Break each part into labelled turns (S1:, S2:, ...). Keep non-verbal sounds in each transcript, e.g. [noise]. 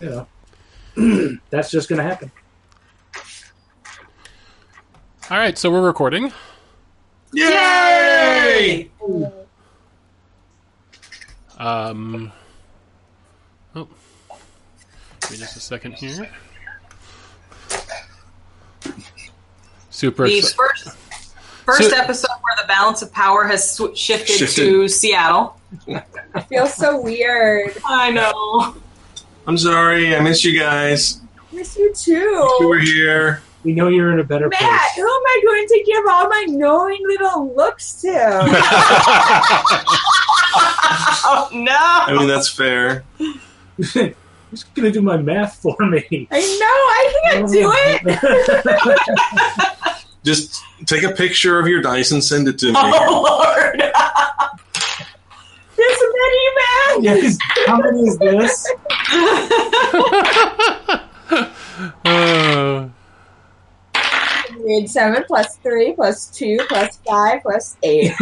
S1: you know, [clears throat] that's just going to happen.
S2: All right, so we're recording.
S3: Yay!
S2: Um, oh, give me just a second here. Super.
S3: The
S2: exci-
S3: first first
S2: So-
S3: episode where the balance of power has sw- shifted,
S4: Shifted.
S3: to Seattle.
S5: It feels so weird.
S3: I know.
S4: I'm sorry, I missed you guys.
S5: Miss you
S4: You were
S5: too.
S4: here.
S1: We know you're in a better
S5: Matt, who
S1: place.
S5: am I going to give all my knowing little looks [laughs] to?
S3: Oh no.
S4: I mean, that's fair.
S1: Who's going to do my math for
S5: [laughs]
S1: me?
S5: I know, I can't do it.
S4: Just take a picture of your dice and send it to me.
S3: Oh Lord.
S5: This many men.
S1: [laughs] Yes. How many is this?
S2: [laughs] Uh,
S5: I need seven plus three plus two plus five plus [laughs] eight.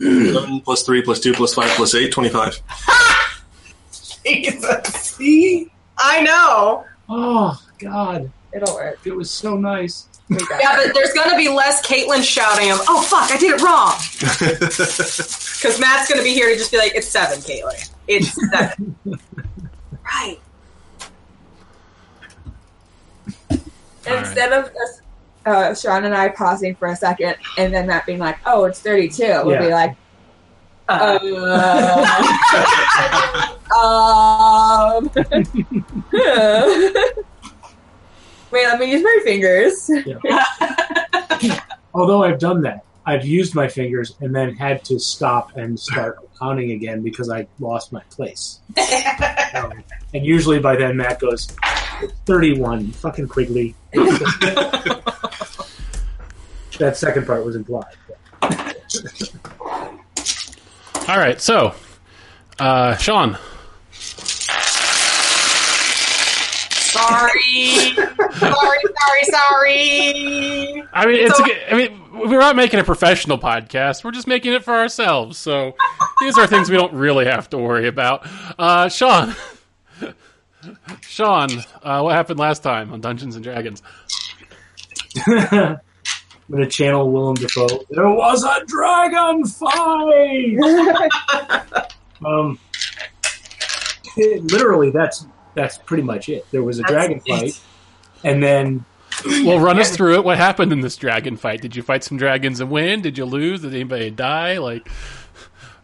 S4: 11 plus 3 plus 2 plus 5 plus 8, 25.
S5: See?
S3: I know.
S1: Oh, God.
S5: It'll work.
S1: It was so nice.
S5: We got
S3: Yeah,
S5: it.
S3: but there's gonna be less Caitlin shouting of, "Oh fuck, I did it wrong," because Matt's gonna be here to just be like, "It's seven, Caitlin. It's seven. right.
S5: Instead of us, uh, Sean and I pausing for a second and then that being like, oh, it's 32, we'll
S1: Yeah.
S5: be like,
S3: Uh,
S5: uh, um. [laughs] Wait, let me use my fingers.
S1: Although I've done that. I've used my fingers and then had to stop and start counting again because I lost my place. Um, and usually by then Matt goes, 31, fucking Quigley. that second part was implied.
S2: all right, so uh, Sean,
S3: sorry, sorry, sorry, sorry.
S2: I mean, it's.
S3: So-
S2: a g- I mean, we're not making a professional podcast. We're just making it for ourselves. So these are things we don't really have to worry about. Uh, Sean, [laughs] Sean, uh, what happened last time on Dungeons and Dragons?
S1: I'm going to channel Willem Dafoe. There was a dragon fight! Um, it- literally, that's that's pretty much it. There was a dragon fight, and then
S2: Well, run us through it. What happened in this dragon fight? Did you fight some dragons and win? Did you lose? Did anybody die? Like,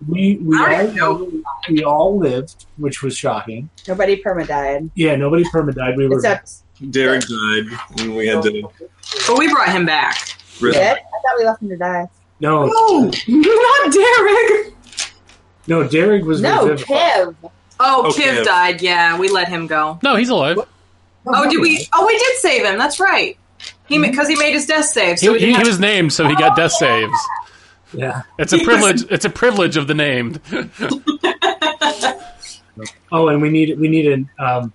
S1: we we
S3: I
S1: all
S3: don't know.
S1: we all lived, which was shocking.
S5: Nobody perma died.
S1: Yeah, nobody perma died. We were
S5: Except
S4: [laughs] Derek died, and we had to.
S3: But we brought him back.
S5: Ed?
S4: risk-
S5: I thought we left him to die.
S1: no,
S3: No, not Derek.
S1: no. Derek was
S5: No,
S1: revivified.
S5: Kev.
S3: Oh,
S4: Oh,
S3: Kiv
S4: Kiv.
S3: died. Yeah, we let him go.
S2: no, he's alive.
S3: Oh, did we? Oh, we did save him. That's right. He because he made his death save.
S2: He,
S3: So we
S2: he,
S3: didn't
S2: he
S3: have
S2: was named, so he got death saves.
S1: Yeah.
S2: It's a privilege. It's a privilege of the named. [laughs]
S1: Oh, and we need we need an. Um,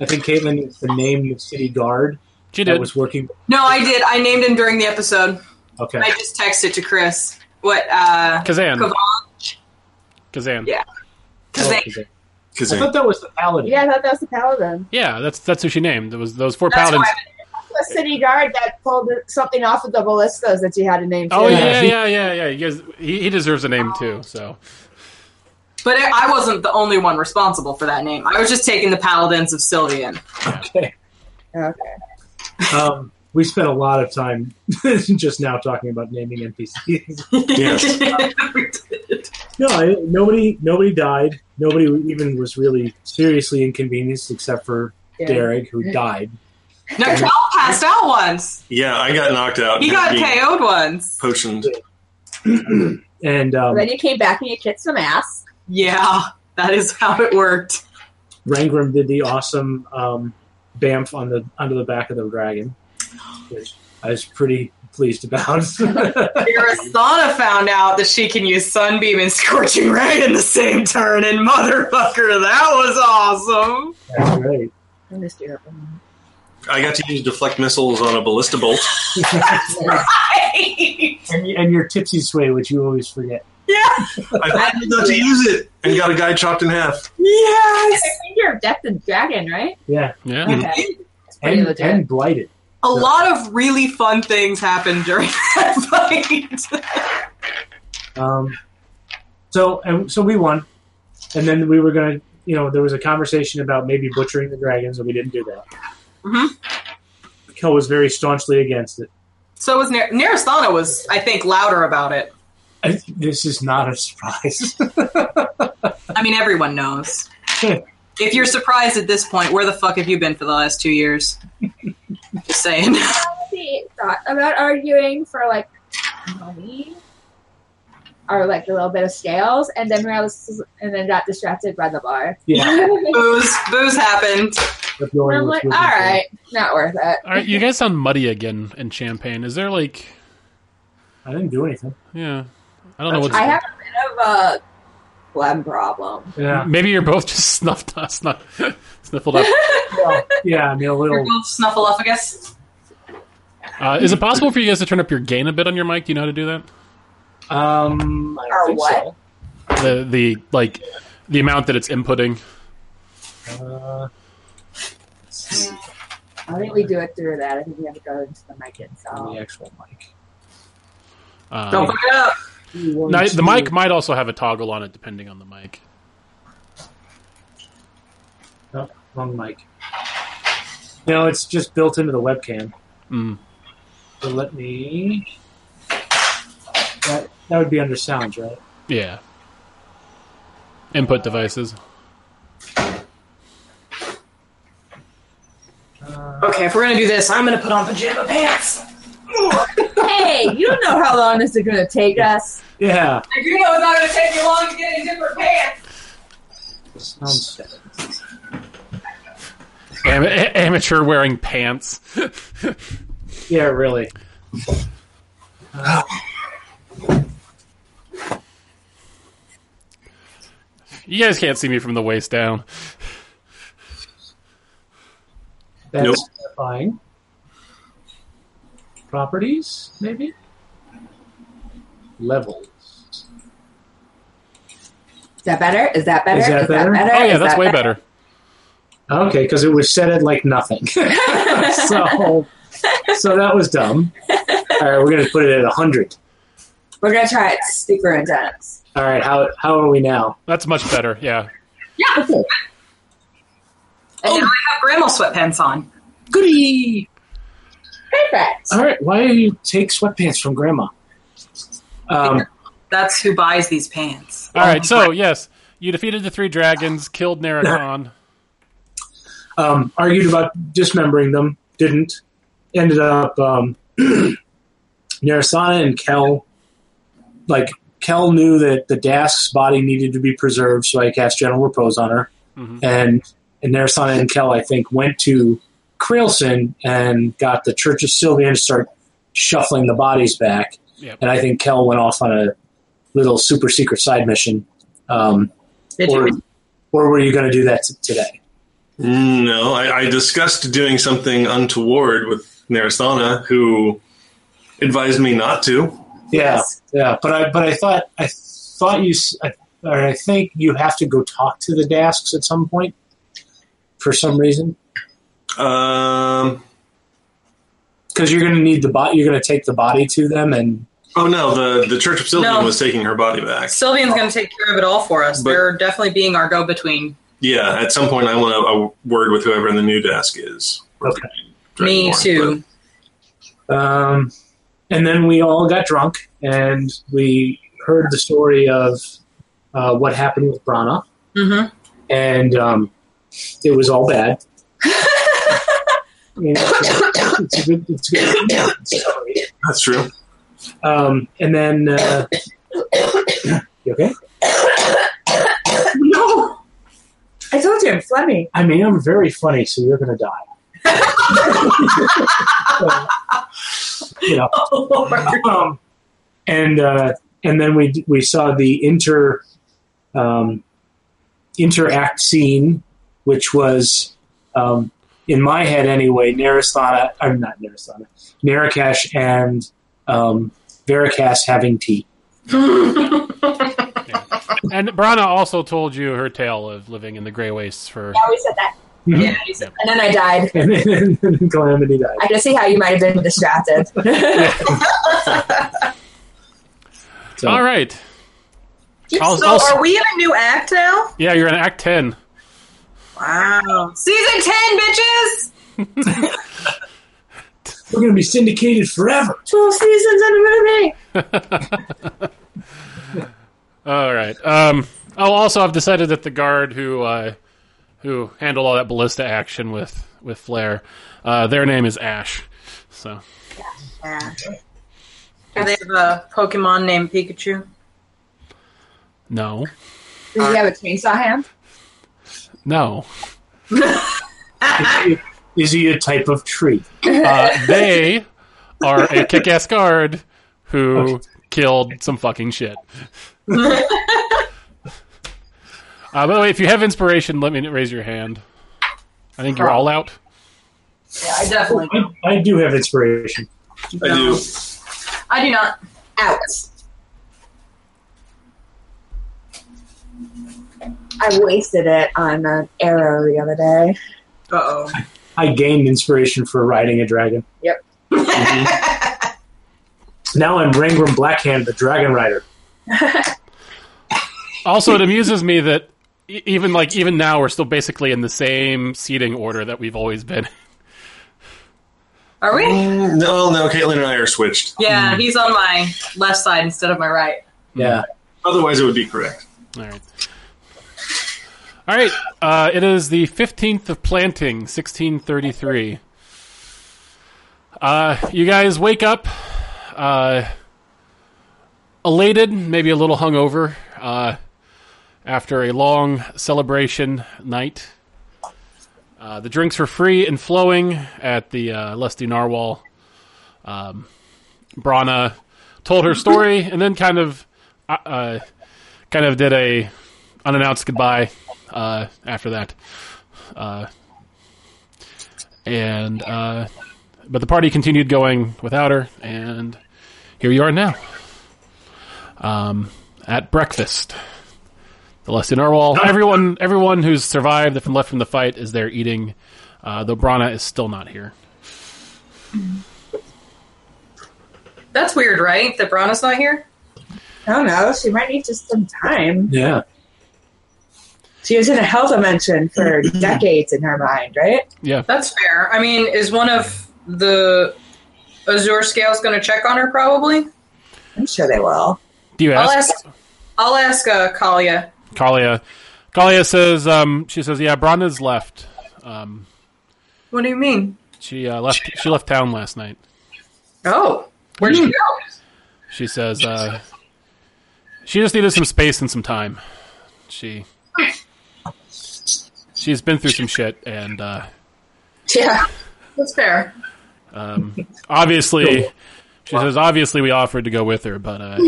S1: I think Caitlin needs to name the city guard
S2: She
S1: that
S2: did.
S1: was working.
S3: no, I did. I named him during the episode.
S1: Okay.
S3: I just texted to Chris. What? uh
S2: Kazan.
S3: Kavan?
S2: Kazan.
S3: Yeah.
S1: Oh,
S3: Kazan.
S1: Kazan. I
S4: Kazan.
S1: thought that was the paladin.
S5: Yeah, I thought that was the paladin.
S2: Yeah, that's that's who she named. It was those four
S3: That's
S2: paladins.
S3: why.
S5: The city guard that pulled something off of the ballistas that you had to name.
S2: Oh
S5: too.
S2: yeah, yeah, yeah, yeah. You guys, he, he deserves a name too. So
S3: But I I wasn't the only one responsible for that name. I was just taking the paladins of Sylvian.
S1: Okay.
S5: Okay.
S1: Um, we spent a lot of time [laughs] just now talking about naming NPCs.
S4: Yes.
S3: We did.
S1: No, I, nobody, nobody died. Nobody even was really seriously inconvenienced, except for
S5: Yeah.
S1: Derek, who died.
S3: [laughs] no, Cal passed out once.
S4: Yeah, I got knocked out.
S3: He got
S4: Being
S3: KO'd once.
S4: Potioned.
S1: And um,
S5: Then you came back and you kicked some ass.
S3: Yeah, that is how it worked.
S1: Rangram did the awesome um, bamf on the onto the back of the dragon, which I was pretty pleased about. [laughs]
S3: Arizona found out that she can use Sunbeam and Scorching Ray in the same turn, and motherfucker, that was awesome.
S1: That's right.
S5: I missed your-
S4: I got to use deflect missiles on a ballista bolt.
S3: Right.
S1: And, and your tipsy sway, which you always forget.
S6: Yeah.
S3: [laughs]
S4: I planned not to use it and got a guy chopped in half.
S6: Yes.
S5: Finger of Death and Dragon, right?
S1: Yeah,
S2: Yeah.
S5: Okay. That's pretty
S1: and,
S5: legit.
S1: and blighted.
S6: A lot of really fun things happened during [laughs] that fight.
S1: Um, so and so we won, and then we were gonna, you know, there was a conversation about maybe butchering the dragons, and we didn't do that.
S6: Mhm.
S5: Mm-hmm.
S1: Kel was very staunchly against it.
S6: So was Nar- Narasana was, I think, louder about it.
S1: I, this is not a surprise.
S6: I mean, everyone knows. if you're surprised at this point, where the fuck have you been for the last two years? Just saying. [laughs]
S5: honestly thought about arguing for like money or like a little bit of scales, and then realized and then got distracted by the bar.
S1: [laughs]
S5: [laughs]
S1: yeah,
S6: booze, booze happened.
S1: if Lori
S5: I'm
S1: was
S5: like, all
S1: with me, so-
S5: right, not worth it.
S2: All right, you guys sound muddy again in Champagne. Is there like,
S1: I didn't do anything.
S2: yeah, I don't know what's.
S5: I have a bit of a phlegm problem.
S1: Yeah,
S2: Maybe you're both [laughs] just snuffed up, snuff, [laughs] sniffled up.
S1: well, yeah. I mean, a
S6: We're
S1: little.
S6: both snuffleupagus.
S2: Uh, is it possible for you guys to turn up your gain a bit on your mic? Do you know how to do that?
S1: Um, I
S5: Or
S1: don't think
S5: what?
S2: The the like the amount that it's inputting.
S1: so. Uh,
S5: I think we do it through that. I think we have to go into the mic
S1: on
S5: itself.
S1: the actual mic.
S6: Don't
S2: Uh,
S6: fuck it up.
S2: now, the mic might also have a toggle on it, depending on the mic.
S1: No, wrong mic. No, it's just built into the webcam.
S2: Mm.
S1: So let me. That, that would be under sounds, right?
S2: Yeah. Input devices.
S6: Okay, if we're gonna do this, I'm gonna put on pajama pants.
S5: Hey, you don't know how long this is going to take us.
S1: Yeah.
S6: I do know it's not gonna take you long to get in different pants.
S1: Sounds.
S2: Am- [laughs] a- amateur wearing pants. [laughs]
S1: Yeah, really.
S2: You guys can't see me from the waist down.
S1: That's
S4: Nope.
S1: terrifying. Properties, maybe? Levels.
S5: Is that better? Is that better?
S1: Is that better?
S2: Oh yeah,
S5: Is
S2: that's
S5: that
S2: way better.
S1: Okay, because it was said at like nothing. [laughs] so, so that was dumb. All right, we're going to put it at 100.
S5: We're going to try it super intense.
S1: All right, how, how are we now?
S2: That's much better.
S5: [laughs]
S2: Yeah.
S6: Yeah.
S1: Okay.
S6: And now I have grandma sweatpants on.
S1: Goody!
S5: Perfect.
S1: All right, why do you take sweatpants from grandma? Um,
S6: That's who buys these pants.
S2: All right. So yes, you defeated the three dragons, killed
S5: [laughs]
S2: Narakon.
S1: um, argued about dismembering them, didn't. Ended up um, [clears throat] Narasana and Kel. Like Kel knew that the Dask's body needed to be preserved, so I cast Gentle Repose on her.
S2: Mhm.
S1: And and Narasana and Kel, I think, went to Krailson and got the Church of Sylvian to start shuffling the bodies back.
S2: Yep.
S1: And I think Kel went off on a little super secret side mission. Um,
S6: Did
S1: or,
S6: you?
S1: or were you going to do that t- today?
S4: No, I, I discussed doing something untoward with Narasana, who advised me not to.
S1: Yeah,
S5: Yes.
S1: yeah. But I but I thought I thought you s- I, or I think you have to go talk to the Dasks at some point for some reason
S4: Um,
S1: because you're going to need the body. You're going to take the body to them, and
S4: oh no, the the Church of Sylvan
S6: No.
S4: was taking her body back.
S6: Sylvian's gonna take care of it all for us.
S4: But-
S6: They're definitely being our go-between.
S4: Yeah, at some point I want a, a word with whoever the new desk is.
S1: Okay.
S6: Me
S4: Dragonborn,
S6: too.
S1: um, and then we all got drunk and we heard the story of uh, what happened with Brana,
S6: Mm-hmm.
S1: and um, it was all bad. I mean, it's a, it's a good, it's a good story.
S4: but- That's true.
S1: Um, and then, uh, [coughs] you okay?
S5: No. I told you I'm phlegmy.
S1: I mean, I'm very funny, so you're going to die. So, you know, um, and uh, and then we we saw the inter um, interact scene, which was um, in my head anyway. Narasana, I'm not Narasana, Narakash and um, Veracast having tea.
S2: And Brana also told you her tale of living in the Grey Wastes for.
S5: I always said that.
S3: Yeah, he said- and then I died.
S1: [laughs] and then and then Calamity died.
S5: I can see how you might have
S3: [laughs]
S5: been distracted.
S1: So,
S2: All right. I'll-
S3: So
S2: I'll-
S3: are we in a new act now?
S2: Yeah, you're in Act
S5: [laughs]
S2: 10.
S3: Wow. Season ten, bitches.
S1: We're going to be syndicated forever.
S5: Twelve seasons in a movie.
S2: All right. Um, oh, also, I've decided that the guard who uh, who handled all that ballista action with with Flair, uh, their name is Ash. So
S3: Yeah. Do they have a Pokemon named Pikachu?
S2: no,
S5: Does he have a chainsaw hand?
S2: no,
S1: Is he a type of tree?
S2: uh, they are a kick-ass guard who killed some fucking shit. uh, by the way, if you have inspiration, let me raise your hand. I think you're all out.
S3: Yeah, I definitely
S1: I, I do have inspiration.
S4: I do.
S3: I do not.
S5: Out. I wasted it on an arrow the other day.
S3: Uh oh.
S1: I gained inspiration for riding a dragon.
S5: Yep.
S1: [laughs] Now I'm Rangram Blackhand, the dragon rider.
S2: Also, it amuses me that e- even like even now we're still basically in the same seating order that we've always been.
S3: Are we?
S4: Mm, No, no, Caitlin and I are switched.
S3: Yeah, he's on my left side instead of my right.
S1: Yeah.
S4: Otherwise, it would be correct.
S2: All right. All right. Uh, it is the fifteenth of planting, sixteen thirty-three. Uh, you guys wake up, uh, elated, maybe a little hungover, uh, after a long celebration night. Uh, the drinks were free and flowing at the uh, Lusty Narwhal. Um, Brana told her story and then kind of. Uh, uh, kind of did a unannounced goodbye uh, after that. Uh, and uh, but the party continued going without her, and here you are now. Um, at breakfast, the Lusty Narwhal. Everyone, everyone who's survived and left from the fight is there eating. Uh, though Brana is still not here.
S3: That's weird, right? That Brana's not here.
S5: I don't know. Oh, She might need just some time.
S1: Yeah.
S5: She was in a hell dimension
S3: [laughs]
S5: for decades in her mind, right?
S2: Yeah,
S3: That's fair. I mean, is one of the Azure scales going to check on her? Probably.
S5: I'm sure they will.
S2: do you
S3: I'll
S2: ask?
S3: ask. I'll ask uh, Kalia.
S2: Kalia. Kalia says um, she says yeah. Brana's left. Um,
S3: What do you mean?
S2: She uh, left. She left town last night.
S3: Oh, where'd she go?
S2: She says uh, she just needed some space and some time. She she's been through some shit, and uh,
S3: Yeah, that's fair.
S2: obviously, she says obviously we offered to go with her, but uh,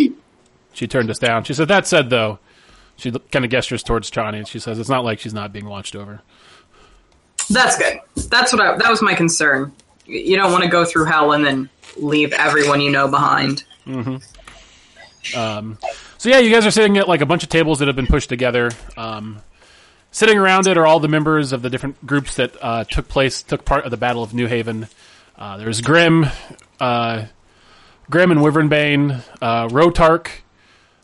S2: she turned us down. She said that said though, she kind of gestures towards Chani, and she says it's not like she's not being watched over.
S3: That's good. That's what I. That was my concern. Y- You don't want to go through hell and then leave everyone you know behind.
S2: So yeah, you guys are sitting at like a bunch of tables that have been pushed together. Um, sitting around it are all the members of the different groups that uh, took place, took part of the Battle of New Haven. Uh, there's Grim, uh, Grim and Wyvernbane, uh, Rotark,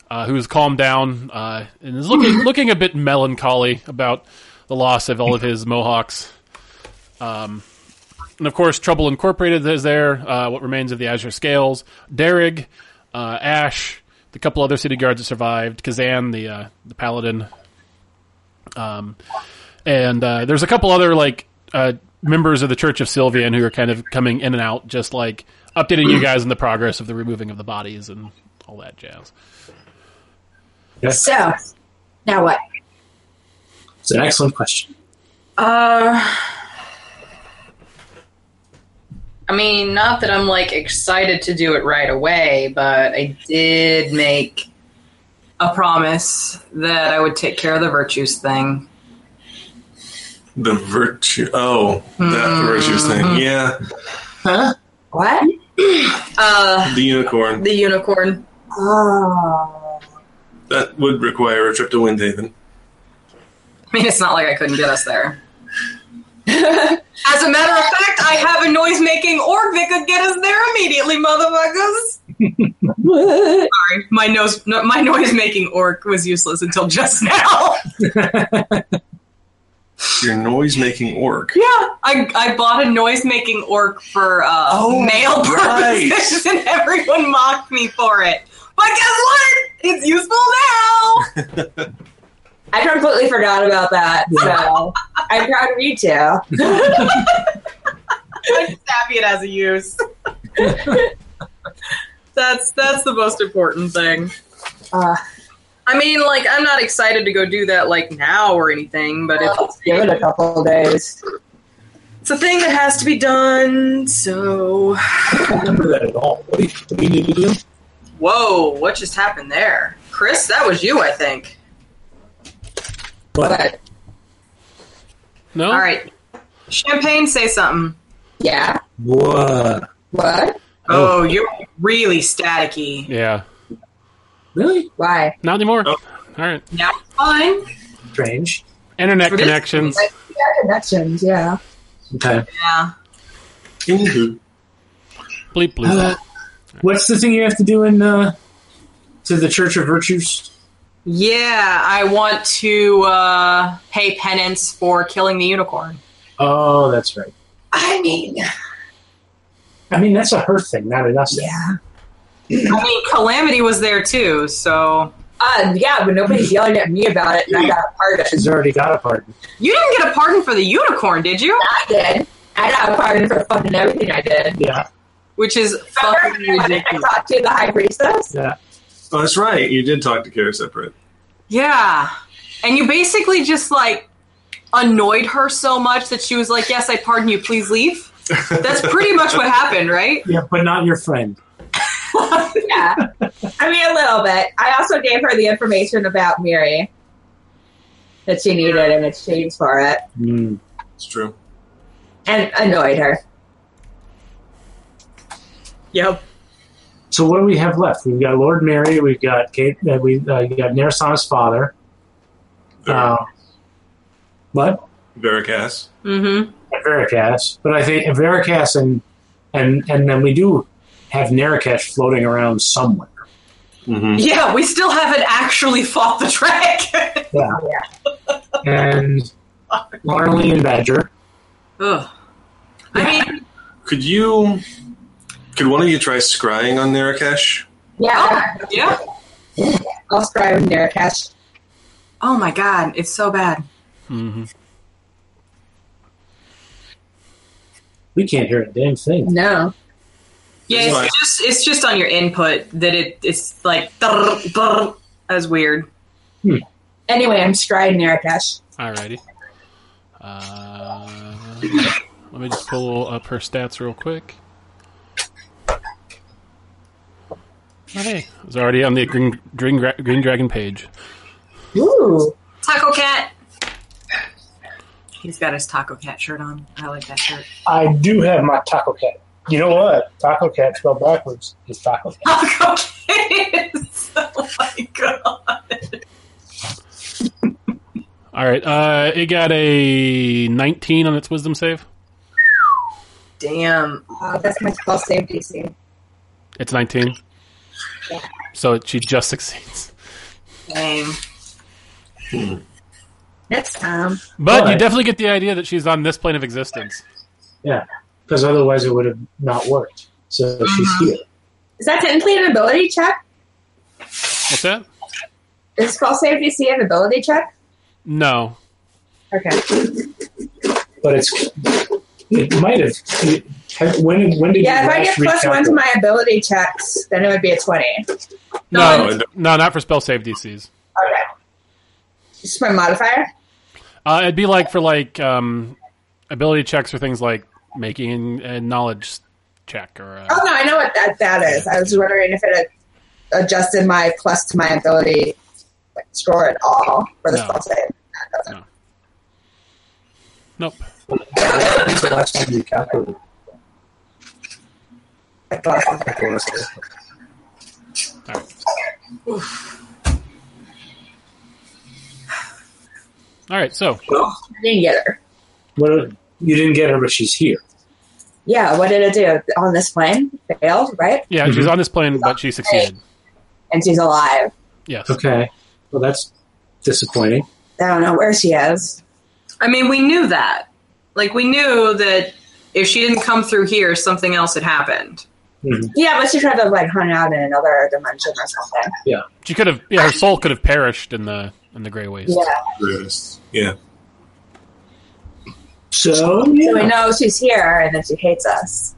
S2: uh, who's calmed down uh, and is looking looking a bit melancholy about the loss of all of his Mohawks. Um, and of course, Trouble Incorporated is there. Uh, what remains of the Azure Scales, Derrig, uh, Ash, the couple other city guards that survived, Kazan, the uh, the paladin, um, and uh, there's a couple other like uh, members of the Church of Sylvian who are kind of coming in and out, just like updating you guys on the progress of the removing of the bodies and all that jazz.
S5: So, now what?
S1: It's an excellent question.
S3: Uh, I mean, not that I'm like excited to do it right away, but I did make a promise that I would take care of the virtues thing.
S4: The virtue. Oh,
S6: Mm-hmm.
S4: that virtues thing. Yeah,
S5: What?
S3: Uh,
S4: the unicorn.
S3: the unicorn.
S5: Oh.
S4: that would require a trip to Windhaven.
S3: [laughs] I mean, it's not like I couldn't get us there. As a matter of fact, I have a noise making org that could get us there immediately, motherfuckers.
S5: What?
S3: Sorry, my nose, no, my noise making org was useless until just
S4: [laughs]
S3: now.
S4: Your noise making orc.
S3: Yeah, I, I bought a noise making orc for uh,
S4: Oh,
S3: mail
S4: right.
S3: purposes, [laughs] and everyone mocked me for it. But guess what? It's useful now.
S5: I completely forgot about that, so I'm proud of you too.
S3: I'm just happy it has a use. [laughs] that's that's the most important thing.
S5: Uh,
S3: I mean, like I'm not excited to go do that like now or anything, but if
S5: let's give it a couple of days.
S3: it's a thing that has to be done, so
S1: remember that at all. What do you- what do you need to do?
S3: whoa, what just happened there, Chris? That was you, I think.
S1: But
S5: But
S2: No. Oh.
S3: All right, champagne, say something.
S5: yeah,
S1: what?
S5: what?
S3: Oh, you're really staticky.
S2: Yeah.
S1: Really
S5: Why?
S2: Not anymore.
S4: Oh.
S2: All right.
S3: Now it's fine.
S1: strange.
S2: Internet
S3: For this-
S2: connections.
S5: Yeah, connections. Yeah.
S1: Okay.
S3: Yeah.
S4: Anywho,
S2: Bleep
S1: Uh,
S3: [sighs]
S2: bleep.
S1: what's the thing you have to do in uh, to the Church of Virtues?
S3: Yeah, I want to uh, pay penance for killing the unicorn.
S1: Oh, that's right.
S3: I mean,
S1: I mean, that's a her thing, not an us thing.
S3: I mean, Calamity was there too, so
S5: Uh, yeah, but nobody's yelling at me about it, and I got a pardon.
S1: She's already got a pardon.
S3: you didn't get a pardon for the unicorn, did you?
S5: I did. I got a pardon for fucking everything I did.
S1: Yeah,
S3: Which is fucking
S5: Remember when I
S3: ridiculous.
S5: talked to the
S1: [laughs]
S5: high priestess.
S1: yeah.
S4: oh, that's right. You did talk to Kara separate.
S3: Yeah, and you basically just like annoyed her so much that she was like, "Yes, I pardon you. Please leave."
S4: [laughs]
S3: That's pretty much what happened, right?
S1: Yeah, but not your friend.
S5: Yeah. I mean, a little bit. I also gave her the information about Miri that she needed in exchange for it,
S1: Hmm.
S4: It's true.
S5: and annoyed her.
S3: Yep.
S1: So what do we have left? We've got Lord Mary. We've got Kate. Uh, we uh, you got Narasana's father. Uh, what?
S4: Veracast.
S3: Mm-hmm.
S1: Veracast. But I think Veracast and and and then we do have Narakash floating around somewhere.
S4: Mm-hmm.
S3: Yeah, we still haven't actually fought the dragon. [laughs]
S1: and Larley and Badger.
S3: Ugh. I mean,
S4: Could you? Could one of you try scrying on Narakesh?
S5: Yeah,
S3: yeah.
S5: I'll scribe in there, Cash.
S3: Oh my god, it's so bad.
S2: hmm
S1: We can't hear a damn thing.
S5: No.
S3: Yeah,
S4: It's
S3: it's
S4: like-
S3: just it's just on your input that it it's like "Durr, durr." that's weird.
S5: Anyway, I'm scribing there, Cash.
S2: All righty. Uh, let me just pull up her stats real quick. Oh, hey, I was already on the green green, Gra- green dragon page.
S5: Ooh.
S3: Taco cat. He's got his taco cat shirt on. I like that shirt.
S1: I do have my Taco Cat. You know what? Taco Cat spelled backwards is Taco Cat.
S3: [laughs] Taco cat. oh my god.
S2: All right, uh, it got a 19 on its wisdom save.
S3: Damn.
S5: Uh, that's my spell save DC.
S2: It's 19,
S5: Yeah.
S2: so it, she just succeeds.
S3: Dang.
S5: Next time.
S2: But you
S1: Alright.
S2: definitely get the idea that she's on this plane of existence.
S1: Because otherwise it would have not worked. So she's here.
S5: Is that technically an ability check?
S2: What's that?
S5: Is spell save DC an ability check?
S2: No,
S5: Okay.
S1: But it's it might have. it- have- when did when did
S5: Yeah,
S1: you
S5: if I
S1: last
S5: get plus
S1: recalculate?
S5: one to my ability checks, then it would be a 20. Okay.
S4: No, I
S2: no,
S4: don't.
S2: no, not for spell save DCs.
S5: Just my modifier?
S2: Uh, it'd be like for like um, ability checks or things like making a knowledge check or
S5: Oh
S2: uh,
S5: no, I know what that that is. I was wondering if it had adjusted my plus to my ability like, score at all for the
S2: No.
S5: spell save.
S2: nope.
S1: When's the last time you calculated?
S5: I thought-
S2: All right. All right, so
S5: I didn't get her.
S1: What, you didn't get her, but she's here.
S5: Yeah, what did I do? On this plane? Failed, right?
S2: yeah, she's
S3: Mm-hmm.
S2: on this plane, but she succeeded.
S5: And she's alive.
S2: Yes.
S1: Okay. Well, that's disappointing.
S5: I don't know where she is.
S3: I mean, we knew that. Like, we knew that if she didn't come through here, something else had happened.
S5: Yeah, but she could have like hung out in another dimension or something.
S2: She could have. Yeah, her soul could have perished in the in the gray waste.
S5: Yeah.
S4: Yeah.
S1: So,
S5: So we
S1: yeah.
S5: know she's here and that she hates us.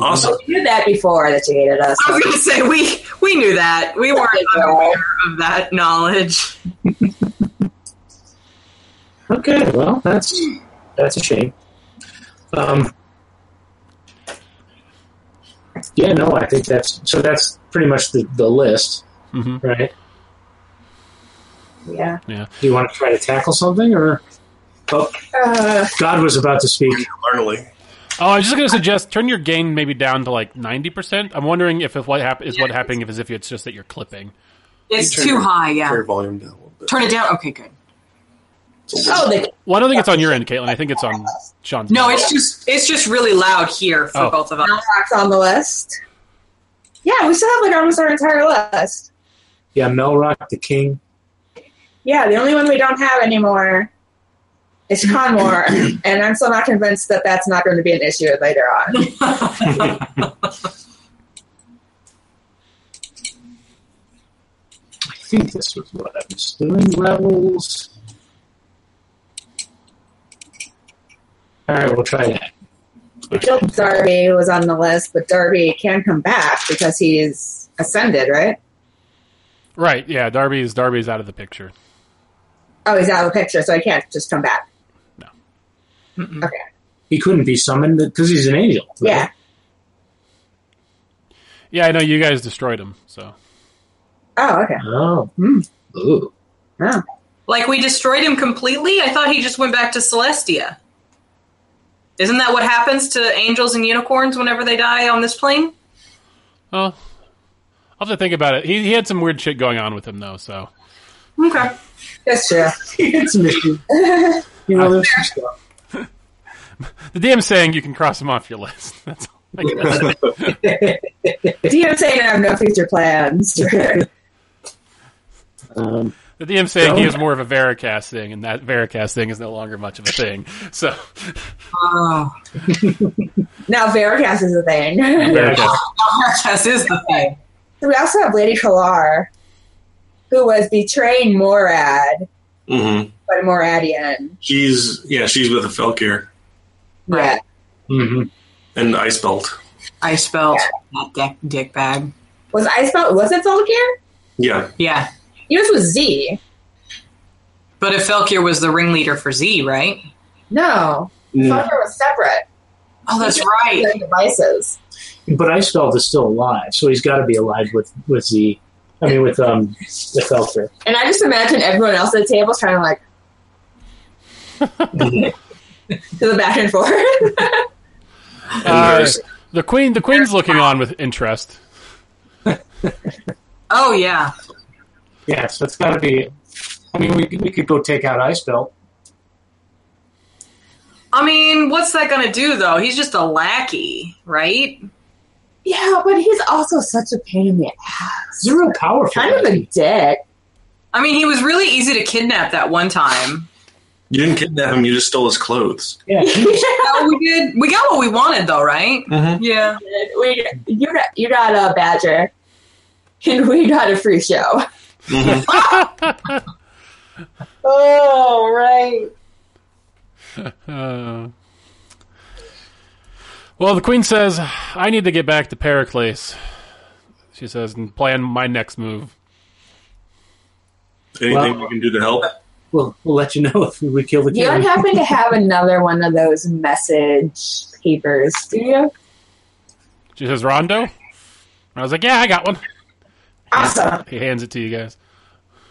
S4: Awesome.
S5: We knew that before that she hated us.
S3: I was going to say, we, we knew that. We
S4: [laughs]
S3: weren't unaware of that knowledge.
S1: Okay, well, that's that's a shame. Um, yeah, no, I think that's so. That's pretty much the, the list,
S2: hmm
S1: right?
S5: Yeah.
S1: Do you want to try to tackle something, or oh,
S5: Uh,
S1: God was about to speak?
S4: Arnold.
S2: Oh, I was just going to suggest turn your gain maybe down to like ninety percent. I'm wondering if, if what hap- is what happening if as if it's just that you're clipping.
S3: It's
S4: You turn
S3: too
S4: your-
S3: high, yeah.
S4: Turn your volume down a little bit.
S3: Turn it down? Okay, good.
S5: oh, the,
S2: Well, I don't think it's on your end, Caitlin. I think it's on Sean's.
S3: No,
S2: end.
S3: it's just it's just really loud here for
S2: Oh.
S3: both of us.
S5: Malrock's on the list. Yeah, we still have like almost our entire list.
S1: Yeah, Melrock the King.
S5: Yeah, the only one we don't have anymore is Conmore, and I'm still not convinced that that's not going to be an issue later on.
S1: I think this was what I was doing. Levels. All right, we'll try that.
S5: We killed Darby was on the list, but Darby can come back because he's ascended, right?
S2: right. Yeah, Darby's Darby's out of the picture.
S5: Oh, he's out of the picture, so he can't just come back.
S4: [laughs]
S3: [laughs]
S1: He couldn't be summoned because he's an angel. right?
S5: Yeah.
S2: Yeah, I know you guys destroyed him. So
S5: Oh, okay.
S1: Oh.
S5: Hmm.
S1: Ooh.
S5: Oh.
S3: Like we destroyed him completely? I thought he just went back to Celestia. Isn't that what happens to angels and unicorns whenever they die on this plane?
S2: well, I'll have to think about it. He he had some weird shit going on with him though. So
S3: Okay.
S5: That's true. [laughs]
S1: it's an issue. You know, there's some stuff.
S2: the DM's saying you can cross him off your list. [laughs] That's all. I can
S5: DM saying I have no future plans. [laughs]
S1: Um,
S2: The DM saying he
S1: No.
S2: is more of a Veracast thing, and that Veracast thing is no longer much of a thing.
S3: [laughs]
S2: So
S3: Oh, [laughs]
S5: now Veracast is a thing.
S1: yeah, okay.
S3: Veracast is the thing.
S5: we also have Lady Kalar, who was betraying Morad,
S4: Mm-hmm.
S5: but Moradian.
S4: She's yeah, she's with a Felkir
S5: Yeah.
S3: Right. Mm-hmm.
S1: Mhm.
S4: and Ice Belt.
S3: I spelled that dick, dick bag.
S5: Was I spelled? Was it Felkir?
S4: Yeah.
S3: Yeah.
S5: Yours was Z.
S3: But if Felkir was the ringleader for Z, right?
S5: No, Felkir was separate.
S3: Oh, that's
S5: Yeah.
S3: right.
S5: Their devices.
S1: But Icefeld is still alive, so he's got to be alive with with the, I mean with um the Felker.
S5: And I just imagine everyone else at the table trying to like [laughs] do the back and forth.
S4: And
S2: uh,
S4: there's-
S2: the queen, the queen's looking on with interest.
S3: Oh, yeah.
S1: Yeah, so it's got to be. I mean, we could- we could go take out Icefeld.
S3: I mean, what's that going to do, though? He's just a lackey, right?
S5: yeah, but he's also such a pain in the ass.
S1: He's a real powerful.
S5: kind of
S1: guy.
S5: a [laughs] dick.
S3: I mean, he was really easy to kidnap that one time.
S4: you didn't kidnap him, you just stole his clothes.
S1: yeah.
S3: Oh, we did. We got what we wanted, though, right?
S4: Mm-hmm.
S3: Yeah.
S5: we you got you got a badger, and we got a free [laughs] show.
S4: Mm-hmm.
S5: Oh right.
S2: Uh, well, the queen says, "I need to get back to Pericles." She says, "and plan my next move."
S4: [laughs] Anything
S1: Wow.
S4: we can do to
S3: Oh,
S4: help?
S1: We'll we'll let you know [laughs] if we kill the
S5: You don't
S1: king.
S5: happen to have another one of those message papers, do you?
S2: She says, "Rondo." And I was like, "Yeah, I got one."
S5: Awesome.
S2: He hands it to you guys.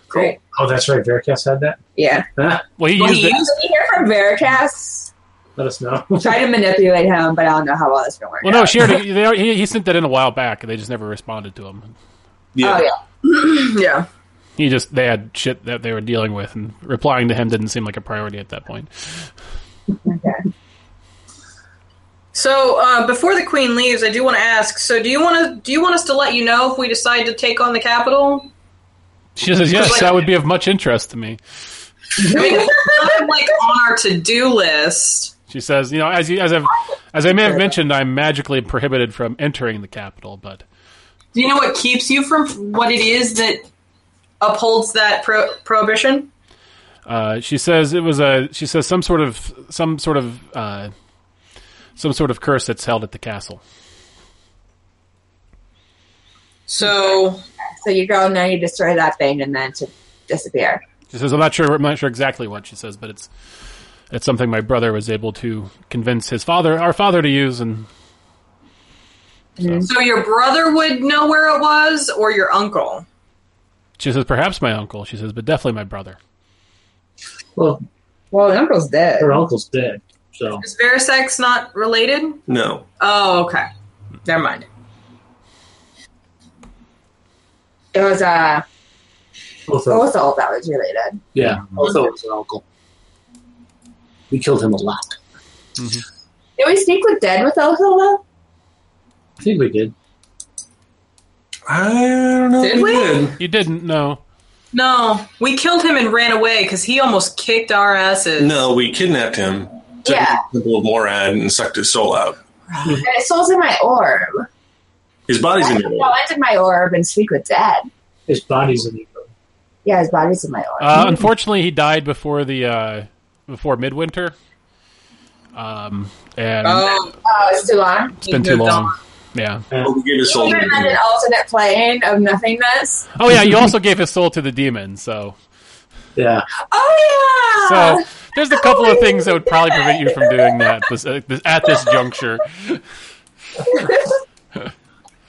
S5: Great.
S1: Oh, that's right. Veracast had that. [laughs]
S5: Yeah.
S1: Huh?
S2: Well, he
S3: Well,
S2: used
S3: he
S2: it.
S5: Can we hear from Veracast?
S1: Let us know. [laughs]
S5: Try to manipulate him, but I don't know how well that's gonna work.
S2: Well, no, she already, they, already- he, he sent that in a while back, and they just never responded to him.
S5: out. Oh
S4: Yeah.
S5: yeah.
S3: Yeah.
S2: He just they had shit that they were dealing with, and replying to him didn't seem like a priority at that point.
S3: So uh, before the queen leaves, I do want to ask. So do you want to do you want us to let you know if we decide to take on the capital?
S2: She says, "Yes, that would be of much interest to me."
S3: I mean, it's not like on our to do list.
S2: She says, "You know, as you, as I've, as I may have mentioned, I'm magically prohibited from entering the capital, but
S3: Do you know what keeps you from what it is that upholds that pro- prohibition?
S2: Uh, she says it was a. She says some sort of some sort of uh, some sort of curse that's held at the castle.
S3: So
S5: So you go in there, you destroy that thing, and then to disappear.
S2: She says I'm not sure. I'm not sure exactly what she says, but it's it's something my brother was able to convince his father, our father, to use. And
S3: so your brother would know where it was, or your uncle.
S2: she says perhaps my uncle. She says, but definitely my brother.
S6: Well,
S5: Well, the uncle's dead.
S6: her uncle's dead, so
S3: Is Verisex not related?
S4: No.
S3: Oh, okay. Never mind.
S5: It was uh,
S6: both of
S5: Othel that was related.
S6: yeah, both of was an uncle. We killed him a lot.
S5: Did we sneak with dead with Othel though?
S6: I think we did.
S4: I don't know. if
S3: Did we?
S4: Did.
S2: You didn't know.
S3: No, we killed him and ran away because he almost kicked our asses.
S4: No, we kidnapped him. Took
S5: Yeah.
S4: him to the Temple of Morad and sucked his soul out.
S5: And it soul's in my orb.
S4: His body's in
S5: I
S4: the
S5: no, I did my orb and sneak with dead.
S6: His body's in the room.
S5: Yeah, his body's in my orb.
S2: Uh, unfortunately, he died before the uh, before midwinter. Um, and
S3: Oh,
S5: oh, it's too long.
S2: it's been too long. Yeah.
S4: Oh, we gave his soul.
S5: Can you imagine an alternate plane of nothingness?
S2: Oh yeah. You also gave his soul to the demon. So.
S6: Yeah,
S5: Oh yeah.
S2: So there's a couple of things that would probably prevent you from doing that this, uh, this, at this juncture.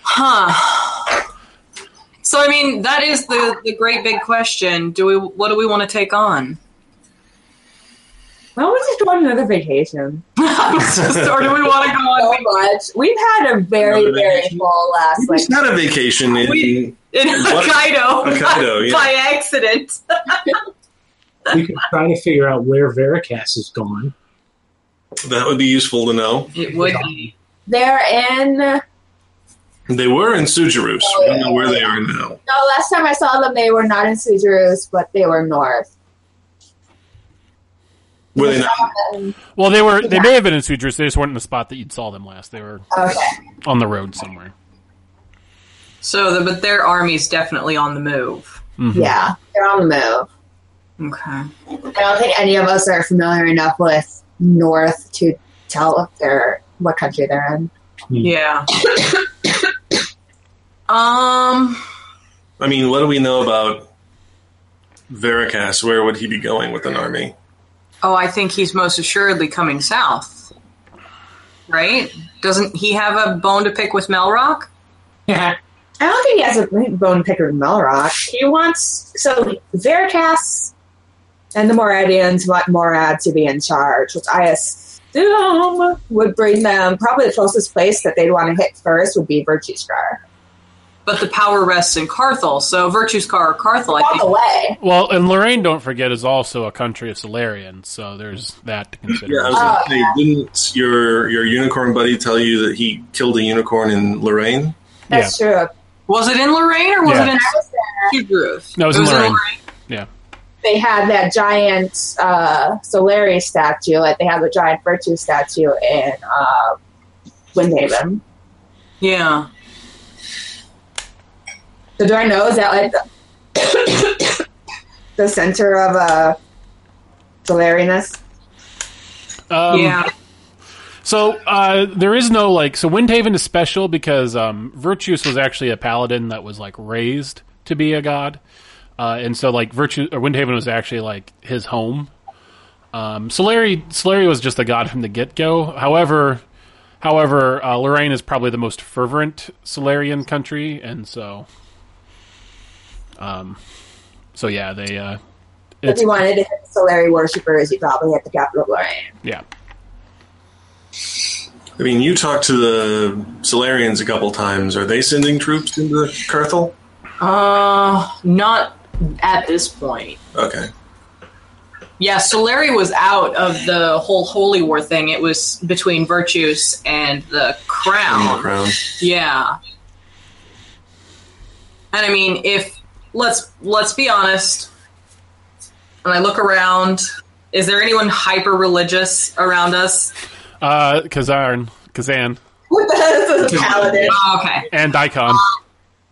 S3: Huh. So I mean, that is the the great big question. Do we what do we want to take on? [laughs]
S5: Why don't we just go on another vacation?
S3: or do we want to go
S5: So
S3: on?
S5: much. We've had a very,
S4: Another
S5: very
S4: vacation?
S5: full last like
S4: It's not a vacation. It,
S3: We- In
S4: What?
S3: Hokkaido,
S4: Hokkaido, yeah.
S3: by accident.
S6: we could try to figure out where Veracast is gone.
S4: that would be useful to know.
S3: It would be.
S5: they're in no
S4: They were in Sujarus. We don't know where they are now.
S5: last time I saw them they were not in Sujarus, but they were north.
S4: Were they not?
S5: Um,
S2: Well, they were they may have been in Sudras. They just weren't in the spot that you saw them last. They were
S5: okay.
S2: on the road somewhere.
S3: So, the, but their army's definitely on the move.
S2: Mhm.
S5: Yeah. They're on the move.
S3: Okay.
S5: I don't think any of us are familiar enough with north to tell if they're what country they're in.
S4: Hmm.
S3: Yeah. um.
S4: I mean, what do we know about Veracast? Where would he be going with an army?
S3: Oh, I think he's most assuredly coming south. Right? Doesn't he have a bone to pick with Melrock?
S5: I don't think he has a bone picker with Melrock. He wants so Veritas and the Moradians want Morad to be in charge, which I assume would bring them probably the closest place that they'd want to hit first would be Virtue Scar.
S3: But the power rests in Carthel, so Virtue's Car or Carthel, I
S5: All the
S3: think.
S5: way.
S2: Well, and Lorraine, don't forget, is also a country of Solarian, so there's that to consider.
S4: Yeah, I was
S5: Oh,
S4: gonna say, didn't your your unicorn buddy tell you that he killed a unicorn in Lorraine?
S5: That's true.
S3: Was it in Lorraine or was
S2: Yeah.
S3: it in
S5: I was there.
S3: Two Groove?
S2: No, it was in Lorraine.
S5: They had that giant uh, Solari statue, like they have the giant Virtue statue in uh, Windhaven.
S3: Yeah.
S5: So do I know is that like the, the [coughs] center of uh, Solariness?
S2: Um,
S3: yeah.
S2: So uh, there is no like so Windhaven is special because um, Virtuous was actually a paladin that was like raised to be a god, uh, and so like Virtue or Windhaven was actually like his home. Um, Solari Solari was just a god from the get go. However, however, uh, Lorraine is probably the most fervent Solarian country, and so, um, so yeah, they uh,
S5: If
S2: it's-
S5: you wanted to hit the Solari worshippers, you probably hit the capital of Lorraine. [laughs]
S2: yeah.
S4: I mean, you talked to the Solarians a couple times. Are they sending troops into Carthel?
S3: Uh, not at this point.
S4: Okay.
S3: Yeah, so Larry was out of the whole Holy War thing. It was between Virtues and the Crown.
S4: Crown.
S3: Yeah. And I mean, if let's let's be honest, when I look around, is there anyone hyper religious around us?
S2: Uh, Kazarn, Kazan,
S5: What the hell is a paladin?
S3: Oh, okay.
S2: and Icon.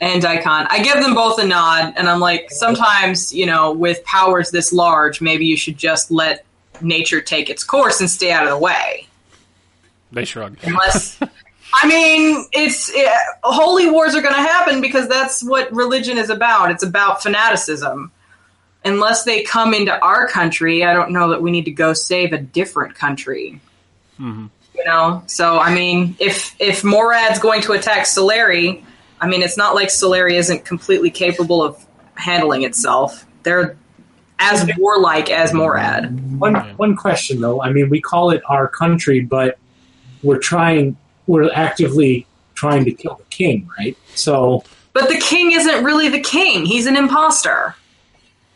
S3: And Icon. I give them both a nod and I'm like, sometimes, you know, with powers this large, maybe you should just let nature take its course and stay out of the way.
S2: They shrug.
S3: Unless I mean, it's eh, holy wars are going to happen because that's what religion is about. It's about fanaticism. Unless they come into our country, I don't know that we need to go save a different country.
S2: Mhm.
S3: You know, so I mean, if if Morad's going to attack Solari, I mean, it's not like Solari isn't completely capable of handling itself. They're as warlike as Morad.
S1: One one question though. I mean, we call it our country, but we're trying. We're actively trying to kill the king, right? So
S3: But the king isn't really the king. He's an imposter.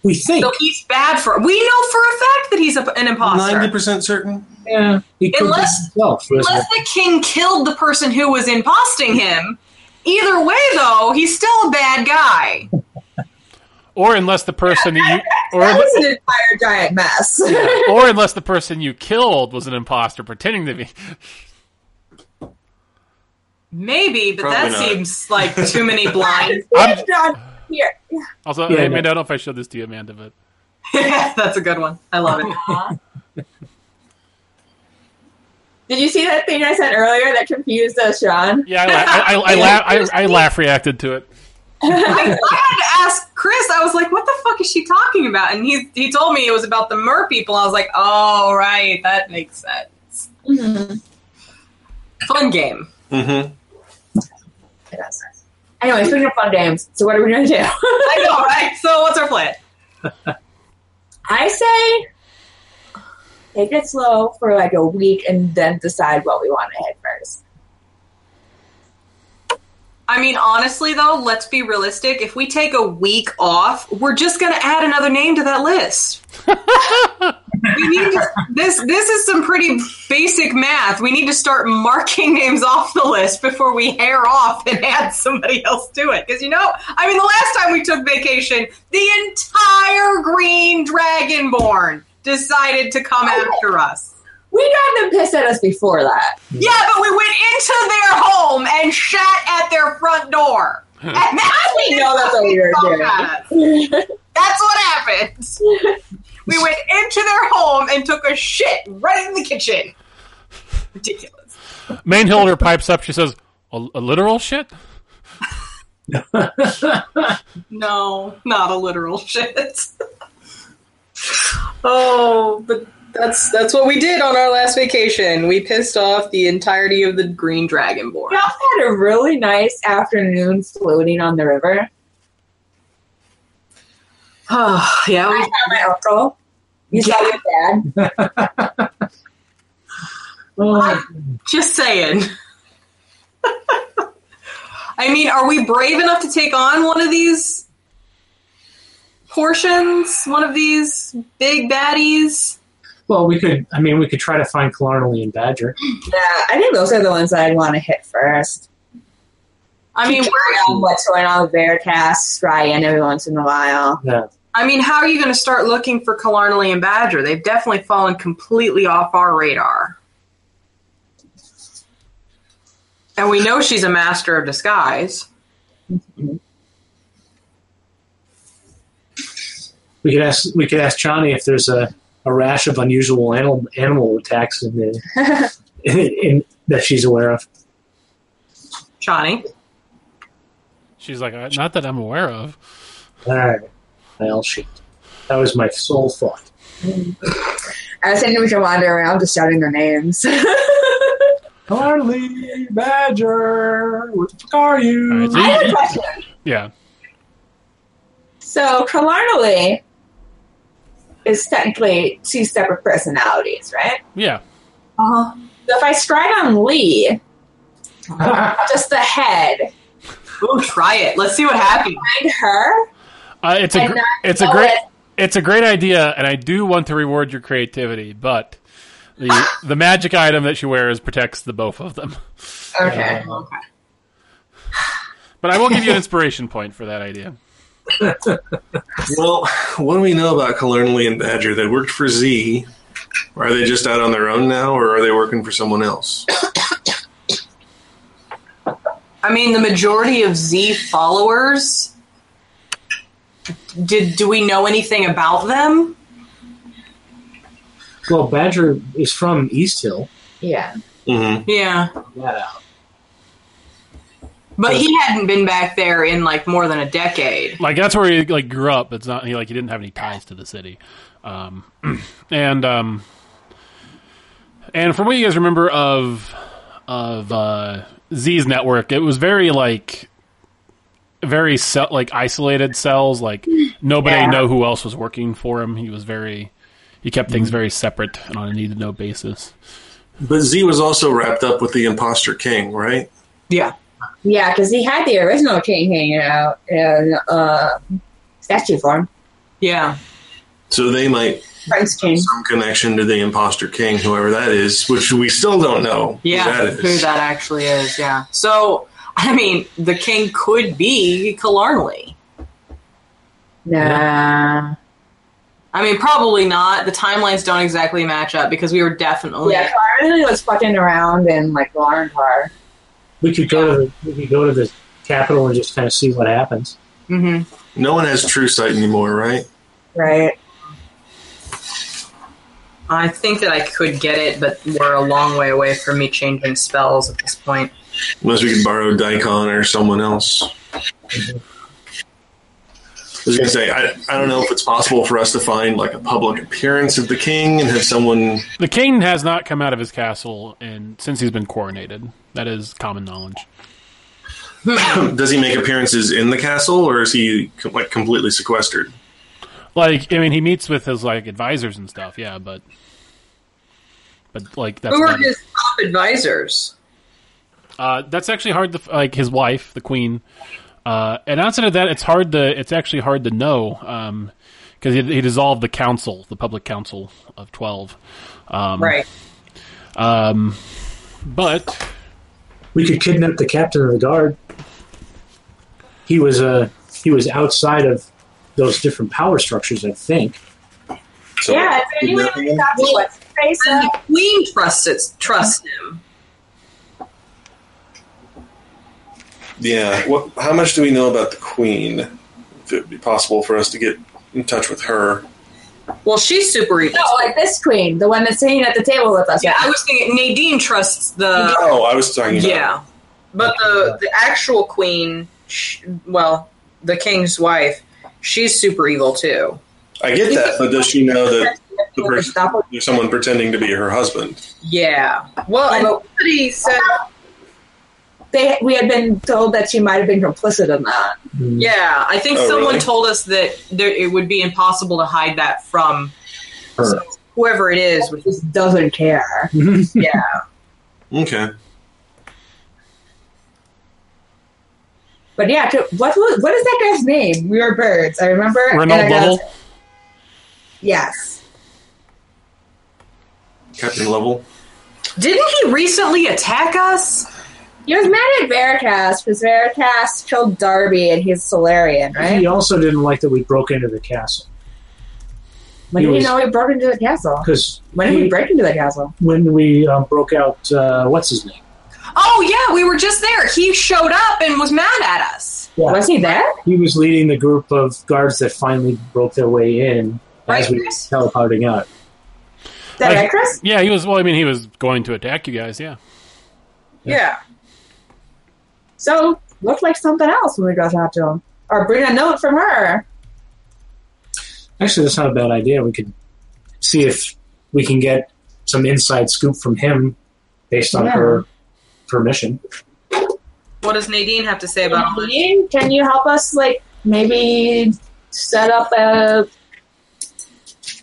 S1: we think.
S3: So he's bad for. We know for a fact that he's a, an imposter.
S4: Ninety percent certain.
S1: yeah, he eh, could
S3: Unless-
S1: be himself. for
S3: Unless the king killed the person who was imposting him. Either way, though, he's still a bad guy.
S2: Or unless the person that you,
S5: That
S2: or
S5: was an entire giant mess. [laughs]
S2: or unless the person you killed was an imposter pretending to be.
S3: Maybe, but
S4: Probably
S3: that
S4: not.
S3: seems like too many
S5: [laughs]
S3: blinds.
S2: I'm-
S5: John, here.
S2: Also,
S1: Yeah,
S2: I,
S1: yeah.
S2: mean, I don't know if I showed this to you, Amanda, but
S3: That's a good one. I
S5: [laughs]
S3: love it.
S5: Did you see that thing I sent earlier that confused us, Sean?
S2: yeah, I la- I,
S5: [laughs]
S2: I, I, la- I, I laugh reacted to it.
S3: I, I had to ask Chris. I was like, "What the fuck is she talking about?" And he he told me it was about the mer people. I was like, "Oh right, that makes sense." Fun
S5: [laughs]
S3: game.
S4: Mm-hmm.
S5: Anyway, speaking of fun games, so what are we going to do? [laughs]
S3: I know, right? So what's our plan?
S5: I say take it slow for like a week and then decide what we want to hit first.
S3: I mean, honestly, though, let's be realistic. If we take a week off, we're just going to add another name to that list. we need to, this. This is some pretty basic math. We need to start marking names off the list before we hair off and add somebody else to it. Because you know, I mean, the last time we took vacation, the entire Green Dragonborn decided to come after us.
S5: We got them pissed at us before that.
S3: Yeah, but we went into their home and shot at their front door. And that's
S5: We know that's what we were doing.
S3: That's what happened. We went into their home and took a shit right in the kitchen. Ridiculous.
S5: [laughs]
S2: Mainholder pipes up. She says, "A, a literal shit."
S3: No, not a literal shit. [laughs] oh, but that's that's what we did on our last vacation. We pissed off the entirety of the Green Dragonborn.
S5: We also had a really nice afternoon floating on the river.
S3: Oh, [sighs] yeah,
S5: I
S3: we
S5: saw my uncle. You saw your dad.
S1: Oh,
S3: Just saying. I mean, are we brave enough to take on one of these portions? One of these big baddies?
S1: well, we could. I mean, we could try to find Killarney and Badger.
S5: Yeah, I think those are the ones that I'd want to hit first.
S3: I mean,
S5: Eye on
S3: where,
S5: what's going on with Veritas, Ryan every once in a while.
S1: Yeah.
S3: I mean, how are you going to start looking for Killarney and Badger? They've definitely fallen completely off our radar. And we know she's a master of disguise.
S1: We could ask. We could ask Johnny if there's a, a rash of unusual animal animal attacks in, the, in, in that she's aware of.
S3: Johnny.
S2: She's like, "Uh, "Not that I'm aware of."
S1: All right. Well, shit. That was my sole thought.
S5: I was thinking we should wander around just shouting their names. [laughs] I
S1: Carly Badger, where the fuck are
S2: All
S1: you?
S2: right, so you-
S5: have a [laughs]
S2: you-
S5: question.
S2: yeah,
S5: So Killarney is technically two separate personalities, right?
S2: yeah.
S5: Uh-huh. So if I strike on Lee, just the head,
S3: Ooh, try it. Let's see what happens.
S5: and her,
S2: Uh, it's a
S5: And
S2: gr-
S5: not
S2: it's a
S5: know
S2: great
S5: it.
S2: it's a great idea, and I do want to reward your creativity, but the the magic item that she wears protects the both of them.
S5: Okay.
S2: But I will
S5: [laughs]
S2: give you an inspiration point for that idea.
S4: Well, what do we know about Calernly and Badger? They worked for Z. Are they just out on their own now, or are they working for someone else?
S3: I mean, the majority of Z followers. Did do we know anything about them?
S1: Well, Badger is from East Hill.
S5: Yeah.
S4: Mm-hmm.
S3: Yeah,
S1: That out.
S3: but he hadn't been back there in like more than a decade.
S2: Like that's where he like grew up. It's not he like he didn't have any ties to the city, um, [clears throat] and um, and from what you guys remember of of uh, Z's network, it was very like very se- like isolated cells. Like nobody
S5: Yeah.
S2: know who else was working for him. He was very he kept things very separate and on a need to know basis.
S4: But Z was also wrapped up with the Imposter King, right?
S3: Yeah,
S5: Yeah, because he had the original king hanging out in uh, statue form.
S3: yeah.
S4: So they might
S5: Prince
S4: have
S5: King.
S4: some connection to the Imposter King, whoever that is, which we still don't know.
S3: Yeah,
S4: who that
S3: who
S4: is.
S3: that actually is. Yeah. So, I mean, the king could be Killarnley.
S5: Nah.
S3: I mean, probably not. The timelines don't exactly match up because we were definitely.
S5: Yeah, Carly was fucking around in like Lauren Car.
S1: We could go to the, we could go to the capital and just kind of see what happens.
S3: hmm
S4: No one has True Sight anymore, right?
S5: Right.
S3: I think that I could get it, but we're a long way away from me changing spells at this point.
S4: Unless we can borrow Daikon or someone else. I was going to say, I, I don't know if it's possible for us to find like a public appearance of the king and have someone. [clears throat]
S2: The king has not come out of his castle and since he's been coronated. That is common knowledge.
S4: Does he make appearances in the castle or is he com- like completely sequestered?
S2: Like, I mean, he meets with his like advisors and stuff. Yeah, but but like that's
S3: Who are
S2: about it.
S3: his top advisors?
S2: uh, that's actually hard to f- like his wife, the queen. Uh, and outside of that, it's hard to it's actually hard to know because he, he dissolved the council, the public council of twelve.
S3: right.
S2: But
S1: We could kidnap the captain of the guard. He was uh, he was outside of those different power structures, I think.
S4: So,
S5: yeah, if anyone
S4: kidnapping?
S5: thought he was face
S3: And the queen trusts trusts him.
S4: Yeah. What, how much do we know about the queen? If it would be possible for us to get in touch with her.
S3: Well, she's super evil.
S5: No, like this queen, the one that's sitting at the table with us.
S3: Yeah, I was thinking Nadine trusts the.
S4: oh, I was talking about.
S3: Yeah, but the the actual queen, sh well, the king's wife, she's super evil too.
S4: I get that, but does she know that the person,
S5: Stop it.
S4: there's someone pretending to be her husband?
S3: Yeah. Well, and somebody said,
S5: They, we had been told that she might have been complicit in that.
S3: yeah, I think
S4: Oh,
S3: someone
S4: really?
S3: told us that there, it would be impossible to hide that from
S1: Her.
S3: whoever it is. Which is
S5: Just doesn't care.
S3: yeah.
S4: Okay.
S5: But yeah, to, what was, what is that guy's name? We were birds. I remember. and I
S2: Renault
S5: got-
S2: Lovell,
S5: Yes.
S4: Captain Level.
S3: Didn't he recently attack us?
S5: He was mad at Veritas because Veritas killed Darby and he's Solarian, right?
S1: He also didn't like that we broke into the castle
S5: When did
S1: he
S5: we
S1: was-
S5: know we broke into the castle?
S1: because
S5: When did we break into the castle?
S1: when we um, broke out uh, what's his name?
S3: Oh yeah, we were just there. He showed up and was mad at us.
S1: Yeah.
S5: Was he there?
S1: He was leading the group of guards that finally broke their way in as
S3: Right,
S1: we were
S3: Chris?
S1: teleporting out.
S5: Is that
S2: Like-
S5: right, Chris?
S2: yeah, he was. Well, I mean, he was going to attack you guys. Yeah,
S3: Yeah.
S5: So looked like something else when we got out to him. Or bring a note from her.
S1: Actually, that's not a bad idea. We could see if we can get some inside scoop from him based on
S5: Yeah.
S1: her permission.
S3: What does Nadine have to say about all this?
S5: Nadine, Can you help us, like, maybe set up a.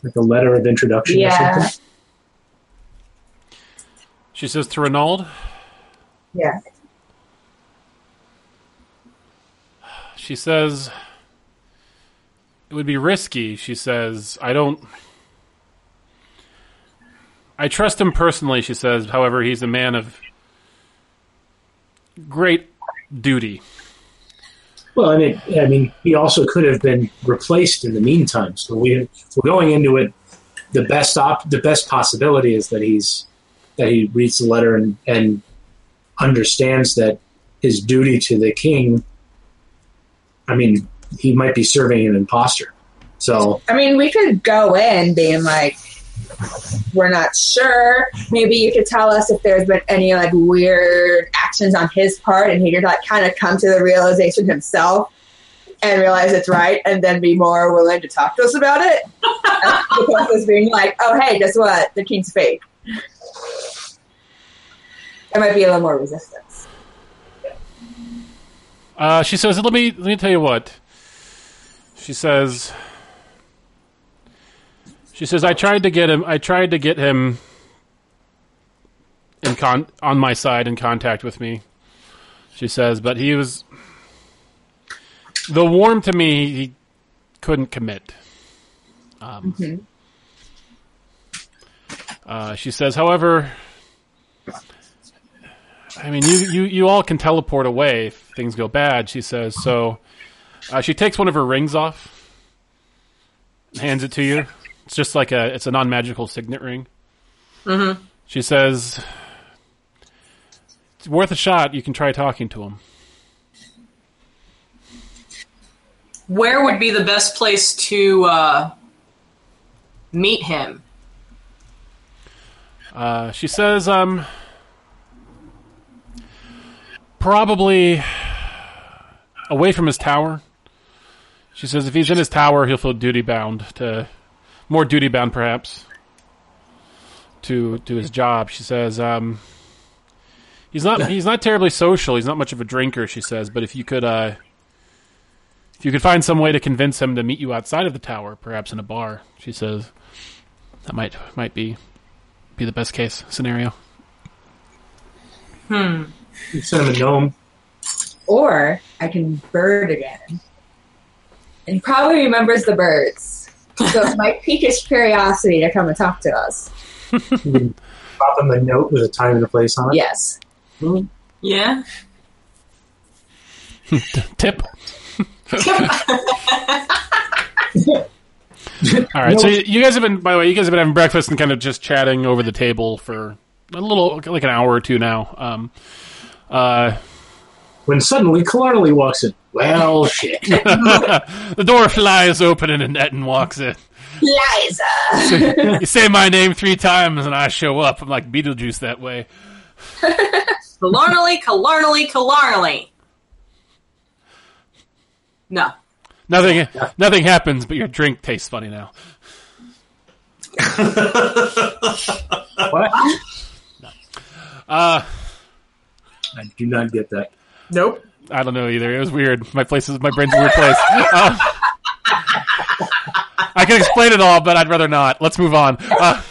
S1: Like a letter of introduction or
S5: Yeah.
S1: something.
S2: she says to Renaud,
S5: Yeah.
S2: She says, It would be risky, she says. I don't. I trust him personally, she says. However, he's a man of great duty.
S1: Well, and it, I mean, he also could have been replaced in the meantime. So we, if we're going into it, the best op, the best possibility is that he's that he reads the letter and, and understands that his duty to the king. I mean, he might be serving an imposter. So
S5: I mean, we could go in being like, we're not sure. Maybe you could tell us if there's been any like weird actions on his part, and he could like kind of come to the realization himself and realize it's right, and then be more willing to talk to us about it. [laughs] As opposed to being like, oh hey, guess what? The king's fake. There might be a little more resistance.
S2: Uh, she says, "Let me let me tell you what." She says, "She says I tried to get him. I tried to get him in con- on my side in contact with me." She says, "But he was the warm to me. He couldn't commit." Um, uh, she says, "However." I mean, you, you, you all can teleport away if things go bad, she says. So uh, she takes one of her rings off, hands it to you. It's just like a it's a non magical signet ring. Mm-hmm. She says, "It's worth a shot. You can try talking to him."
S6: Where would be the best place to uh, meet him?
S2: Uh, she says, um, probably away from his tower. She says if he's in his tower, he'll feel duty bound to more duty bound, perhaps to to his job. She says um, he's not he's not terribly social. He's not much of a drinker. She says, but if you could uh, if you could find some way to convince him to meet you outside of the tower, perhaps in a bar, she says that might might be be the best case scenario.
S1: you send him a gnome.
S5: Or I can bird again. And he probably remembers the birds. So [laughs] it might pique his curiosity to come and talk to us.
S1: You can pop him a note with a time and a place on it.
S5: Yes.
S6: Yeah.
S2: Tip. All right, so you- you guys have been, by the way, you guys have been having breakfast and kind of just chatting over the table for a little, like an hour or two now. Um, uh,
S1: When suddenly Killarney walks in. [laughs] Well, shit.
S2: the door flies open and Annette walks in.
S5: Liza!
S2: You say my name three times and I show up. I'm like Beetlejuice that way.
S6: Killarnally, Killarnally, Killarnally. No.
S2: Nothing, nothing happens, but your drink tastes funny now.
S1: what?
S2: Uh,
S1: I do not get that.
S6: Nope.
S2: I don't know either. It was weird. My place is my brain's a weird place. Uh, I can explain it all, but I'd rather not. Let's move on. Uh,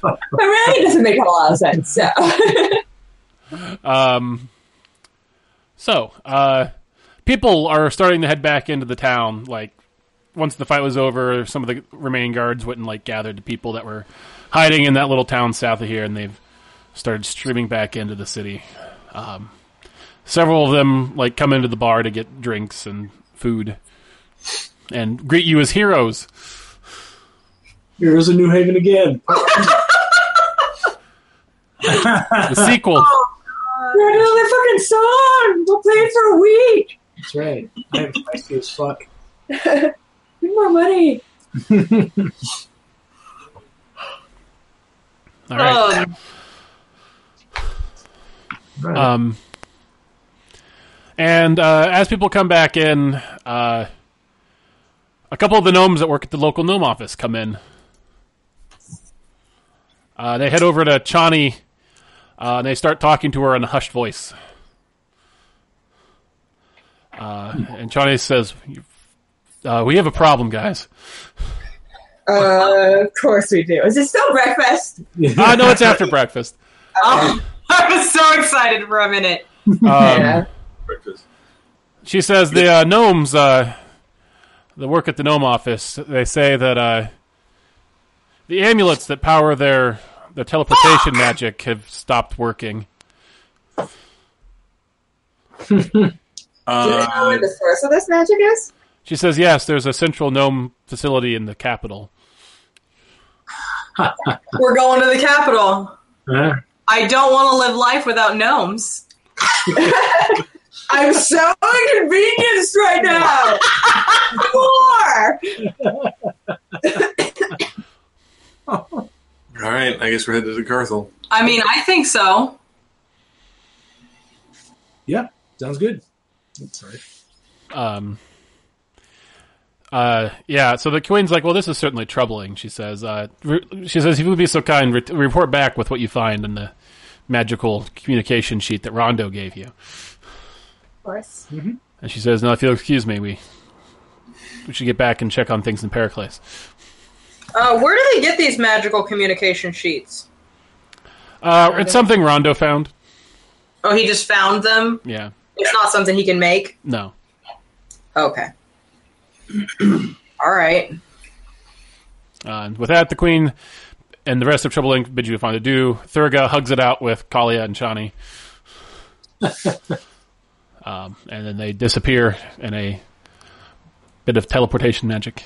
S5: But really it doesn't make a lot of sense. [laughs] So
S2: Um, so, uh, people are starting to head back into the town. Like, once the fight was over, some of the remaining guards went and like gathered the people that were hiding in that little town south of here, and they've started streaming back into the city. Um, several of them like come into the bar to get drinks and food, and greet you as heroes.
S1: Here is a New Haven again.
S2: The sequel.
S5: We're doing the fucking song! We'll play it for a week!
S1: That's [laughs] right. I am feisty as fuck.
S5: Need more money.
S2: All right.
S6: Um, [laughs]
S1: Right.
S2: Um, and uh, as people come back in, uh, a couple of the gnomes that work at the local gnome office come in. Uh, they head over to Chani, uh, and they start talking to her in a hushed voice. Uh, and Chani says, uh, "We have a problem, guys. [laughs]
S5: Uh, of course we do. Is it still breakfast?
S2: I know it's after breakfast.
S6: oh, I was so excited for a minute.
S2: Um,
S5: yeah.
S4: Breakfast.
S2: She says the uh, gnomes uh, the work at the gnome office. They say that uh, the amulets that power their their teleportation magic have stopped working.
S5: Do we know where the source of this magic is?
S2: She says, "Yes, there's a central gnome facility in the capital."
S6: We're going to the capital.
S1: Huh?
S6: I don't want to live life without gnomes.
S5: I'm so inconvenienced right [laughs] now. More.
S4: All right, I guess we're headed to Garthel.
S6: I mean, I think so.
S1: Yeah, sounds good. That's all right.
S2: Um, uh, yeah, so the queen's like, "Well, this is certainly troubling." She says, uh, re- "She says if you would be so kind, re- report back with what you find in the magical communication sheet that Rondo gave you."
S5: Of course.
S2: And she says, "No, if you'll excuse me, we we should get back and check on things in Pericles."
S6: Uh, where do they get these magical communication sheets?
S2: Uh, it's something Rondo found.
S6: Oh, he just found them.
S2: Yeah,
S6: It's not something he can make.
S2: no,
S6: Okay. [clears throat] All right.
S2: Uh, and with that, the queen and the rest of Trouble Inc. bid you find a do. Thurga hugs it out with Kalia and Shani. um, and then they disappear in a bit of teleportation magic.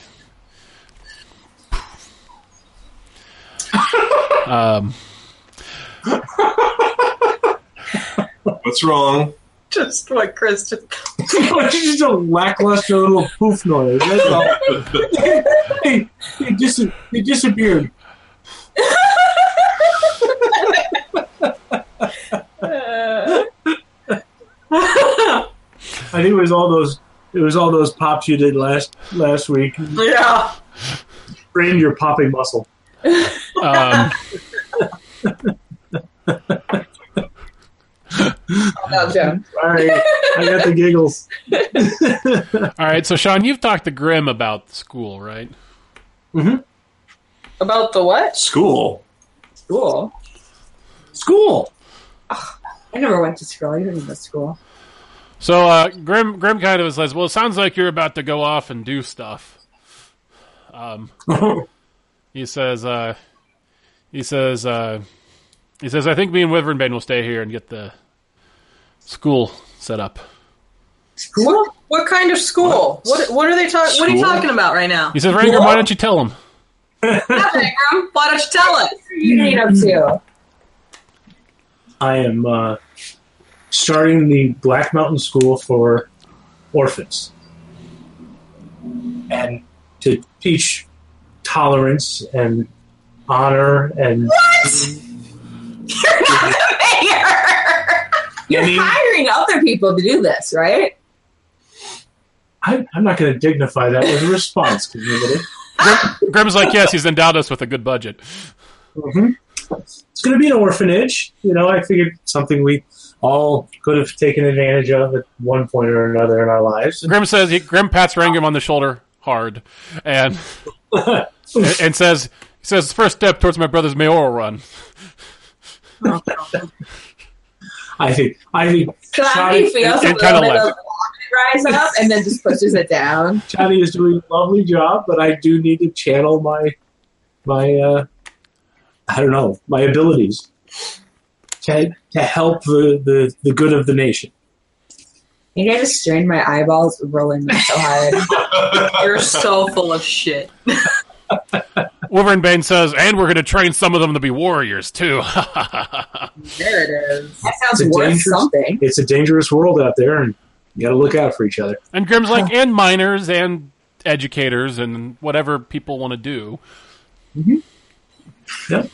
S4: What's wrong?
S6: Just what Chris just.
S1: [laughs] It's just a lackluster little poof noise. That's [laughs] all. they, they, dis- they [laughs] disappeared. I think it was all those. It was all those pops you did last last week.
S6: Yeah.
S1: Strained your popping muscle.
S2: Um,
S5: About Joan.
S1: Sorry, I got the giggles.
S2: all right, so Sean, you've talked to Grim about school, right?
S6: About the what?
S4: School.
S5: School.
S1: School.
S5: I never went to school. I didn't go to school.
S2: So uh, Grim Grim kind of says, "Well, it sounds like you're about to go off and do stuff." Um, He says, uh, he says, uh, he says, I think me and Wyvernbane will stay here and get the school set up.
S5: School?
S6: What kind of school? What What are they talking? What are you
S4: School?
S6: talking about right now?
S2: He says, Ranger, why don't you tell him?
S6: Nothing, Grim. Why don't you tell us?
S5: You need up to.
S1: [laughs] I am uh, starting the Black Mountain School for orphans and to teach tolerance and honor and
S5: [laughs] You're not the mayor. You're hiring other people to do this, right?
S1: I, I'm not going to dignify that with a response community.
S2: Grim's like, yes, he's endowed us with a good budget.
S1: It's going to be an orphanage. You know, I figured something we all could have taken advantage of at one point or another in our lives.
S2: Grim says, he, Grim pats Rangrim on the shoulder hard, and and says, he says, first step towards my brother's mayoral run.
S6: Oh,
S1: I think, I think
S5: Somebody
S1: Shawty-
S5: feels
S2: and-
S5: a
S2: and
S5: little
S2: kinda
S5: bit
S2: left.
S5: of vomit rise up and then just pushes it down.
S1: Johnny is doing a lovely job, but I do need to channel my my uh, I don't know my abilities to, to help the, the, the good of the nation.
S5: You guys just strained my eyeballs rolling them so hard.
S6: You're so full of shit.
S2: Wyvernbane says, and we're going to train some of them to be warriors too. [laughs]
S6: There it is.
S5: That sounds
S1: It's
S5: worth
S1: dangerous.
S5: something.
S1: It's a dangerous world out there, and you got to look out for each other.
S2: and Grim's like, and miners and educators and whatever people want to do.
S1: Yep.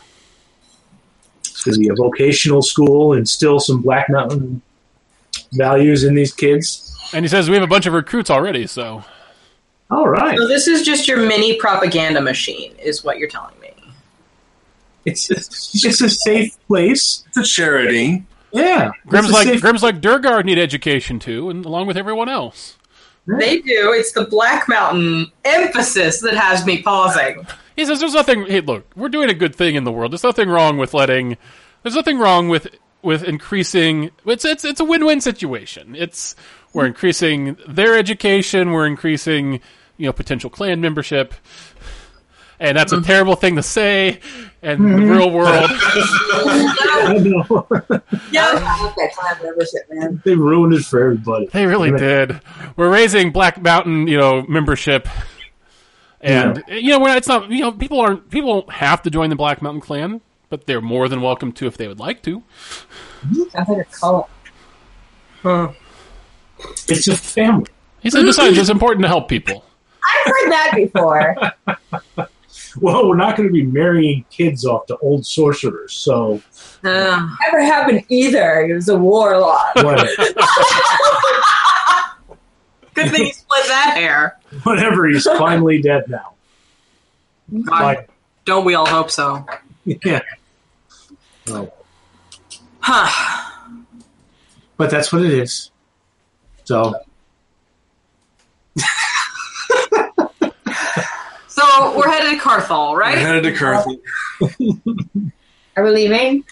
S1: It's going to be a vocational school, instill some Black Mountain values in these kids.
S2: And he says, we have a bunch of recruits already, so
S1: All right,
S6: So this is just your mini propaganda machine, is what you're telling me.
S1: it's it's, it's a safe place.
S4: It's a charity.
S1: Yeah,
S2: Grim's
S1: It's a
S2: like
S1: safe-
S2: Grim's like Durgard need education too, and along with everyone else.
S6: They do. It's the Black Mountain emphasis that has me pausing.
S2: He says, "There's nothing. Hey, look, we're doing a good thing in the world. There's nothing wrong with letting. There's nothing wrong with with increasing. It's it's it's a win win situation. It's we're increasing their education. We're increasing you know potential clan membership. And that's a terrible thing to say in the real world.
S1: [laughs] I know.
S3: Yeah.
S5: I love that clan membership, man.
S1: they ruined it for everybody.
S2: They really
S1: Right.
S2: did. We're raising Black Mountain, you know, membership, and you know, we're not, it's not you know, people aren't people don't have to join the Black Mountain Clan, but they're more than welcome to if they would like to.
S5: I better call
S1: It's a family.
S2: He said, besides, it's important to help people.
S5: I've heard that before.
S1: Well, we're not going to be marrying kids off to old sorcerers, so
S3: Uh,
S5: Never happened either. It was a warlock.
S1: what-
S3: good thing you split that hair.
S1: whatever. He's finally dead now.
S3: God,
S1: Like,
S3: don't we all hope so?
S1: yeah. Oh,
S3: Huh.
S1: but that's what it is. So
S3: So we're headed to Carthol,
S4: I
S3: right?
S4: headed to Carthage.
S5: Are we leaving?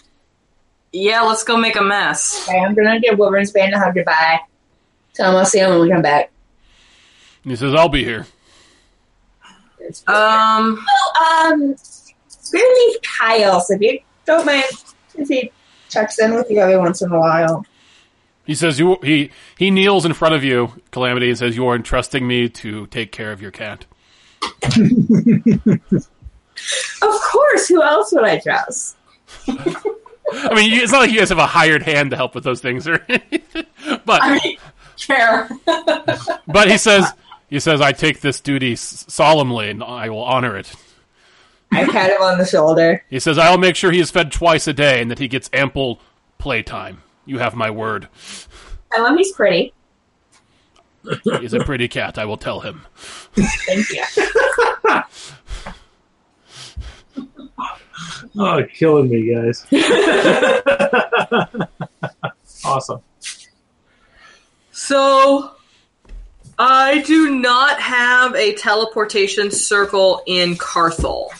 S3: Yeah, let's go make a mess.
S5: Okay, I'm gonna give Wolverine's band a hug goodbye. Tell him I'll see him when we come back.
S2: And he says, "I'll be here."
S5: Uh,
S3: Um,
S5: um, we're gonna leave Kyle, so if you don't mind if he checks in with you every once in a while.
S2: He says, "You." He he kneels in front of you, Calamity, and says, "You are entrusting me to take care of your cat."
S5: Of course, who else would I trust?
S2: I mean, you- it's not like you guys have a hired hand to help with those things, or anything. but
S3: I mean, fair.
S2: But he says, he says, I take this duty s- solemnly, and I will honor it.
S5: I pat him on the shoulder.
S2: He says, I'll make sure he is fed twice a day, and that he gets ample playtime. You have my word.
S5: I love he's pretty.
S2: He's a pretty cat. I will tell him.
S5: Thank you.
S1: Oh, killing me, guys. awesome.
S3: So I do not have a teleportation circle in Carthol.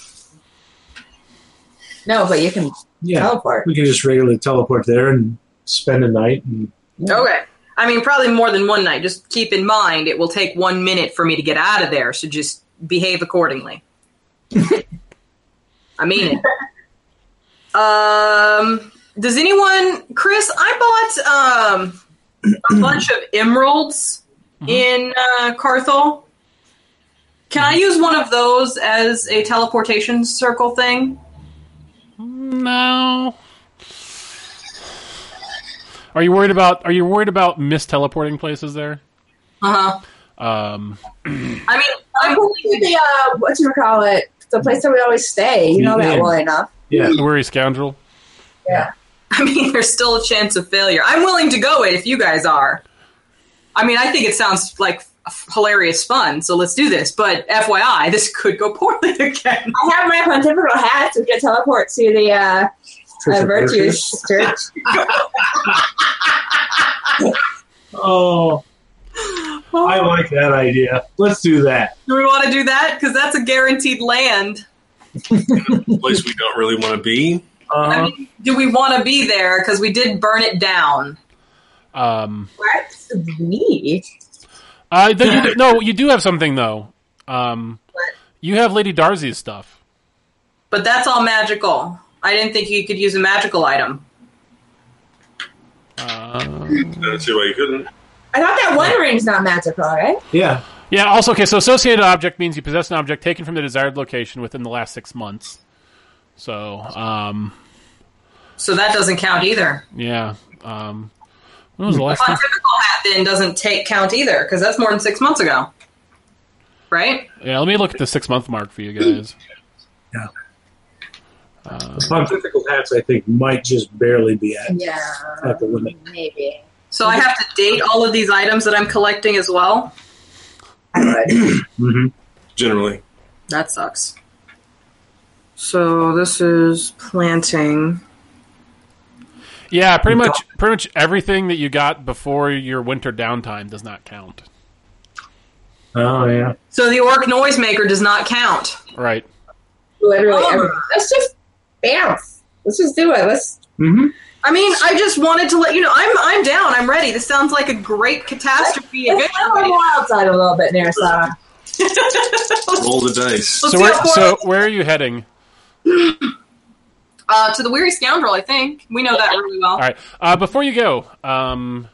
S5: No, but you can
S1: Yeah.
S5: teleport.
S1: We can just regularly teleport there and spend a night. And
S3: Okay. I mean, probably more than one night. Just keep in mind, it will take one minute for me to get out of there, so just behave accordingly. I mean it. Um, does anyone, Chris? I bought um, a bunch of emeralds in uh, Carthol. Can I use one of those as a teleportation circle thing?
S2: No. Are you worried about? Are you worried about misteleporting places there?
S3: Uh huh.
S2: Um,
S3: I mean,
S5: I'm
S3: I'm,
S5: going the uh, what you call it, the place that we always stay. You know that
S1: Yeah.
S5: well enough.
S1: yeah,
S2: worry scoundrel.
S3: [laughs] I mean, there's still a chance of failure. I'm willing to go it if you guys are. I mean, I think it sounds like f- hilarious fun, so let's do this. But FYI, this could go [laughs] poorly again.
S5: I have my pontifical hat to get teleport to the uh,
S1: Church
S5: uh,
S1: of
S5: virtues
S1: Virtues.
S5: [laughs] church.
S1: Oh, I like that idea. Let's do that.
S3: Do we want to do that? Because that's a guaranteed land.
S4: place we don't really want to be.
S3: I
S1: Uh,
S3: mean, do we want to be there? Because we did burn it down.
S2: Um,
S5: What? Me?
S2: I then Uh, you do, no, you do have something though. Um, you have Lady Darcy's stuff.
S3: But that's all magical. I didn't think you could use a magical item.
S2: Uh,
S4: That's why you couldn't.
S5: I thought that one ring's not magical, right?
S1: yeah,
S2: Yeah, also, okay, so associated object means you possess an object taken from the desired location within the last six months. So, um,
S3: So that doesn't count either.
S2: yeah. Um, when was the last time?
S3: Pontifical hat then doesn't take count either, because that's more than six months ago. Right?
S2: Yeah, let me look at the six month mark for you guys.
S1: pontifical hats. I think might just barely be at
S5: Yeah.
S1: at the limit.
S5: Maybe.
S3: So I have to date all of these items that I'm collecting as well.
S5: I would.
S1: hmm
S4: Generally,
S3: That sucks. So this is planting.
S2: Yeah, pretty much, pretty much everything that you got before your winter downtime does not count.
S1: Oh yeah.
S3: So the orc noisemaker does not count.
S2: Right.
S5: Literally.
S3: Oh.
S5: every- Let's just bounce. Let's just do it. Let's.
S1: hmm
S3: I mean, I just wanted to let you know I'm I'm down. I'm ready. This sounds like a great catastrophe.
S5: Let's
S3: eventually.
S5: outside a little bit, Narasana.
S4: Roll the dice.
S3: Let's
S2: So
S3: see
S2: where,
S3: how far-
S2: so where are you heading?
S3: uh, to the weary scoundrel. I think we know that really well.
S2: All right. Uh, before you go, um,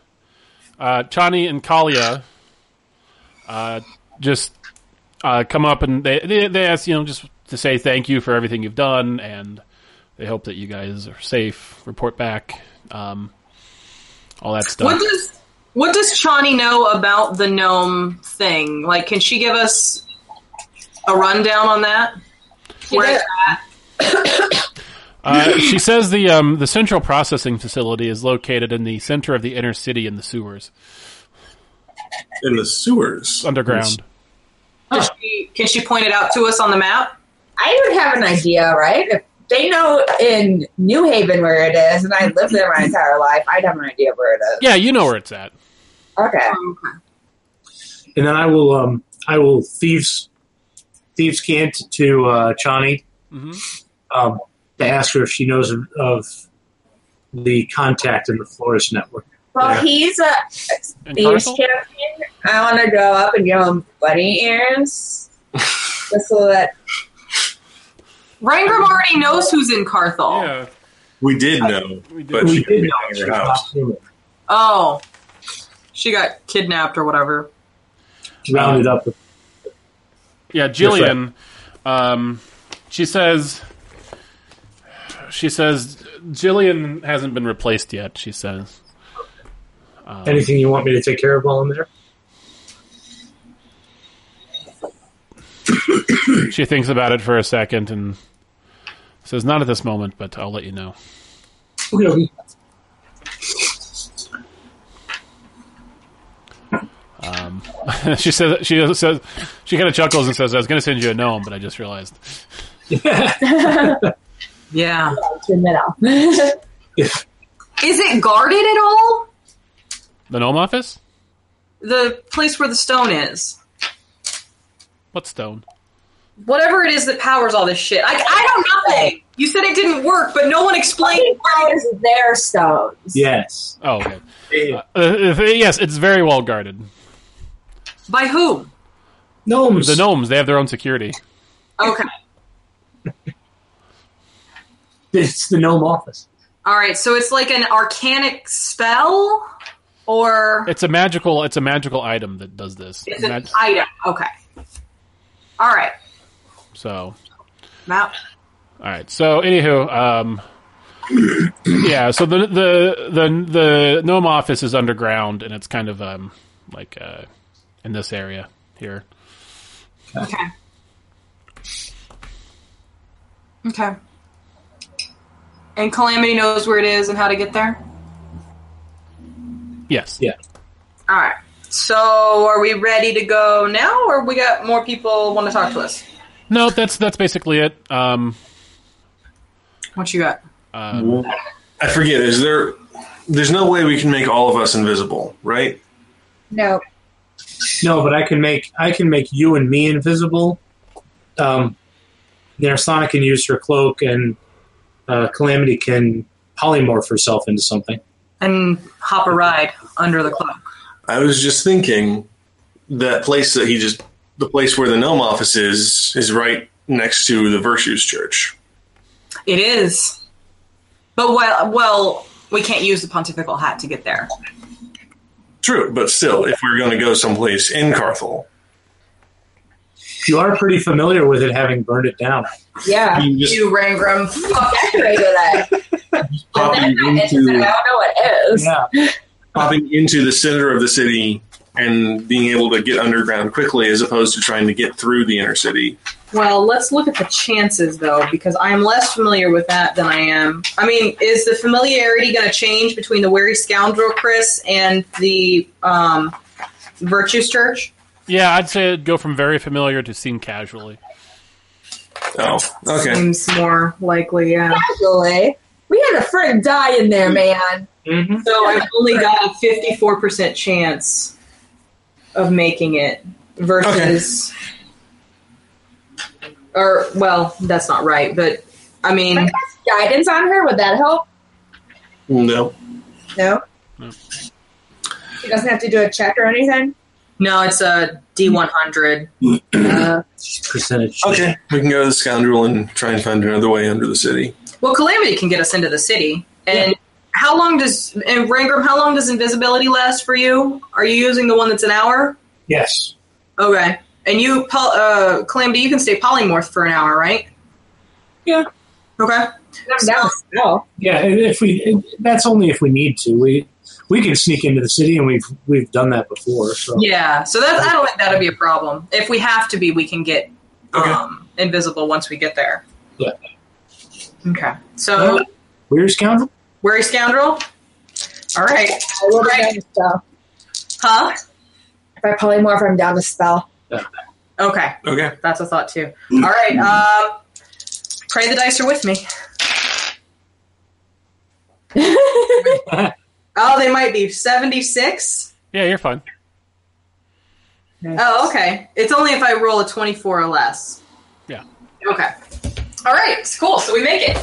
S2: uh, Chani and Kalia uh, just uh, come up and they, they they ask you know just to say thank you for everything you've done, and they hope that you guys are safe. Report back, um, all that stuff.
S3: What does what does Chani know about the gnome thing? Like, can she give us a rundown on that? Where it's at?
S2: Uh, she says the um, the central processing facility is located in the center of the inner city in the sewers
S4: In the sewers.
S2: underground.
S3: Does she, can she point it out to us on the map?
S5: I would have an idea, right? If they know in New Haven where it is, and I lived there my entire life, I'd have an idea where it is.
S2: Yeah, you know where it's at.
S5: Okay.
S1: and then I will um I will thieves thieves cant to uh, Chani
S2: hmm
S1: um, to ask her if she knows of, of the contact in the florist network.
S5: Well,
S4: Yeah.
S5: he's a
S2: And
S5: thieves
S2: Carthel?
S5: champion. I want to go up and give him bunny ears. Just so that
S3: Rangram already knows who's in Carthol.
S2: Yeah,
S4: We did know.
S2: we do.
S4: But
S1: we
S4: she could
S1: did
S4: be
S1: know
S4: in
S1: she
S4: her house.
S1: was human.
S3: Oh, she got kidnapped or whatever.
S1: rounded up. With,
S2: Yeah, Jillian. Um, she says. She says Jillian hasn't been replaced yet. She says. Um,
S1: anything you want me to take care of while I'm there?
S2: she thinks about it for a second and says, "Not at this moment, but I'll let you know."
S1: Okay.
S2: Um, [laughs] she says she says she kind of chuckles and says, "I was going to send you a gnome, but I just realized."
S3: Yeah.
S5: turn that [laughs] off.
S3: Is it guarded at all?
S2: The gnome office?
S3: The place where the stone is.
S2: What stone?
S3: Whatever it is that powers all this shit. I, I don't know. nothing. You said it didn't work, but no one explained.
S5: powers their stones.
S1: yes.
S2: Oh, okay. Uh, if- yes, it's very well guarded.
S3: By whom?
S1: Gnomes.
S2: The gnomes, they have their own security.
S3: Okay.
S1: It's the gnome office.
S3: All right, so it's like an arcanic spell, or
S2: It's a magical. It's a magical item that does this.
S3: it's an
S2: Mag-
S3: item. Okay. All right.
S2: so,
S3: Map.
S2: all right. So, anywho, um, yeah. So the the the the gnome office is underground, and it's kind of um like uh in this area here.
S3: Okay. Okay. And Calamity knows where it is and how to get there.
S2: Yes.
S1: Yeah.
S3: All right. So, are we ready to go now, or we got more people want to talk to us?
S2: No, that's that's basically it. Um,
S3: What you got?
S2: um,
S4: I forget. Is there? There's no way we can make all of us invisible, right?
S5: No.
S1: No, but I can make I can make you and me invisible. Um, Narasana can use her cloak, and uh, Calamity can polymorph herself into something.
S3: And hop a ride under the cloak.
S4: I was just thinking that place that he just the place where the gnome office is is right next to the Virtues Church.
S3: It is. But well, well, we can't use the pontifical hat to get there.
S4: True, but still, if we we're going to go someplace in Carthel,
S1: You are pretty familiar with it, having burned it down.
S5: Yeah.
S4: you just
S3: You Rangram. Fuck.
S5: Decorated it. And
S4: popping
S5: then I just said, I don't
S4: into
S5: know what it is.
S1: Yeah,
S4: popping into the center of the city and being able to get underground quickly, as opposed to trying to get through the inner city.
S3: Well, let's look at the chances though, because I am less familiar with that than I am. I mean, is the familiarity going to change between the wary scoundrel Chris and the um, virtues church?
S2: yeah, I'd say it'd go from very familiar to seen casually.
S4: Oh, okay.
S3: Seems more likely, yeah.
S5: Actually, we had a friend die in there, man.
S1: hmm
S3: So I've only got a fifty-four percent chance of making it versus, or well, that's not right, but I mean,
S5: Can I cast guidance on her? Would that help?
S4: No,
S5: No.
S2: No.
S5: Mm. [clears throat] She doesn't have to do a check or anything. Uh,
S3: No, it's a D100.
S1: Percentage.
S4: Okay, we can go to the scoundrel and try and find another way under the city.
S3: Well, Calamity can get us into the city. And how long does, and Rangram, how long does invisibility last for you? Are you using the one that's an hour?
S1: Yes.
S3: Okay. And you, Pol- uh, Calamity, you can stay polymorph for an hour, right?
S1: Yeah.
S3: Okay.
S5: That was no.
S1: Yeah, and if we and that's only if we need to. We we can sneak into the city, and we've we've done that before. So
S3: Yeah. So that's, I don't think that'll be a problem. If we have to be, we can get
S4: Okay.
S3: um, invisible once we get there.
S1: Yeah.
S3: Okay. So,
S1: we're scoundrel.
S3: wary scoundrel? All right.
S5: I will be down to spell.
S3: Huh?
S5: If I polymorph, I'm down to spell.
S3: Okay.
S4: Okay,
S3: That's a thought, too. All right. Um, pray the dice are with
S2: [laughs]
S3: me. Oh, they might be 76.
S2: Yeah, you're fine.
S3: Oh, okay. It's only if I roll a 24 or less.
S2: Yeah.
S3: Okay. All right. Cool. So we make it.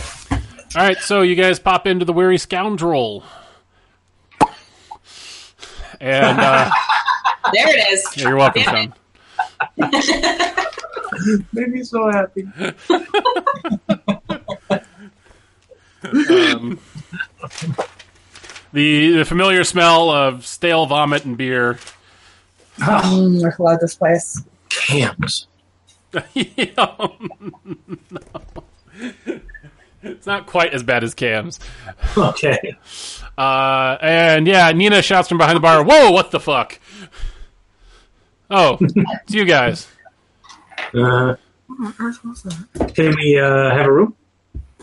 S2: All right, so you guys pop into the weary scoundrel, and uh,
S3: There it is.
S2: yeah, you're welcome, Sean.
S1: Made me so happy.
S2: Um, the, the familiar smell of stale vomit and beer. [laughs]
S1: Oh,
S5: Mm, I love this place.
S1: hams.
S2: it's not quite as bad as Cam's.
S1: Okay.
S2: Uh, and yeah, Nina shouts from behind the bar, "Whoa, what the fuck?" Oh, it's you guys.
S1: Uh, can we uh, have a room?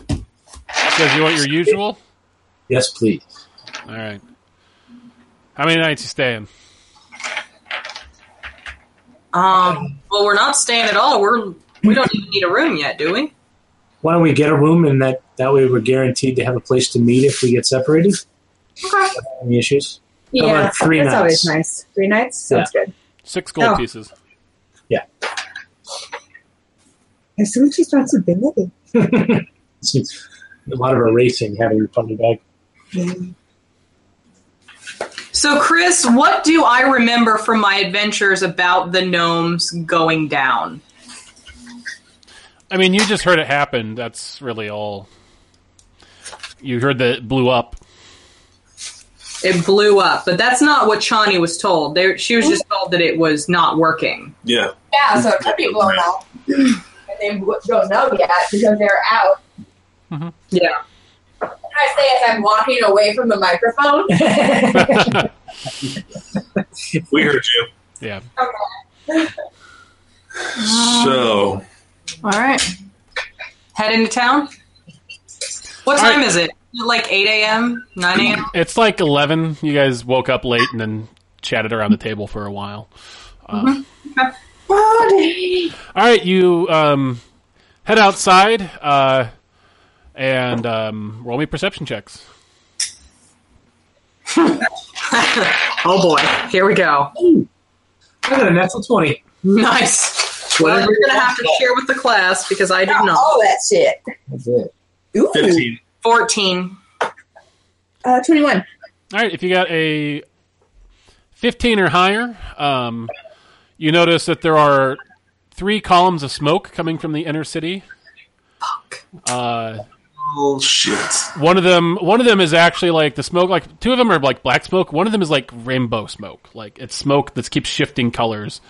S2: Because you want your usual.
S1: Yes, please.
S2: All right. How many nights you staying?
S3: Um, well, we're not staying at all. We're we don't even need a room yet, do we?
S1: Why don't we get a room, and that that way we're guaranteed to have a place to meet if we get separated.
S3: Okay.
S1: Any issues?
S5: Yeah,
S1: about three
S5: that's always
S1: nights?
S5: nice. Three nights sounds good.
S2: Six gold
S5: Oh.
S2: pieces.
S5: I so much responsibility.
S1: It's a lot of erasing having your funny bag.
S3: So, Chris, what do I remember from my adventures about the gnomes going down?
S2: I mean, you just heard it happen. That's really all. You heard that it blew up. [laughs]
S3: It blew up, but that's not what Chani was told. There, she was just told that it was not working.
S4: yeah.
S5: Yeah, so it could be blown [clears throat] out. and they w- don't know yet because they're out.
S3: Yeah.
S5: Can I say as I'm walking away from the microphone?
S4: We heard you.
S2: yeah.
S4: [laughs] So
S3: [laughs] All right. Head into town. What
S2: All right.
S3: time is it? Like eight a.m., nine a.m.
S2: It's like 11. You guys woke up late and then chatted around the table for a while. Uh, All right, you um, head outside uh, and um, roll me perception checks.
S3: Oh boy, here we go.
S1: I got a natural twenty.
S3: Nice. Well,
S1: Whatever
S3: you're
S1: you
S3: gonna have
S1: want.
S3: to share with the class because I did not.
S5: All that shit.
S1: That's it.
S5: Ooh,
S4: fifteen.
S3: Fourteen.
S5: uh, 21.
S2: All right, if you got a 15 or higher, um, you notice that there are three columns of smoke coming from the inner city. Fuck. Uh,
S4: Oh shit!
S2: one of them, one of them is actually like the smoke. Like two of them are like black smoke. One of them is like rainbow smoke. Like it's smoke that keeps shifting colors.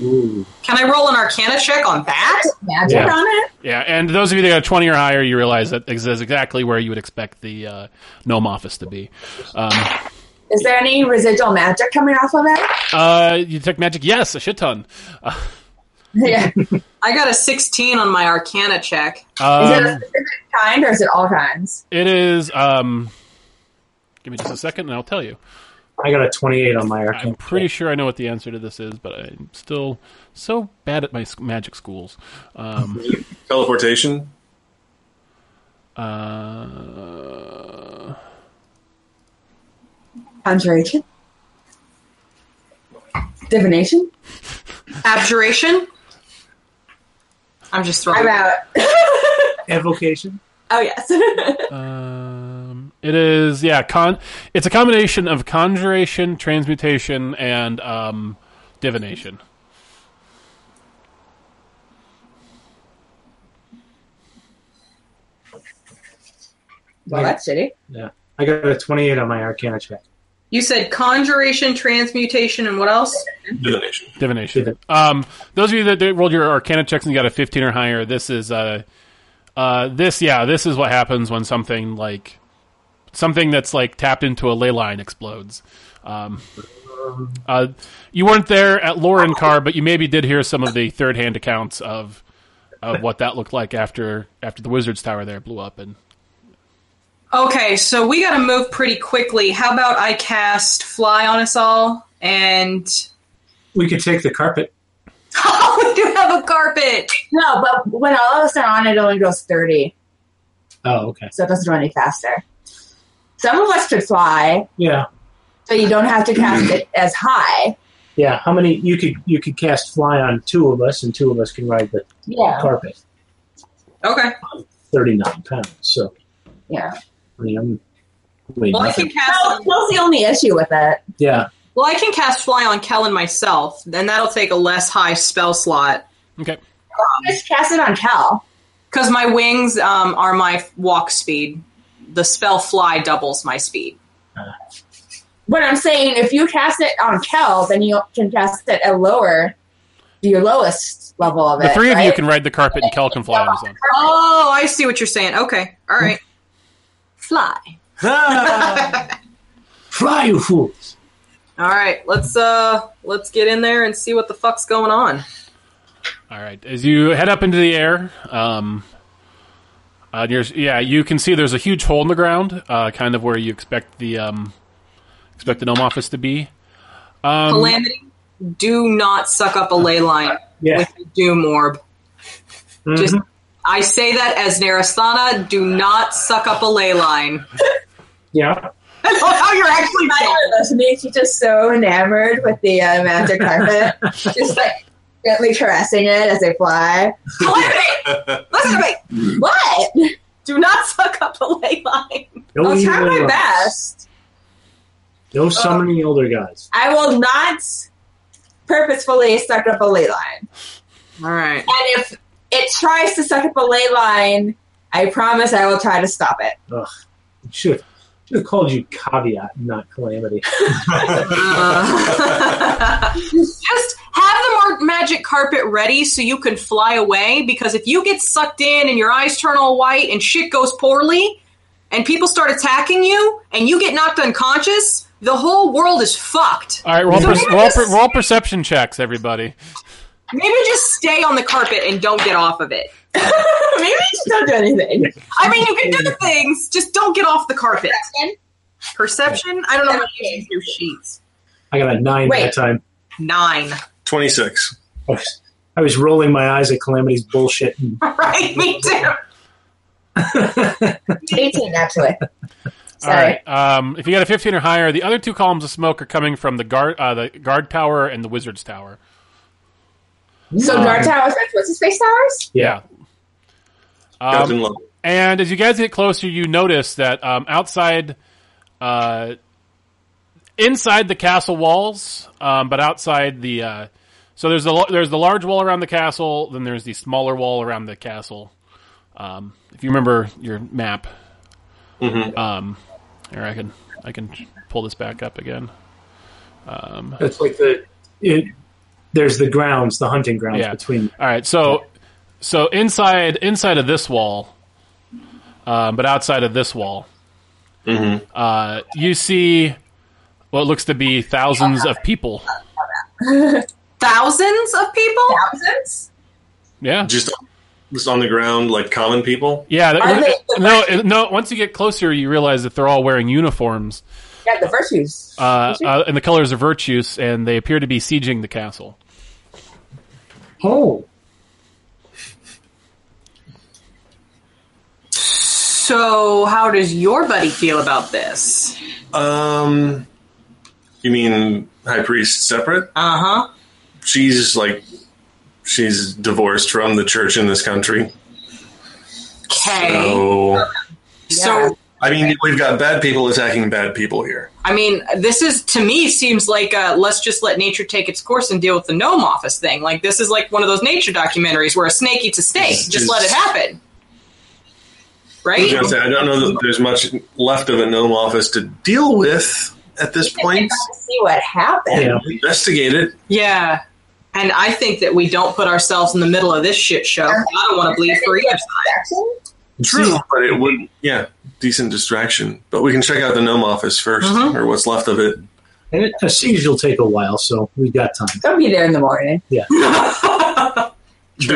S1: Ooh.
S3: Can I roll an Arcana check on that?
S5: Magic
S2: Yeah.
S5: on it?
S2: Yeah, and those of you that got a 20 or higher, you realize that is exactly where you would expect the uh, gnome office to be. Um,
S5: Is there any residual magic coming off of it? [laughs]
S2: uh, you took magic, yes, a shit ton.
S5: Yeah. Is
S3: I got a sixteen on my Arcana check.
S5: it a
S2: Um,
S5: specific kind or is it all kinds?
S2: it is. Um, give me just a second, and I'll tell you.
S1: I got a twenty-eight on my arcane.
S2: I'm pretty sure I know what the answer to this is, but I'm still so bad at my sc- magic schools. Um,
S4: Teleportation.
S2: uh,
S5: Conjuration? Divination?
S3: Abjuration. I'm just throwing.
S5: I'm out. [laughs]
S1: Evocation.
S5: oh, yes. [laughs]
S2: um, it is. Yeah, con. It's a combination of conjuration, transmutation, and um, divination.
S5: Well, that's shitty.
S1: I got a 28 on my Arcana check.
S3: You said conjuration, transmutation, and what else?
S4: [laughs] Divination.
S2: Divination.
S1: Divin-
S2: Um, those of you that did- rolled your Arcana checks and you got a 15 or higher, this is uh, uh, this yeah, this is what happens when something like something that's like tapped into a ley line explodes. Um, uh, you weren't there at Lauren Car, but you maybe did hear some of the third hand accounts of of what that looked like after after the Wizards Tower there blew up and
S3: Okay, so we got to move pretty quickly. How about I cast Fly on us all? And [laughs]
S1: We could take the carpet.
S3: oh, we do have a carpet.
S5: No, but when all of us are on, it only goes 30,
S1: Oh, okay.
S5: so it doesn't go any faster. Some of us could fly,
S1: Yeah,
S5: so you don't have to cast it as high.
S1: yeah. How many? You could you could cast fly on two of us, and two of us can ride the
S5: Yeah.
S1: carpet.
S3: Okay.
S1: Thirty nine pounds. So
S5: Yeah.
S1: I mean, I'm way
S3: Well, I
S1: nothing.
S3: can cast.
S5: That was the only issue with it.
S1: Yeah,
S3: Well, I can cast Fly on Kellen myself, and that'll take a less high spell slot
S2: okay.
S5: Just cast it on Cal.
S3: because my wings um, are my walk speed. The spell Fly doubles my speed.
S5: What I'm saying, if you cast it on Cal, then you can cast it at lower, your lowest level of it.
S2: The three of you
S5: right?
S2: can ride the carpet and Kel can fly on his own.
S3: Oh, I see what you're saying. Okay, all right.
S5: fly. [laughs]
S1: Ah! [laughs] fly, you fools!
S3: All right, let's uh let's get in there and see what the fuck's going on.
S2: All right. As you head up into the air, um, uh, you yeah, you can see there's a huge hole in the ground, uh, kind of where you expect the um, expect the gnome office to be. Um,
S3: Calamity, do not suck up a ley line
S1: Yeah,
S3: with your doom orb. Just
S1: Mhm.
S3: I say that as Narasthana, do not suck up a ley line.
S1: yeah.
S3: I love how you're actually
S5: Listening, she's just so enamored with the uh, magic
S2: [laughs]
S5: carpet, just like gently caressing it as they fly.
S3: Oh, Calamity, listen to me.
S5: What?
S3: Do not [laughs] suck up a ley line.
S1: No
S5: I'll try
S1: evil
S5: my
S1: ones.
S5: best. Oh.
S1: No summoning elder guys.
S5: I will not purposefully suck up a ley line.
S3: All right.
S5: And if it tries to suck up a ley line, I promise I will try to stop it. [laughs]
S1: Should should have called you caveat, not calamity.
S3: Uh, [laughs] Just have the mar- magic carpet ready so you can fly away because if you get sucked in and your eyes turn all white and shit goes poorly and people start attacking you and you get knocked unconscious, the whole world is fucked.
S2: all right, roll,
S3: So
S2: per-
S3: maybe
S2: roll,
S3: just-
S2: per- roll perception checks, everybody.
S3: Maybe just stay on the carpet and don't get off of it.
S5: Maybe I just don't
S2: [laughs]
S5: do anything.
S3: I mean, you can do the things, just don't get off the carpet. Perception? I don't know how to use these new sheets.
S1: I got a nine
S5: Wait.
S1: that time.
S3: Nine.
S4: 26.
S1: I was, I was rolling my eyes at calamity's bullshit. And,
S3: [laughs] right? [laughs] Me too.
S5: 18, actually.
S2: [laughs] All
S5: Sorry.
S2: right. Um, if you got a 15 or higher, the other two columns of smoke are coming from the guard, uh, the guard tower and the wizard's tower.
S5: So,
S2: Um,
S5: Dark Towers, that's what's his face towers?
S1: yeah.
S2: Um,
S4: Captain Love.
S2: And as you guys get closer, you notice that um, outside, uh, inside the castle walls, um, but outside the uh, so there's the lo- there's the large wall around the castle, then there's the smaller wall around the castle. Um, if you remember your map,
S4: Mhm.
S2: um, here I can I can pull this back up again. Um,
S1: It's like the it, there's the grounds, the hunting grounds
S2: Yeah.
S1: between.
S2: All right, so so inside inside of this wall, um, but outside of this wall, uh, you see what looks to be thousands of people.
S3: Thousands of people?
S5: Thousands?
S2: Yeah,
S4: Just, just on the ground, like common people.
S2: yeah. that-
S5: Are they-
S2: no, it- no. Once you get closer, you realize that they're all wearing uniforms
S5: Yeah, the virtues.
S2: uh, uh, in the colors of Virtus, and they appear to be sieging the castle.
S1: Oh,
S3: So, how does your buddy feel about this?
S4: Um, you mean High Priest separate?
S3: Uh huh.
S4: She's like, she's divorced from the church in this country.
S3: Okay.
S4: So
S3: So,
S4: I mean, we've got bad people attacking bad people here.
S3: I mean, this is to me seems like a, let's just let nature take its course and deal with the gnome office thing. Like this is like one of those nature documentaries where a snake eats a snake.
S4: It's
S3: Just
S4: just-
S3: let it happen,
S4: I was
S3: right?
S4: gonna say, I don't know that there's much left of a gnome office to deal with at this point.
S5: see what happens.
S1: Yeah.
S4: Investigate it.
S3: Yeah. And I think that we don't put ourselves in the middle of this shit show. I don't want to bleed for either side.
S5: Action?
S4: True, but it would, yeah, decent distraction. But we can check out the gnome office 1st
S3: Mhm.
S4: or what's left of it.
S1: And it, a siege will take a while, so we've got time.
S5: Don't be there in the morning.
S4: Do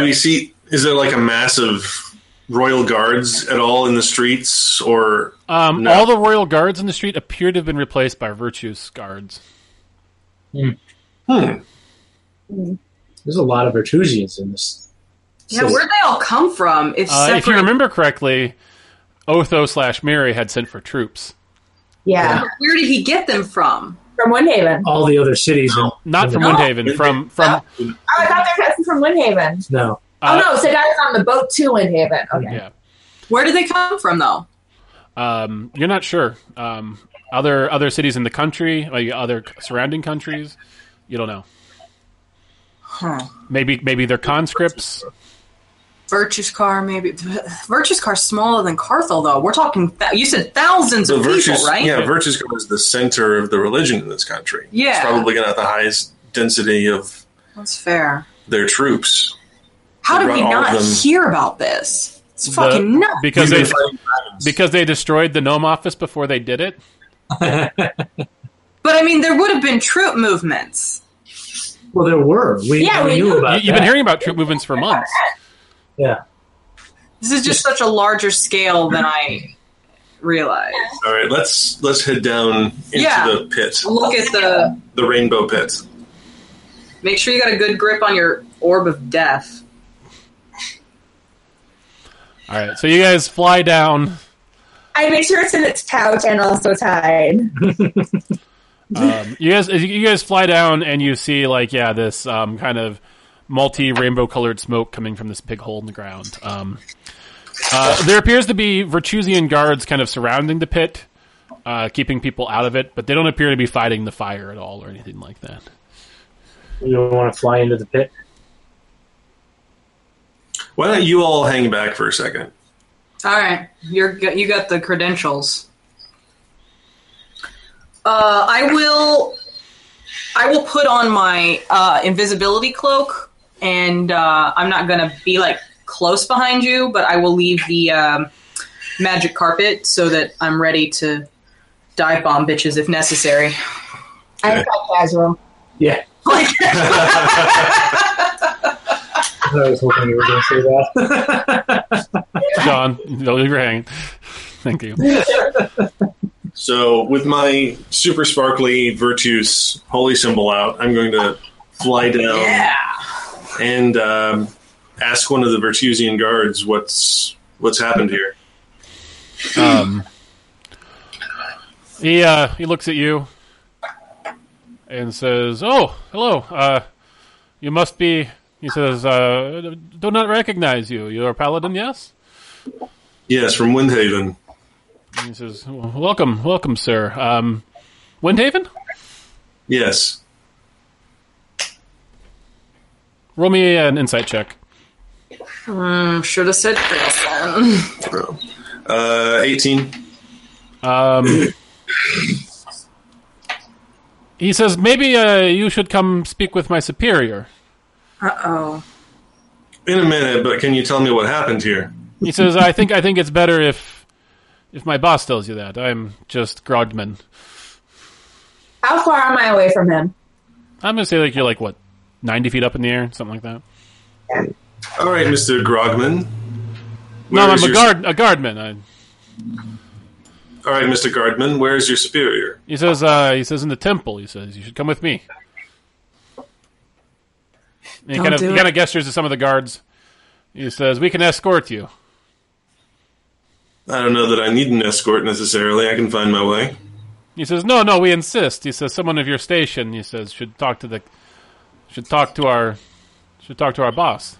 S4: we see? Is there like a mass of royal guards at all in the streets, or
S2: Um,
S4: No.
S2: All the royal guards in the street appear to have been replaced by virtuous guards.
S4: hmm,
S1: There's a lot of Artusians in this.
S3: Yeah, where'd they all come from? It's
S2: Uh, if you
S3: separate.
S2: remember correctly, Otho slash Mary had sent for troops.
S5: Yeah.
S3: Where did he get them from?
S5: From Windhaven.
S2: Oh.
S1: All the other cities.
S4: No.
S1: and-
S2: Not from
S1: no.
S2: Windhaven, from from
S5: Oh, I thought they were passing from Windhaven.
S1: No.
S2: uh,
S5: oh, no, Siddharth's on the boat to Windhaven. Okay.
S2: yeah.
S3: Where did they come from, though?
S2: Um, you're not sure. Um, other other cities in the country, like other surrounding countries, you don't know. Maybe maybe they're conscripts.
S3: Virtue's car, maybe. Virtue's car's smaller than Carthel, though. We're talking. Th- you said thousands
S4: the
S3: of
S4: virtues?
S3: people, right?
S4: Yeah, virtues go is the center of the religion in this country.
S3: Yeah.
S4: it's probably got the highest density of
S3: That's fair.
S4: their troops.
S3: How
S4: They
S3: did we
S4: brought all of
S3: not
S4: them.
S3: hear about this? It's
S2: The-
S3: fucking nuts.
S2: because
S4: We've
S2: they
S4: been fighting battles.
S2: because they destroyed the gnome office before they did it.
S3: But I mean, there would have been troop movements.
S1: Well, there were. We,
S5: Yeah,
S1: we
S5: we
S1: knew
S5: knew.
S1: about
S2: You, you've been
S1: that.
S2: hearing about troop movements for months.
S1: Yeah.
S3: This is just such a larger scale than I realized.
S4: all right, let's let's head down into
S3: Yeah.
S4: the pit,
S3: Look at the.
S4: the rainbow pit.
S3: Make sure you got a good grip on your orb of death.
S2: All right, so you guys fly down.
S5: I make sure it's in its pouch and also tied.
S2: Um, you guys you guys fly down and you see like yeah this um, kind of multi rainbow colored smoke coming from this big hole in the ground. Um, uh, there appears to be Virtusian guards kind of surrounding the pit, uh, keeping people out of it, but they don't appear to be fighting the fire at all or anything like that.
S1: You don't want to fly into the pit.
S4: Why don't you all hang back for a second?
S3: All right, you're go- you got the credentials. Uh, I will, I will put on my uh, invisibility cloak, and uh, I'm not gonna be like close behind you, but I will leave the um, magic carpet so that I'm ready to dive bomb bitches if necessary.
S5: I'm quite casual.
S1: Yeah.
S3: Like,
S1: I was hoping you were going to say that. [laughs]
S2: John, don't leave your hanging. [laughs] Thank you.
S4: So, with my super sparkly Virtus holy symbol out, I'm going to fly down and um, ask one of the Virtusian guards what's what's happened here.
S2: Um, he uh, he looks at you and says, "Oh, hello. Uh, you must be." He says, uh, "Do not recognize you. You're a paladin, yes?"
S4: Yes, from Windhaven.
S2: And he says, "Welcome, welcome, sir. Um, Windhaven,
S4: Yes.
S2: roll me an insight check.
S3: mm, should have said Grayson.
S4: Uh, 18.
S2: Um, he says, "Maybe uh, you should come speak with my superior."
S3: Uh oh.
S4: In a minute, but can you tell me what happened here?
S2: He says, "I think I think it's better if if my boss tells you that. I'm just Grodman.
S5: How far am I away from him?
S2: I'm gonna say like you're like what, ninety feet up in the air, something like that.
S4: All right, Mr. Grogman.
S2: No,
S4: Where
S2: I'm
S4: is
S2: a
S4: your-
S2: guard a guardman. I,
S4: All right, Mr. Guardman, where is your superior?
S2: he says, uh, he says in the temple. He says you should come with me. And he
S3: Don't
S2: kind of
S3: do
S2: he
S3: it.
S2: kind of gestures to some of the guards. He says, "We can escort you."
S4: I don't know that I need an escort necessarily. I can find my way.
S2: He says, "No, no, we insist." He says, "Someone of your station," he says, "should talk to the should talk to our should talk to our boss."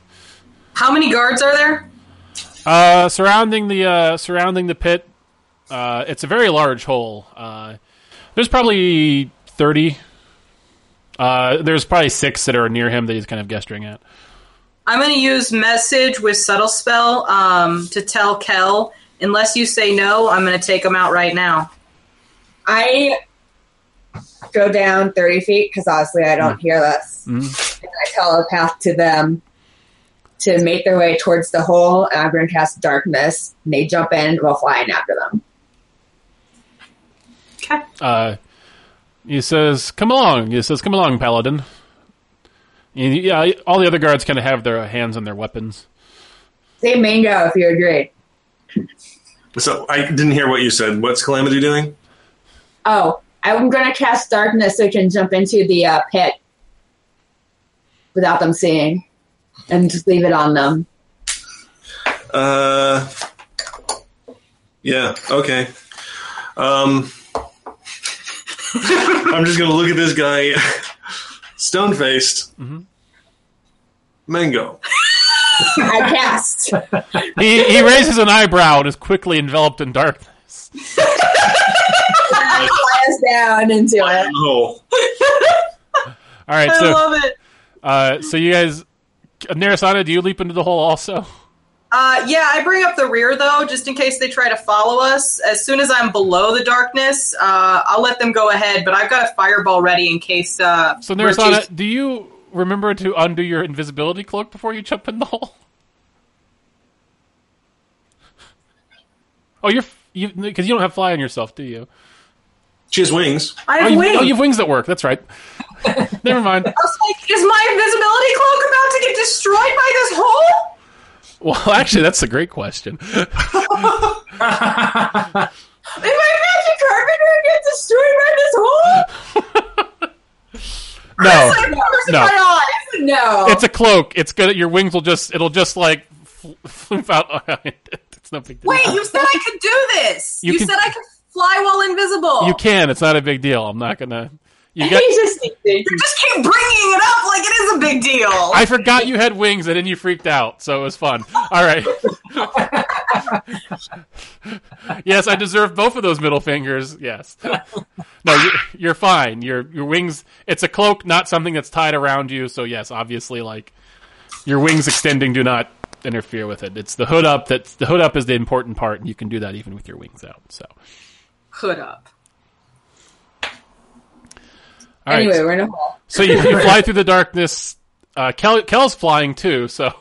S3: How many guards are there?
S2: Uh, surrounding the uh, surrounding the pit, Uh, it's a very large hole. Uh, there's probably 30. Uh, there's probably six that are near him that he's kind of gesturing at.
S3: I'm going to use message with subtle spell um, to tell Kel. Unless you say no, I'm going to take him out right now.
S5: I go down 30 feet because obviously I don't hear this. And I telepath to them to make their way towards the hole, and I'm going to cast darkness. And they jump in, and we'll fly in after them.
S3: Okay.
S2: Uh, he says, "Come along." He says, "Come along, paladin." And, yeah, all the other guards kind of have their hands on their weapons.
S5: Say mango if you agree.
S4: So I didn't hear what you said. What's Calamity doing?
S5: Oh, I'm going to cast darkness so we can jump into the uh, pit without them seeing and just leave it on them.
S4: Uh, yeah. Okay. Um, [laughs] I'm just gonna look at this guy, [laughs] stone faced. Mango.
S5: I cast.
S2: He he raises an eyebrow and is quickly enveloped in darkness.
S5: [laughs] Flies down into it.
S4: Oh,
S2: All right,
S3: I
S2: so
S3: love it.
S2: uh, so you guys, Narasana, do you leap into the hole also?
S3: Uh, yeah, I bring up the rear though, just in case they try to follow us. As soon as I'm below the darkness, uh, I'll let them go ahead. But I've got a fireball ready in case. Uh,
S2: So
S3: we're
S2: Narasana,
S3: chased-
S2: do you remember to undo your invisibility cloak before you jump in the hole? Oh, you're f- you because you don't have fly on yourself, do you?
S4: she has wings.
S3: I
S2: Oh,
S3: have
S2: you,
S3: wings.
S2: oh, you have wings that work. That's
S3: [laughs]
S2: right. Never mind.
S3: I was like, is my invisibility cloak about to get destroyed by this hole?
S2: Well, actually, that's a great
S3: [laughs]
S2: question.
S5: Did my magic carpenter get destroyed by this hole?
S2: No,
S5: Of course
S2: No.
S5: not. I would know.
S2: it's a cloak. It's good. Your wings will just it'll just like fl- [laughs] floof out. it's no big deal.
S3: Wait, you said I could do this.
S2: [laughs] You
S3: You,
S2: can-
S3: said I could fly while invisible.
S2: You can. It's not a big deal. I'm not gonna. You got.
S5: He's just sneaky.
S3: just keep bringing it up like it is a big deal.
S2: I forgot you had wings, and then you freaked out, so it was fun. All right. [laughs] yes, I deserve both of those middle fingers. Yes. No, you're, you're fine. Your your wings. It's a cloak, not something that's tied around you. So yes, obviously, like your wings extending do not interfere with it. It's the hood up that the hood up is the important part, and you can do that even with your wings out. So
S3: Hood up.
S2: all right.
S5: Anyway, we're in a hole.
S2: So you, you fly through the darkness. Uh, Kel, Kel's flying too, so.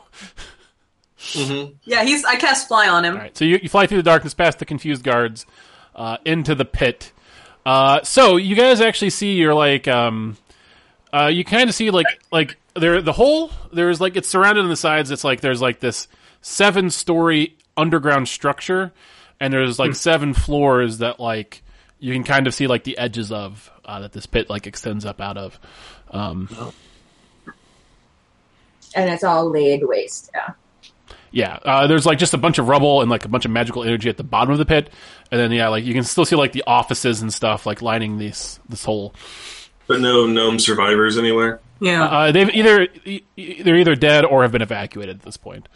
S3: Yeah, he's. I cast fly on him.
S2: All right, so you, you fly through the darkness, past the confused guards, uh, into the pit. Uh, so you guys actually see you're like, um, uh, you kind of see like like there the whole there's like it's surrounded on the sides. It's like there's like this seven story underground structure, and there's like seven floors that like you can kind of see like the edges of uh, that this pit like extends up out of. Um,
S5: and it's all laid waste. Yeah.
S2: Yeah, uh, there's like just a bunch of rubble and like a bunch of magical energy at the bottom of the pit, and then yeah, like you can still see like the offices and stuff like lining this this hole.
S4: But no gnome survivors anywhere.
S3: Yeah.
S2: Uh, they've either e- e- they're either dead or have been evacuated at this point.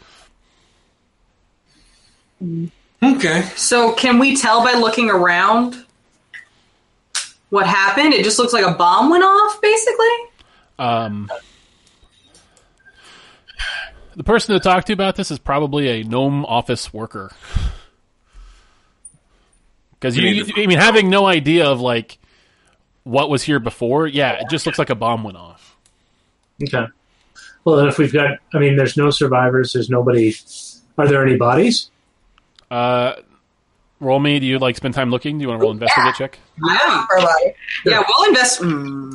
S4: Okay.
S3: So can we tell by looking around what happened? It just looks like a bomb went off, basically.
S2: Um, the person to talk to about this is probably a gnome office worker. Because you,
S4: We need
S2: you,
S4: to
S2: I mean, having no idea of like what was here before, yeah, it just looks like a bomb went off.
S1: Okay. Well, then if we've got, I mean, there's no survivors. There's nobody. Are there any bodies?
S2: Uh, roll me. Do you like spend time looking? Do you want to roll investigate check?
S3: Yeah.
S5: Or like,
S3: Yeah, we'll invest. Mm,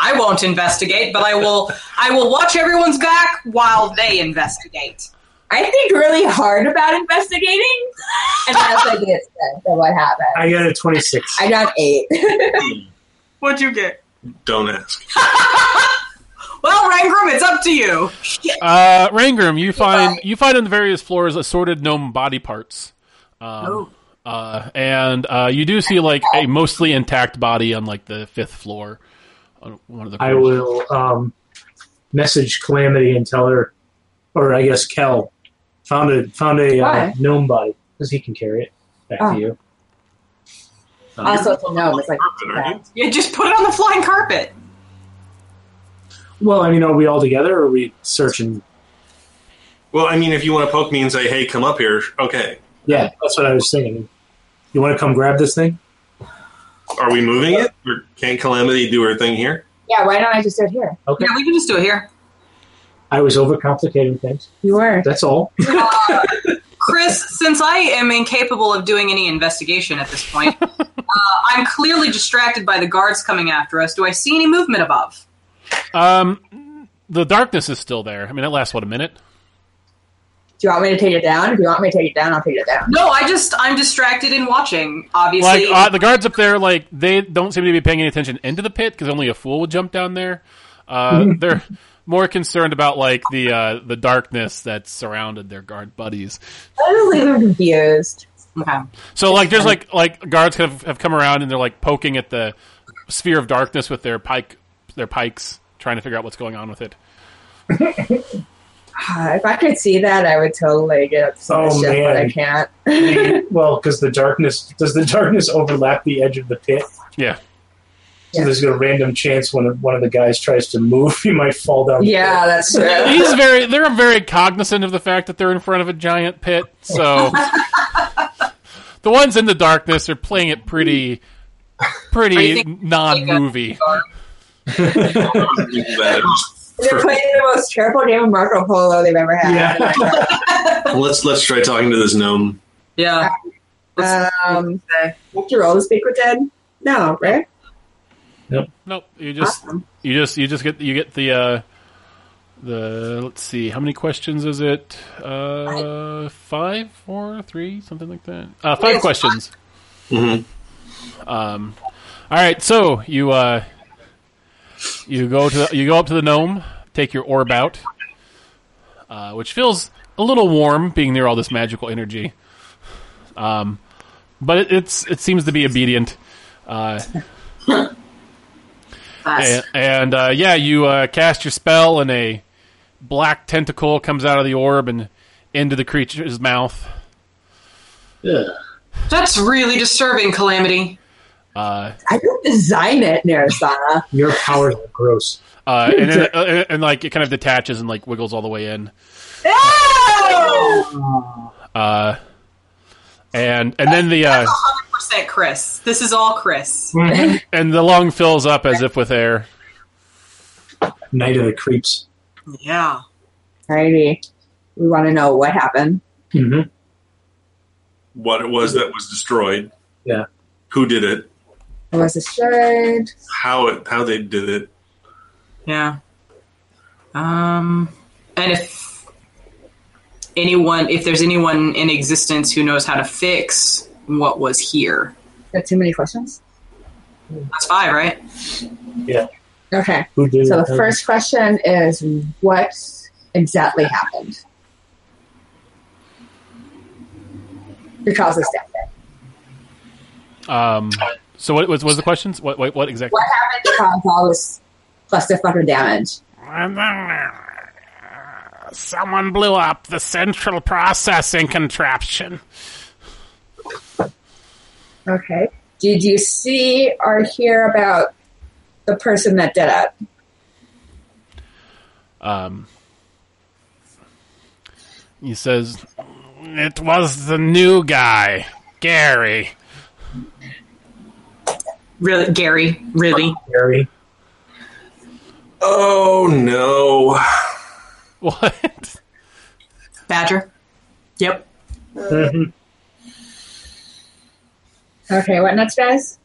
S3: I won't investigate, but I will. I will watch everyone's back while they investigate.
S5: I think really hard about investigating, and that's like the extent of what happened.
S1: I got a 26.
S5: I got eight. [laughs]
S3: What'd you get?
S4: Don't ask.
S3: Well, Rangram, it's up to you.
S2: Uh, Rangram, you find you find on the various floors assorted gnome body parts. Um, uh, and uh, you do see like a mostly intact body on like the fifth floor. On one of the
S1: I
S2: floors.
S1: will um, message Calamity and tell her, or I guess Kel, found a found a uh,
S5: Why?
S1: gnome body because he can carry it. Back
S5: Oh.
S1: to you.
S5: Also, it's a gnome. It's like
S4: Aren't
S3: You just put it on the flying carpet.
S1: Well, I mean, are we all together or are we searching?
S4: you? Well, I mean, if you want to poke me and say, "Hey, come up here," okay.
S1: Yeah, that's what I was saying. You want to come grab this thing?
S4: Are we moving it? Or can't Calamity do her thing here?
S5: yeah, why don't I just sit here?
S1: Okay.
S3: Yeah, we can just do it here.
S1: I was overcomplicating things.
S5: You were.
S1: That's all. [laughs]
S3: Chris, since I am incapable of doing any investigation at this
S2: [laughs]
S3: point, uh, I'm clearly distracted by the guards coming after us. Do I see any movement above?
S2: Um, the darkness is still there. I mean, that lasts what a minute.
S5: Do you want me to take it down? If you want me to take it down, I'll take it down.
S3: No, I just I'm distracted in watching.
S2: Like
S3: Obviously,
S2: uh, the guards up there, like they don't seem to be paying any attention into the pit because only a fool would jump down there. Uh, they're more concerned about like the uh, the darkness that surrounded their guard buddies.
S5: I just leave them confused. [sighs]
S3: Okay.
S2: So like there's like like guards have have come around and they're like poking at the sphere of darkness with their pike their pikes trying to figure out what's going on with it.
S5: Uh, if I could see that, I would totally get up to
S1: Oh,
S5: the ship, but I
S1: man.
S5: can't.
S1: well, because the darkness does the darkness overlap the edge of the pit.
S2: Yeah.
S1: So there's a random chance when one of the guys tries to move, [laughs] he might fall down. the
S5: [laughs] yeah, that's true.
S2: He's very they're very cognizant of the fact that they're in front of a giant pit. So the ones in the darkness are playing it pretty pretty non-movie.
S5: They're playing the most terrible game of Marco Polo they've ever had.
S1: Yeah. [laughs]
S4: let's let's try talking to this gnome.
S3: Yeah.
S5: Um, what's your role to speak with Ted? No, right?
S2: Nope, you just you just you just get you get the uh the let's see how many questions is it? Uh five, four, three, something like that. Uh five
S3: Yes,
S2: questions.
S4: Mhm.
S2: Um all right, so you uh you go to you go up to the gnome, take your orb out. Uh which feels a little warm being near all this magical energy. Um but it, it's it seems to be obedient. Uh and, and uh, yeah, you uh, cast your spell, and a black tentacle comes out of the orb and into the creature's mouth.
S3: That's really disturbing, Calamity.
S2: Uh,
S5: I don't design it, Narasana.
S1: Your powers are gross.
S2: uh, and, then, uh, and, and, like it kind of detaches and like wiggles all the way in. Uh, and and then the uh,
S3: 100% Chris. This is all Chris.
S2: and the lung fills up as if with air.
S1: Night of the creeps.
S3: Yeah.
S5: Alrighty. We want to know what happened.
S1: Mm-hmm.
S4: What it was that was destroyed?
S1: Yeah.
S4: Who did it?
S5: It was a shade.
S4: How it? How they did it?
S3: Yeah. Um, and if anyone, if there's anyone in existence who knows how to fix what was here,
S5: Got too many questions?
S3: that's five, right?
S5: Okay.
S1: Who did
S5: So
S1: it?
S5: the first question is what exactly happened? Your cause is death.
S2: Um, so what was was the questions? What what, what exactly?
S5: What happened to cause all this clusterfucker damage?
S2: Someone blew up the central processing contraption.
S5: Okay. Did you see or hear about the person that did it?
S2: Um, he says, "It was the new guy, Gary."
S3: Really, Gary? Really?
S1: Gary.
S4: Oh no!
S2: What?
S3: Badger? Yep.
S1: Mhm.
S5: Okay, what next, guys?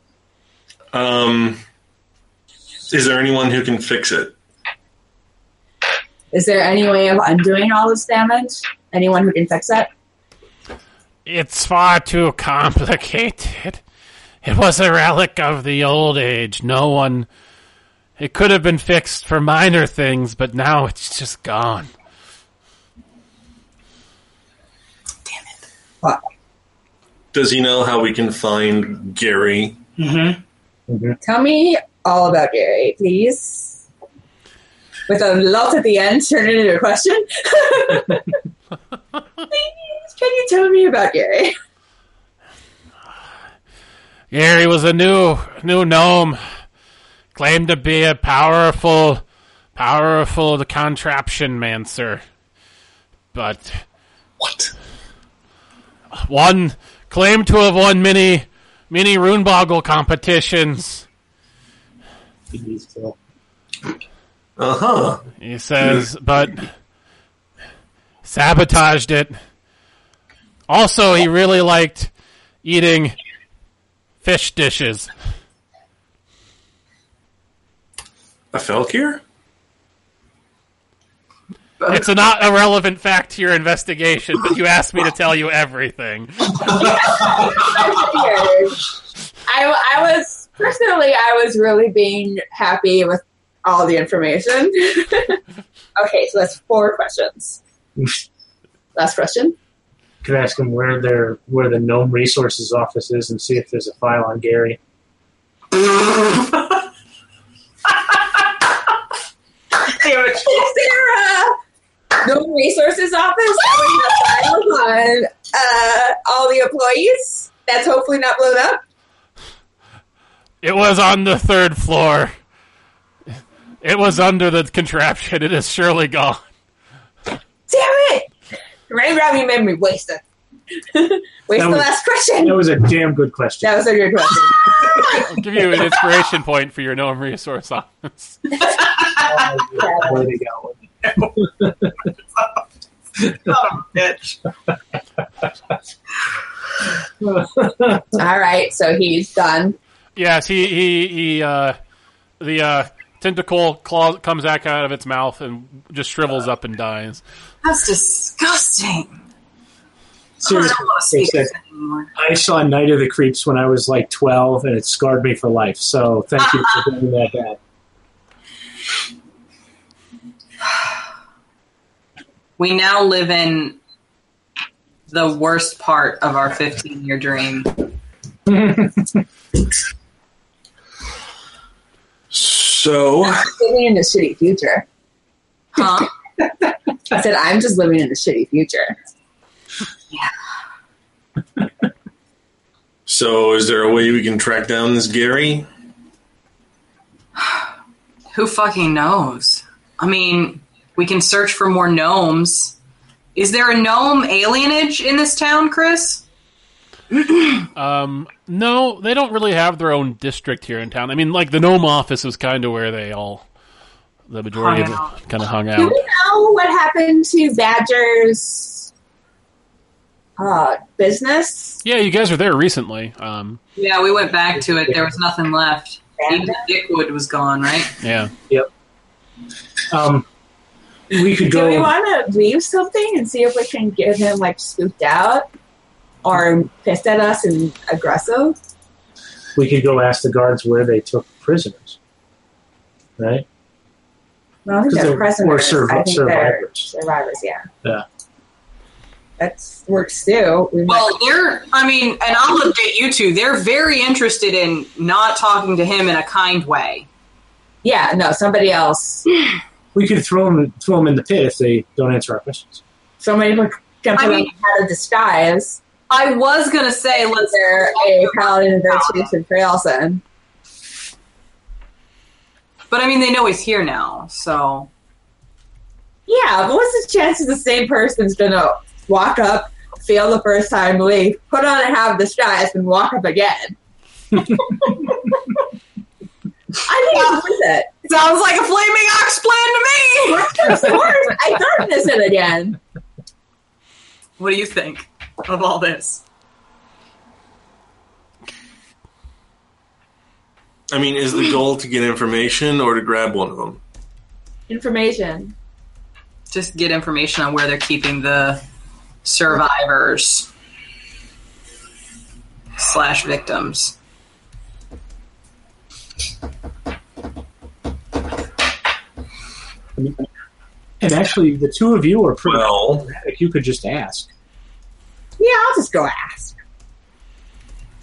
S4: Um, is there anyone who can fix it?
S5: Is there any way of undoing all this damage? Anyone who can fix it?
S2: It's far too complicated. It was a relic of the old age. No one. It could have been fixed for minor things, but now it's just gone.
S5: Fuck.
S4: Does he know how we can find Gary?
S5: Tell me all about Gary, please. With a lot at the end, turn it into a question. [laughs] please, can you tell me about Gary?
S2: Here he was a new new gnome, claimed to be a powerful, powerful contraption man, sir. But
S4: What?
S2: one claimed to have won many, many runeboggle competitions.
S1: He needs to-
S4: Uh huh.
S2: He says, but sabotaged it. Also, he really liked eating fish dishes.
S4: A Felkir?
S2: It's not a relevant fact to your investigation, but you asked me to tell you everything.
S5: I, I was personally, I was really being happy with all the information. [laughs] okay, so that's four questions. Last question.
S1: Could ask him where their where the gnome resources office is and see if there's a file on Gary.
S5: Sarah, no resources office. Oh I would have filed on uh, all the employees. That's hopefully not blown up.
S2: It was on the third floor. It was under the contraption. It is surely gone.
S5: Damn it! Ray Robbie made me waste it. [laughs] waste
S1: That
S5: the
S1: was-
S5: last question.
S1: That was a damn good question.
S5: that was a good question.
S2: I'll give you an inspiration point for your gnome resource office.
S1: Way to go.
S3: bitch.
S5: all right, so he's done.
S2: Yes, he he he. Uh, the uh, tentacle claw comes back out of its mouth and just shrivels up and dies.
S3: That's disgusting. I
S1: Seriously,
S3: don't want to see
S1: Seriously.
S3: this anymore.
S1: I saw Night of the Creeps when I was like 12, and it scarred me for life. So thank you for doing that. Dad.
S3: We now live in the worst part of our 15 year dream.
S4: So,
S5: Living in a shitty future.
S3: Huh?
S5: I said, I'm just living in a shitty future.
S4: so is there a way we can track down this Gary?
S3: Who fucking knows? I mean, we can search for more gnomes. Is there a gnome alienage in this town, Chris?
S2: Um, no, they don't really have their own district here in town. I mean, like the gnome office was kind of where they all, the majority of
S3: Hung out.
S2: kind of hung
S5: Do
S2: out.
S5: we know what happened to Badger's uh, business?
S2: Yeah, you guys were there recently. Um,
S3: Yeah, we went back to it. There was nothing left. Even Dickwood was gone, right?
S2: yeah.
S1: Um, we could
S5: Do we
S1: go.
S5: want to leave something and see if we can get him like spooked out or pissed at us and aggressive?
S1: We could go ask the guards where they took prisoners. Right?
S5: I don't think
S1: 'Cause
S5: they're
S1: they're-
S5: prisoners.
S1: or survi-
S5: I think they're
S1: survivors.
S5: survivors. Yeah.
S1: Yeah.
S5: That works too. We might-
S3: Well, they're, I mean, and I'll update you two. They're very interested in not talking to him in a kind way.
S5: yeah. No, somebody else.
S1: We could throw them throw them in the pit if they don't answer our questions.
S5: Somebody who can
S3: I
S5: put
S3: mean-
S5: on how to disguise.
S3: I was going to say, let's.
S5: They're a paladin of virtues and Trailson.
S3: But I mean, they know he's here now, so.
S5: Yeah, but what's the chances the same person's gonna walk up, fail the first time, leave, put on a half disguise, and walk up again? [laughs] I think it's worth it.
S3: Sounds like a flaming ox plan to me!
S5: Of course, I thought this it again.
S3: What do you think of all this?
S4: I mean, is the goal to get information or to grab one of them?
S5: Information.
S3: Just get information on where they're keeping the survivors slash victims.
S1: And actually, the two of you are pretty
S4: Well,
S1: dramatic. You could just ask.
S5: Yeah, I'll just go ask.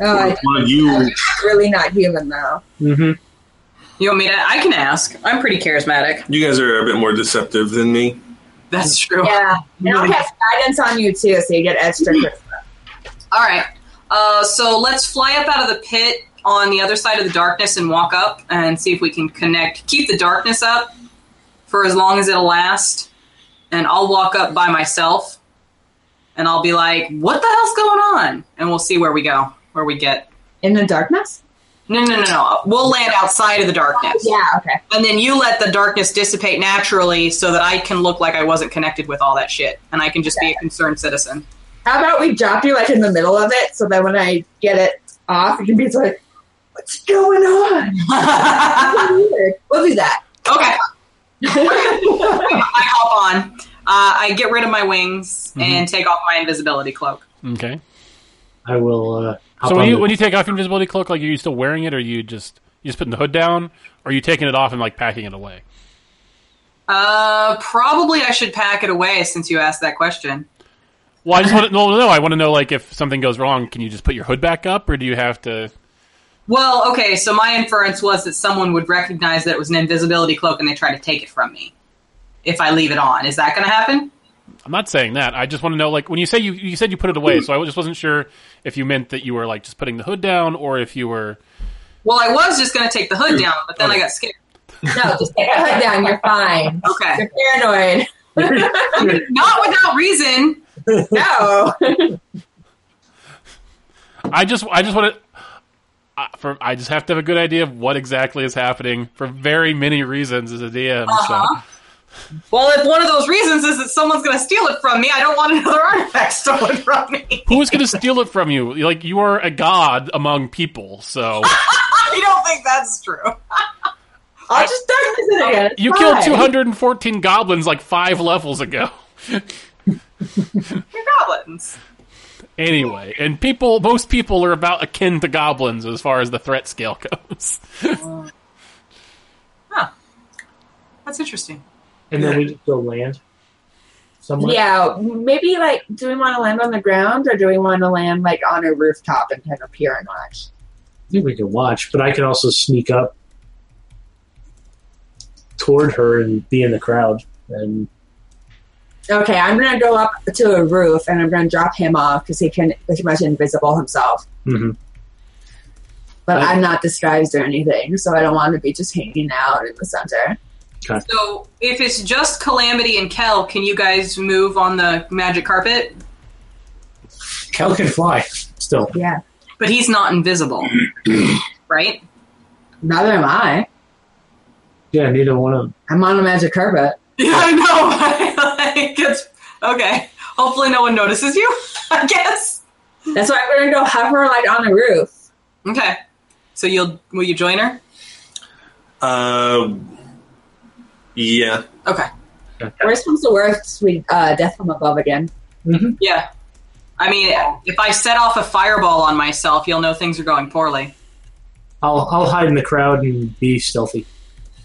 S5: Oh, I-
S4: one of you.
S5: really not human though.
S1: Mm-hmm.
S3: You want me to? I can ask. I'm pretty charismatic.
S4: You guys are a bit more deceptive than me.
S3: That's true.
S5: Yeah, and I'll cast guidance on you too, so you get extra. charisma.
S3: All right. Uh, so let's fly up out of the pit on the other side of the darkness and walk up and see if we can connect. Keep the darkness up for as long as it'll last, and I'll walk up by myself, and I'll be like, "What the hell's going on?" And we'll see where we go, where we get.
S5: in the darkness.
S3: No, no, no, no. We'll land outside of the darkness,
S5: Yeah. Okay.
S3: and then you let the darkness dissipate naturally, so that I can look like I wasn't connected with all that shit, and I can just be a concerned citizen.
S5: How about we drop you like in the middle of it, so that when I get it off, you can be like, "What's going on?" [laughs] Weird. we'll do that.
S3: Okay. I hop on. Uh, I get rid of my wings and take off my invisibility cloak.
S2: Okay.
S6: I will. Uh, hop
S2: So when
S6: on
S2: you
S6: the-
S2: when you take off your invisibility cloak, like are you still wearing it, or you just you just putting the hood down, or are you taking it off and like packing it away?
S3: Uh, probably I should pack it away since you asked that question.
S2: Well, I just want to no, no. I want to know like if something goes wrong, can you just put your hood back up, or do you have to?
S3: Well, okay, so my inference was that someone would recognize that it was an invisibility cloak and they try to take it from me if I leave it on. Is that going to happen?
S2: I'm not saying that. I just want to know like when you say you you said you put it away, so I just wasn't sure if you meant that you were like just putting the hood down, or if you were
S3: Well, I was just going to take the hood down, but then I got scared.
S5: No, just take your head down. You're fine.
S3: Okay.
S5: You're paranoid. [laughs]
S3: Not without reason.
S5: No.
S2: I just I just want to. I, for, I just have to have a good idea of what exactly is happening for very many reasons as a DM.
S3: Uh-huh. Well, if one of those reasons is that someone's going to steal it from me, I don't want another [laughs] artifact stolen from me. [laughs]
S2: So, who's going to steal it from you? Like you are a god among people, so
S3: I don't think that's true.
S5: I'll just darkness it again. It's
S2: you killed
S5: fine.
S2: 214 goblins like five levels ago.
S3: You're goblins.
S2: Anyway, and people, most people are about akin to goblins as far as the threat scale goes. [laughs]
S3: That's interesting.
S6: and then we just go land somewhere.
S5: Yeah, maybe like, do we want to land on the ground or do we want to land like on a rooftop and kind of peer and watch?
S6: I think we can watch, but I can also sneak up toward her and be in the crowd. And
S5: Okay, I'm gonna go up to a roof and I'm gonna drop him off because he can pretty much invisible himself.
S6: Mhm.
S5: But
S6: Okay.
S5: I'm not disguised or anything, so I don't want to be just hanging out in the center.
S3: So, if it's just Calamity and Kel, can you guys move on the magic carpet?
S6: Cal can fly still.
S5: Yeah,
S3: But he's not
S2: [clears throat]
S3: invisible, right?
S5: neither am I.
S6: Yeah, neither one of them.
S5: I'm on a magic carpet.
S3: [laughs] Yeah, I know. [laughs] like, it's, okay. Hopefully, no one notices you. [laughs] I guess.
S5: That's why I'm gonna go hover like on a roof.
S3: Okay. So you'll will you join her?
S4: Uh, yeah.
S3: Okay.
S5: Worst comes to worst, we uh, death from above again.
S3: Yeah. I mean, if I set off a fireball on myself, you'll know things are going poorly.
S6: I'll I'll hide in the crowd and be stealthy.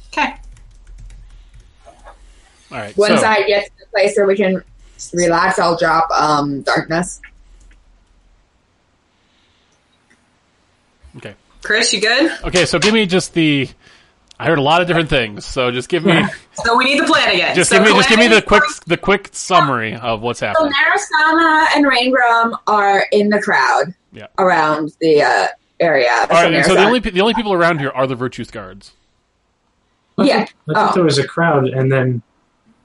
S3: Okay.
S2: All right,
S5: Once
S2: so,
S5: I get to the place where we can relax, I'll drop um, darkness.
S2: okay,
S3: Chris, you good?
S2: okay, so give me just the. I heard a lot of different things, so just give
S5: [laughs]
S2: me
S3: So we need the plan again.
S2: just
S3: So
S2: give me just give me the
S3: Calamity-
S2: quick the quick summary of what's
S5: So
S2: happening.
S5: Narasana and Rangram are in the crowd
S2: Yeah.
S5: around the uh, area.
S2: All right, and so the
S5: Narasana-
S2: only pe- the only people around here are the Virtues guards.
S5: yeah,
S6: I thought
S5: Oh.
S6: there was a crowd, and then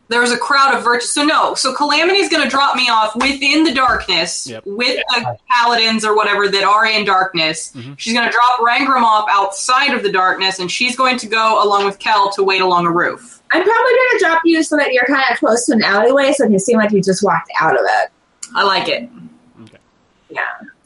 S3: there was a crowd of virtues. So no, so Calamity's going to drop me off within the darkness
S2: Yep.
S3: with the paladins or whatever that are in darkness.
S2: Mhm.
S3: She's going to drop Rangram off outside of the darkness, and she's going to go along with Kel to wait along a roof.
S5: I'm probably gonna drop you so that you're kind of close to an alleyway, so you seem like you just walked out of it,
S3: I like it.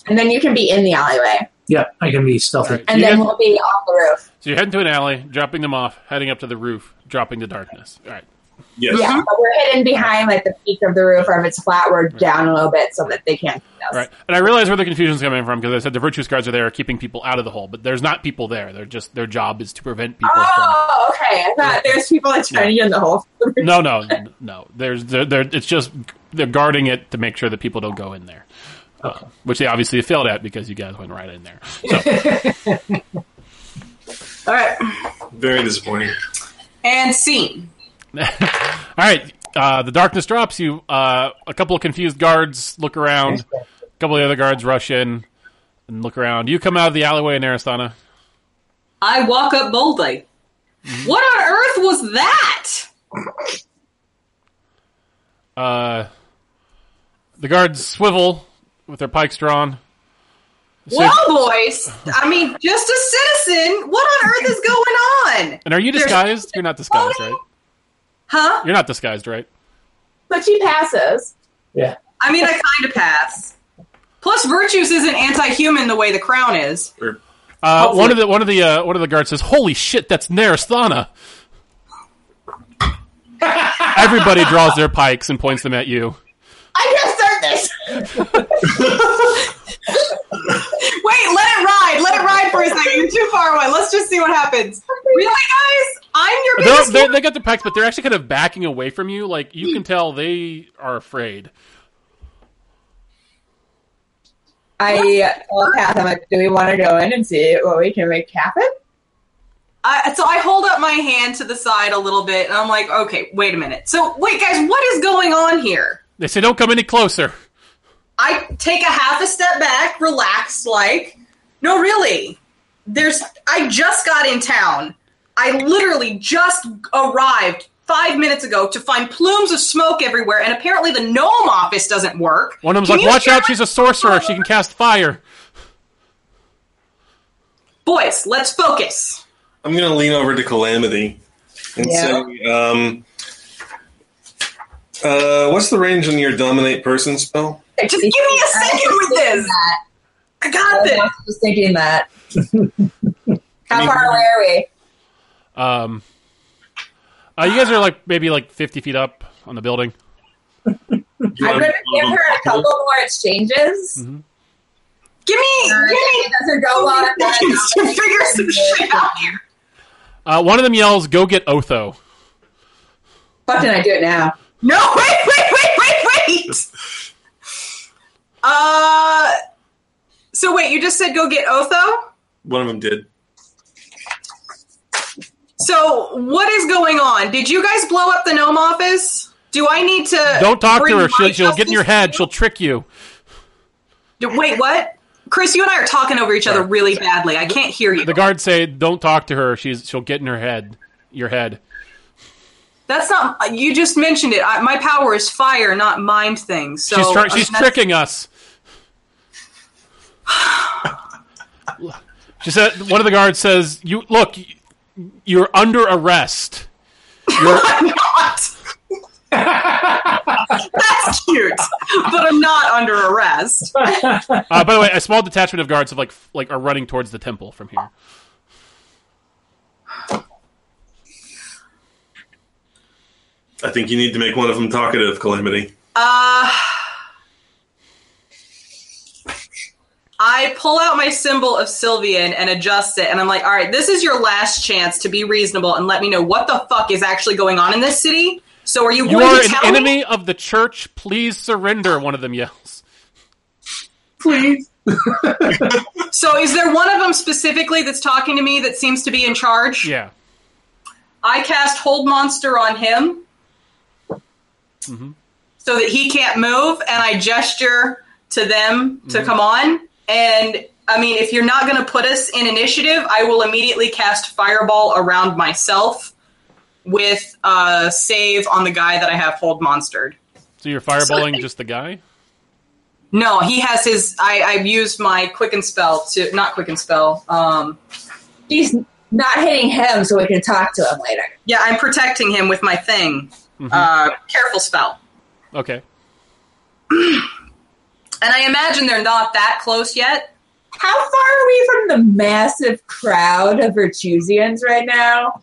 S5: and then you can be in the alleyway,
S6: yeah, I can be
S1: [laughs]
S6: stealthy.
S2: All right.
S5: and
S2: You
S5: then
S2: guys-
S5: we'll be off the roof.
S2: So you're heading to an alley, dropping them off, heading up to the roof, dropping to darkness. All right. Mm-hmm.
S4: Yes.
S5: Yeah, but we're hidden behind like the peak of the roof, or if it's flat, we're down a little bit so that they can't see us.
S2: All right. And I realize where the confusion's coming from because I said the virtues guards are there keeping people out of the hole, but there's not people there. They're just their job is to prevent people from
S5: Oh, okay. I thought there's people like trying to get in the hole. [laughs]
S2: No, no, n- no. There's they're, they're, it's just they're guarding it to make sure that people don't go in there. Uh, which they obviously failed at because you guys went right in there.
S3: All right,
S4: Very disappointing.
S3: and scene.
S2: All right. Uh, the darkness drops. You uh, a couple of confused guards look around. A couple of the other guards rush in. and look around. You come out of the alleyway in Aristana.
S3: I walk up boldly. What on earth was that?
S2: Uh, the guards swivel with their pikes drawn.
S3: Well, boys, I mean, just a citizen. What on earth is going on?
S2: And are you disguised? You're not disguised, right?
S3: Huh?
S2: You're not disguised, right?
S5: But she passes.
S1: Yeah.
S3: I mean, I kind of pass. Plus, Virtues isn't anti-human the way the crown is.
S4: Or
S2: Uh, one of the one of the uh, one of the guards says, "Holy shit, that's Narasthana!" Everybody draws their pikes and points them at you.
S5: I just heard this.
S3: Wait, let it ride. Let it ride for a second. You're too far away. Let's just see what happens. Really, guys? I'm your
S2: They're,
S3: biggest.
S2: they they got their pikes, but they're actually kind of backing away from you. Like you can tell, they are afraid.
S5: I uh, tell Kath, I'm like, do we want to go in and see what we can make happen?
S3: I, so I hold up my hand to the side a little bit, and I'm like, okay, wait a minute. So wait, guys, what is going on here?
S2: They say, "Don't come any closer."
S3: I take a half a step back, relaxed, like, no, really. There's, I just got in town. I literally just arrived five minutes ago to find plumes of smoke everywhere, and apparently the gnome office doesn't work.
S2: One of them's
S3: Can
S2: like,
S3: you
S2: "Watch
S3: share
S2: out, she's a sorcerer. She can cast fire."
S3: Boys, let's focus.
S4: I'm going to lean over to Calamity and
S5: Yeah.
S4: say, um, uh, what's the range on your dominate person spell?
S3: Just give me a second with this. I got
S5: I
S3: this.
S5: was just thinking
S4: [laughs]
S5: that.
S4: I
S5: How
S4: mean-
S5: far away are we?
S2: Um, uh, you guys are like maybe like fifty feet up on the building.
S4: Do you
S5: I'm
S4: want
S5: going to
S4: me
S5: give
S4: to-
S5: her a couple more exchanges.
S3: Give me,
S4: Mm-hmm.
S5: Or if
S3: give
S5: it doesn't go well. I'm gonna
S3: me [laughs] to figure some shit out here.
S2: Uh, one of them yells, "Go get Otho!"
S5: Fucking, I do it now.
S3: No, [laughs] wait, wait, wait, wait, wait. Uh, so wait, you just said go get Otho.
S4: One of them did.
S3: So what is going on? Did you guys blow up the gnome office? Do I need to?
S2: Don't talk
S3: bring
S2: to her. She'll,
S3: my
S2: she'll get in your head. She'll
S3: justice
S2: trick you.
S3: to you? Wait, what? Chris, you and I are talking over each other really badly. I can't hear you.
S2: The guards say, "Don't talk to her. She's she'll get in her head, your head."
S3: That's not. You just mentioned it. I, my power is fire, not mind things. So
S2: she's try-
S3: I mean,
S2: she's
S3: that's-
S2: tricking us. [sighs] she said. One of the guards says, "You look. You're under arrest."
S3: I'm not. [laughs] That's cute, but I'm not under arrest.
S2: Uh, by the way, a small detachment of guards have like f- like are running towards the temple from here.
S4: I think you need to make one of them talkative, Calamity.
S3: Uh, I pull out my symbol of Sylvian and adjust it, and I'm like, all right, this is your last chance to be reasonable and let me know what the fuck is actually going on in this city. So are you
S2: You
S3: going
S2: are
S3: to
S2: an
S3: tell me?
S2: enemy of the church. Please surrender. One of them yells.
S1: Please.
S3: So is there one of them specifically that's talking to me that seems to be in charge?
S2: Yeah.
S3: I cast Hold Monster on him
S2: Mhm.
S3: so that he can't move, and I gesture to them to come on. And I mean, if you're not going to put us in initiative, I will immediately cast Fireball around myself with uh, save on the guy that I have Hold Monstered.
S2: So you're fireballing just the guy.
S3: No, he has his. I, I've used my Quicken Spell to. Not Quicken Spell. Um,
S5: She's not hitting him so we can talk to him later.
S3: yeah, I'm protecting him with my thing.
S2: Mhm.
S3: Uh, careful spell.
S2: Okay.
S3: And I imagine they're not that close yet.
S5: How far are we from the massive crowd of Virtusians right now?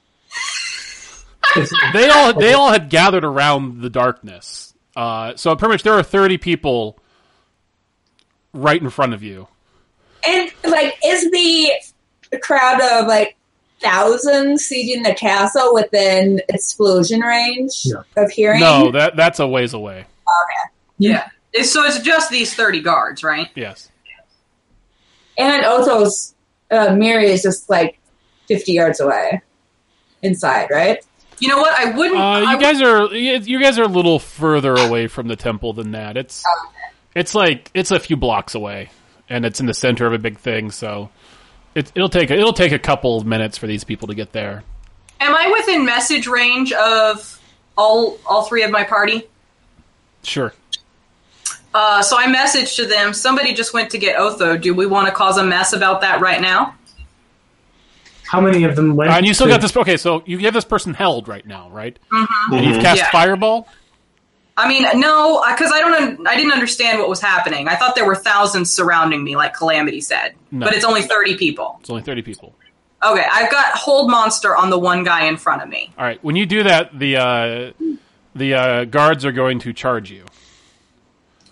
S2: they all they all had gathered around the darkness. Uh, so pretty much there are thirty people right in front of you.
S5: And like, is the crowd of like thousands sieging the castle within explosion range
S1: No.
S5: of hearing?
S2: No, that that's a ways away.
S3: Yeah. So it's just these 30 guards, right?
S2: Yes.
S5: And Otho's uh, Miri is just like fifty yards away, inside, right?
S3: You know what? I wouldn't.
S2: Uh,
S3: Um, I
S2: you guys are you you guys are a little further away from the temple than that. It's it's like it's a few blocks away. and it's in the center of a big thing. So it, it'll take it'll take a couple of minutes for these people to get there.
S3: Am I within message range of all all three of my party?
S2: Sure.
S3: Uh, so I messaged to them. Somebody just went to get Otho. Do we want to cause a mess about that right now?
S1: How many of them went?
S2: Uh, and you still
S1: to-
S2: got this. Okay, so you have this person held right now, right? And you've
S4: Mhm.
S2: cast
S3: Mm-hmm. Yeah.
S2: fireball.
S3: I mean, no, because I don't. Un- I didn't understand what was happening. I thought there were thousands surrounding me, like Calamity said,
S2: No.
S3: but it's only thirty people.
S2: It's only thirty people.
S3: Okay, I've got hold monster on the one guy in front of me.
S2: All right. When you do that, the uh, the uh, guards are going to charge you.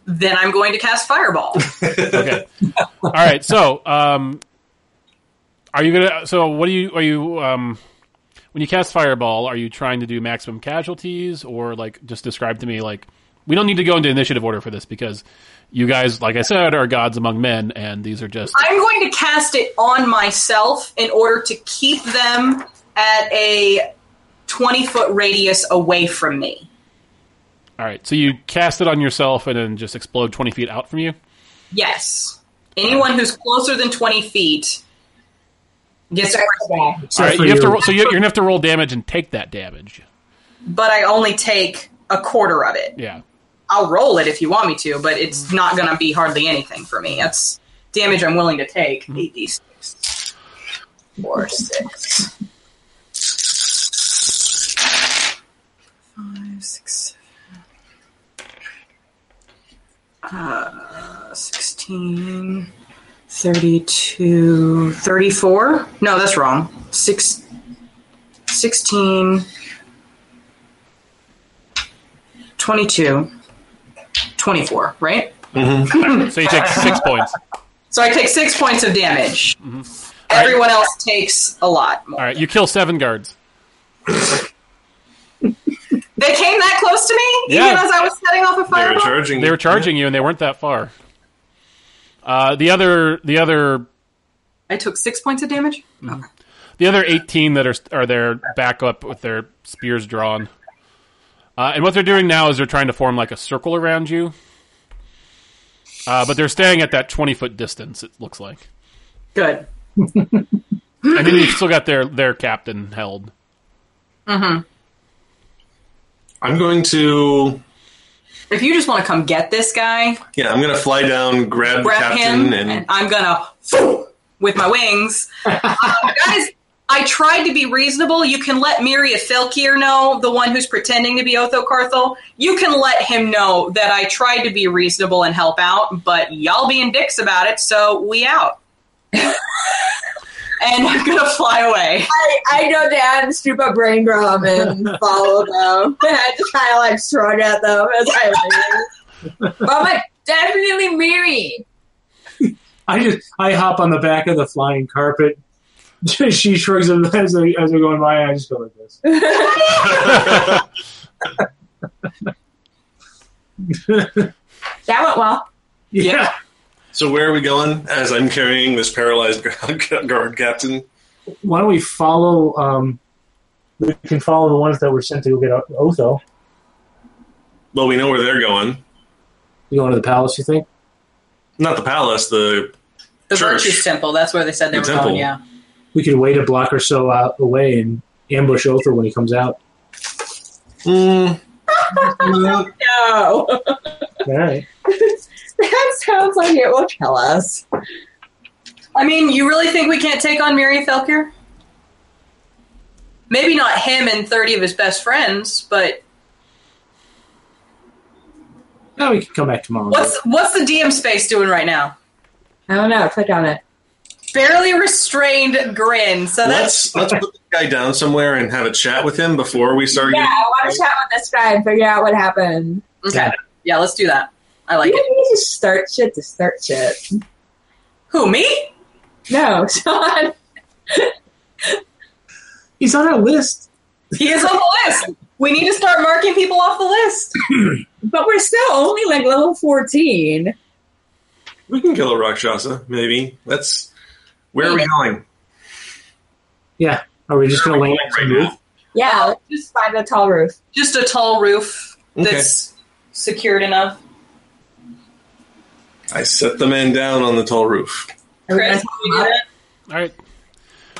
S3: Then I'm going to cast fireball.
S2: Okay. All right. So, um, are you gonna? So, what do you? Are you? Um, when you cast fireball, are you trying to do maximum casualties, or like just describe to me like we don't need to go into initiative order for this because you guys, like I said, are gods among men, and these are just
S3: I'm going to cast it on myself in order to keep them at a twenty foot radius away from me.
S2: all right. So you cast it on yourself and then just explode twenty feet out from you.
S3: Yes. Anyone who's closer than 20 feet gets it.
S1: except
S2: all right.
S1: for
S2: You have to.
S1: you.
S2: Roll, so you, you're gonna have to roll damage and take that damage.
S3: But I only take a quarter of it.
S2: Yeah.
S3: I'll roll it if you want me to, but it's not going to be hardly anything for me. That's damage I'm willing to take. 8d6. 4, 6. 5, 6, 7. Uh, 16. 32 34 no that's wrong Six, 16 22 24 right
S2: So you take six points.
S3: so i take six points of damage everyone else takes a lot more
S2: Mm-hmm. All right. You kill seven guards.
S3: they came that close to me even
S2: Yeah.
S3: as i was setting off a
S4: They were
S3: fireball
S4: charging.
S2: They were charging you, and they weren't that far. Uh, the other, the other,
S3: i took six points of damage okay.
S2: the other eighteen that are are there back up with their spears drawn. Uh, and what they're doing now is they're trying to form like a circle around you. Uh, but they're staying at that twenty foot distance. It looks like,
S3: good
S2: and then you've still got their their captain held.
S4: I'm going to.
S3: if you just want to come get this guy
S4: Yeah, I'm going to fly down, grab, the
S3: grab
S4: captain,
S3: him,
S4: and,
S3: and, I'm gonna with my [laughs] wings. Um, guys, I tried to be reasonable. You can let Miria Felkir know, the one who's pretending to be Otho Carthel. You can let him know that I tried to be reasonable and help out, but y'all being dicks about it, so we [laughs] out. and I'm gonna fly away.
S5: I, I go down, scoop up brain drum, [laughs] and follow them. And I just kind of like shrug at them as [laughs] I leave. Oh, But I'm like, definitely Miri.
S1: I just I hop on the back of the flying carpet. [laughs] she shrugs as I as I go going by. and I just go like this.
S4: [laughs]
S5: That went well.
S1: Yeah.
S4: So where are we going? As I'm carrying this paralyzed [laughs] guard, guard captain.
S1: Why don't we follow? Um, we can follow the ones that were sent to go get Otho.
S4: Well, we know where they're going.
S1: You going to the palace? You think?
S4: Not the palace. The
S3: The
S4: Church.
S3: Virtues Temple, that's where they said they
S4: The
S3: were
S4: temple.
S3: going, yeah.
S1: We could wait a block or so out away and ambush Otho when he comes out.
S4: mm,
S1: All
S5: No.
S1: right.
S5: [laughs] that sounds like it will kill us.
S3: I mean, you really think we can't take on Miri Felker? Maybe not him and 30 of his best friends, but
S1: Now we can come back tomorrow.
S3: what's what's the DM space doing right now?
S5: I don't know. Click on it.
S3: Barely restrained grin. So that's
S4: let's let's put this guy down somewhere and have a chat with him before we start.
S5: Yeah,
S4: getting-
S5: I want to chat with this guy and figure out what happened.
S3: okay. Yeah, let's do that. I like
S5: You
S3: it.
S5: need to start shit to start shit.
S3: Who me?
S5: No, [laughs] Sean.
S1: He's on our list.
S3: He is on the list. We need to start marking people off the list.
S5: But we're still only like level 14.
S4: we can kill a rakshasa, maybe. Let's. Where are we going?
S1: Yeah. Are we just going to land
S4: Right
S1: and
S4: now.
S1: move?
S5: Yeah, let's just find a tall roof.
S3: Just a tall roof
S4: Okay.
S3: that's secured enough.
S4: I set the man down on the tall roof.
S5: Are we gonna
S3: Chris,
S5: talk
S3: you do that?
S2: All right.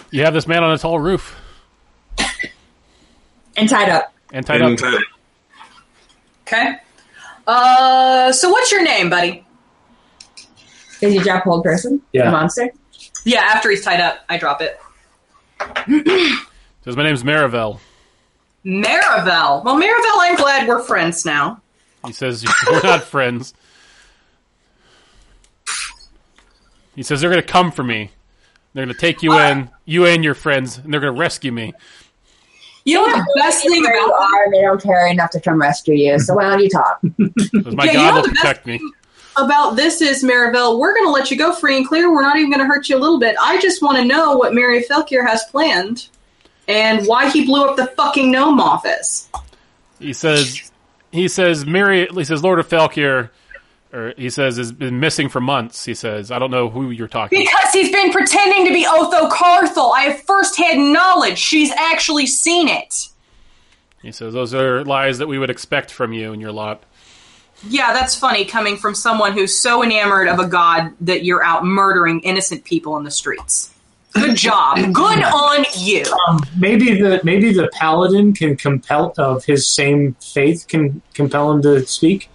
S2: You have this man on a tall roof
S5: and tied up.
S2: and tied
S4: And uh,
S2: up.
S4: tied
S3: Okay.
S4: up.
S3: Uh, so what's your name, buddy?
S5: Did you drop hold person?
S1: Yeah.
S5: The monster?
S3: Yeah, after he's tied up, I drop it.
S2: Says my name's Marivelle.
S3: Maribel. Well, Maribel, I'm glad we're friends now.
S2: He says we're not friends. He says they're gonna come for me. They're gonna take you in, you and your friends, and they're gonna rescue me.
S3: You know what the best thing
S5: Where
S3: about
S5: you are, they don't care enough to come rescue you. So why don't you [laughs] talk?
S2: Says, my
S3: Yeah, you
S2: God
S3: know
S2: will
S3: the best
S2: protect me.
S3: about this is, Maribel, we're going to let you go free and clear. We're not even going to hurt you a little bit. I just want to know what Mary Felkier has planned and why he blew up the fucking gnome office.
S2: He says, he says, Mary, he says, Lord of Falkir, or he says, has been missing for months. He says, I don't know who you're talking.
S3: Because he's been pretending to be Otho Carthel. I have firsthand knowledge. She's actually seen it.
S2: He says, those are lies that we would expect from you and your lot.
S3: Yeah, that's funny coming from someone who's so enamored of a god that you're out murdering innocent people in the streets. Good job. Good on you.
S1: Um, maybe the maybe the paladin can compel of his same faith can compel him to speak.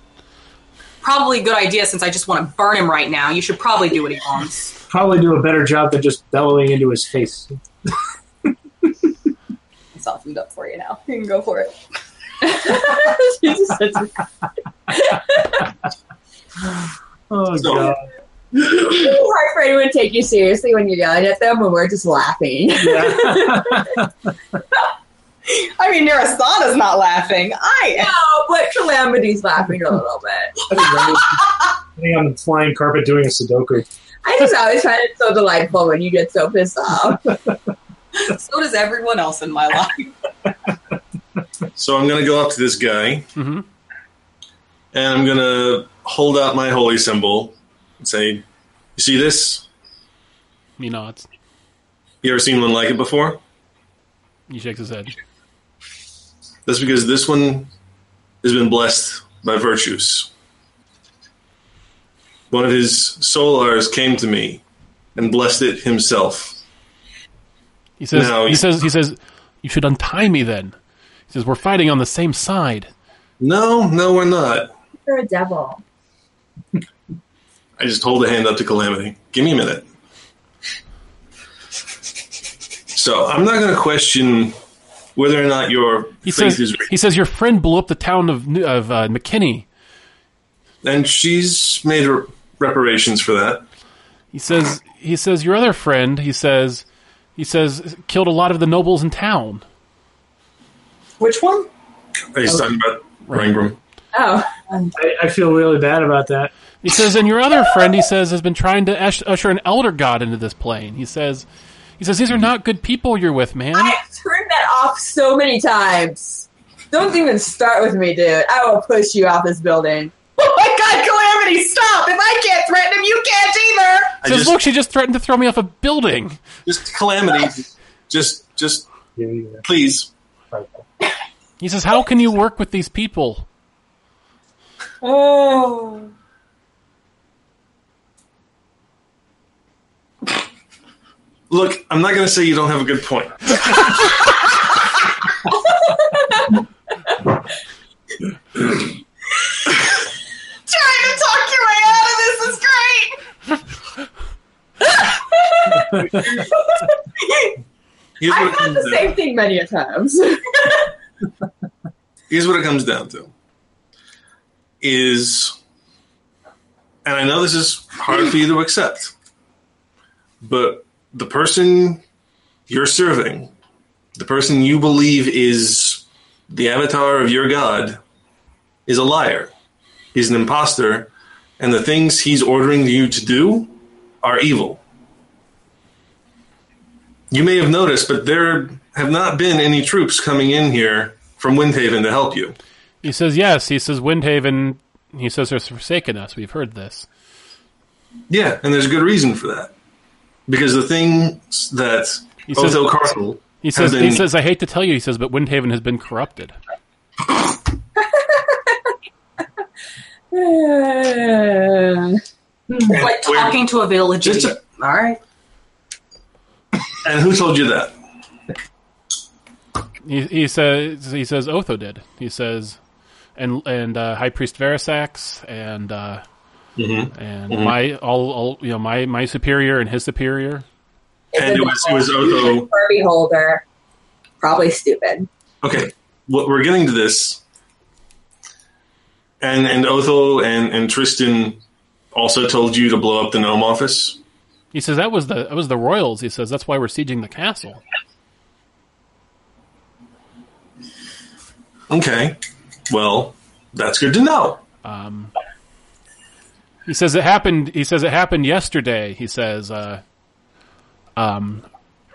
S3: Probably a good idea since I just want to burn him right now. You should probably do what he wants.
S1: Probably do a better job than just bellowing into his face.
S3: It's softened up for you now. You can go for
S5: [laughs]
S3: it.
S1: Oh
S4: So-
S1: god!
S5: It's hard for anyone to take you seriously when you're yelling at them when we're just laughing.
S1: Yeah.
S3: I mean, Narasana's not laughing. I am.
S5: [laughs] no, but Calamity's laughing a little bit.
S1: I think Randy's sitting on the flying carpet doing a Sudoku.
S5: I just always find it so delightful when you get so pissed off.
S3: So does everyone else in my [laughs] life.
S4: So I'm going to go up to this guy
S2: hmm
S4: and I'm going to hold out my holy symbol and say, "You see this?
S2: He nods.
S4: You ever seen one like it before?
S2: He shakes his head.
S4: That's because this one has been blessed by virtues. One of his solars came to me and blessed it himself."
S2: He says,
S4: No,
S2: he
S4: you-
S2: says, he says, you should untie me then. He says, we're fighting on the same side.
S4: No, no, we're not.
S5: You're a devil.
S4: I just hold a hand up to Calamity. Give me a minute. So I'm not going to question whether or not your
S2: He
S4: faith
S2: says,
S4: is real.
S2: he says, your friend blew up the town of New- of uh, McKinney.
S4: And she's made re- reparations for that.
S2: He says, he says, your other friend. He says, he says, killed a lot of the nobles in town.
S3: Which one?
S4: He's talking about Rangram.
S5: Oh,
S1: I, I feel really bad about that.
S2: He says, and your other friend, he says, has been trying to ush- usher an elder god into this plane. He says, he says, these are not good people you're with, man.
S5: I've turned that off so many times. Don't even start with me, dude. I will push you off this building.
S3: Oh my god, Calamity, stop! If I can't threaten him, you can't either!
S4: I
S2: He says,
S4: just,
S2: look, she just threatened to throw me off a building.
S4: just Calamity. Just, just
S1: Yeah, yeah.
S4: please.
S2: He says, how can you work with these people?
S5: Oh.
S4: Look, I'm not going to say you don't have a good point.
S3: Trying to talk your way out of this is great!
S4: Here's what,
S5: [laughs] I've
S4: it
S5: done the
S4: comes
S5: same
S4: down,
S5: thing many a [sighs] times.
S4: here's what it comes down to is, and I know this is hard for you to accept, but the person you're serving, the person you believe is the avatar of your god, is a liar. He's an imposter, and the things he's ordering you to do are evil. You may have noticed, but there have not been any troops coming in here from Windhaven to help you.
S2: He says, yes. He says, Windhaven, he says, has forsaken us. We've heard this.
S4: Yeah, and there's a good reason for that. Because the things that
S2: He says-
S4: Otho Carthel
S2: He says,
S4: Have been-
S2: he says, I hate to tell you, he says, but Windhaven has been corrupted.
S5: Uh,
S4: And
S3: like
S4: where-
S3: talking to a village.
S4: Just a-
S3: All right.
S4: and who told you that?
S2: He, he says he says Otho did. He says, and and uh, High Priest Verisax and uh, and my all, all you know my my superior and his superior.
S4: And it was it was Otho.
S5: Furby holder. Probably stupid.
S4: Okay, what we're getting to this, and and Otho and and Tristan also told you to blow up the gnome office.
S2: He says that was the that was the royals. He says that's why we're sieging the castle.
S4: Okay, well, that's good to know.
S2: Um, he says it happened. He says it happened yesterday. He says, uh, um,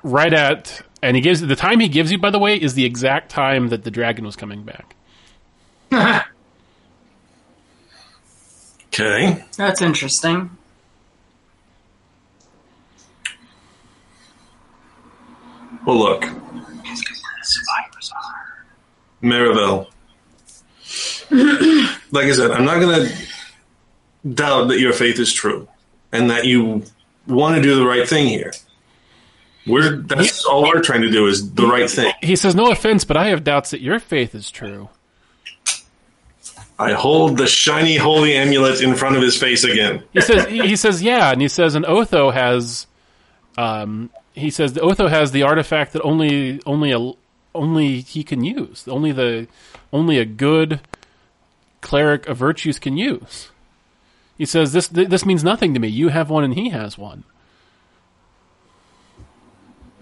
S2: right at, and he gives the time he gives you. By the way, is the exact time that the dragon was coming back.
S4: Okay,
S3: That's interesting.
S4: well look, Maribel. like I said, I'm not going to doubt that your faith is true and that you want to do the right thing here. We're that's all we're trying to do is the right thing.
S2: He says, "No offense, but I have doubts that your faith is true."
S4: I hold the shiny holy amulet in front of his face again.
S2: He says, he he says, yeah, and he says, and Otho has, um, he says, Otho has the artifact that only, only a, only he can use. Only the, only a good cleric of virtues can use. He says, this, th- this means nothing to me. You have one, and he has one.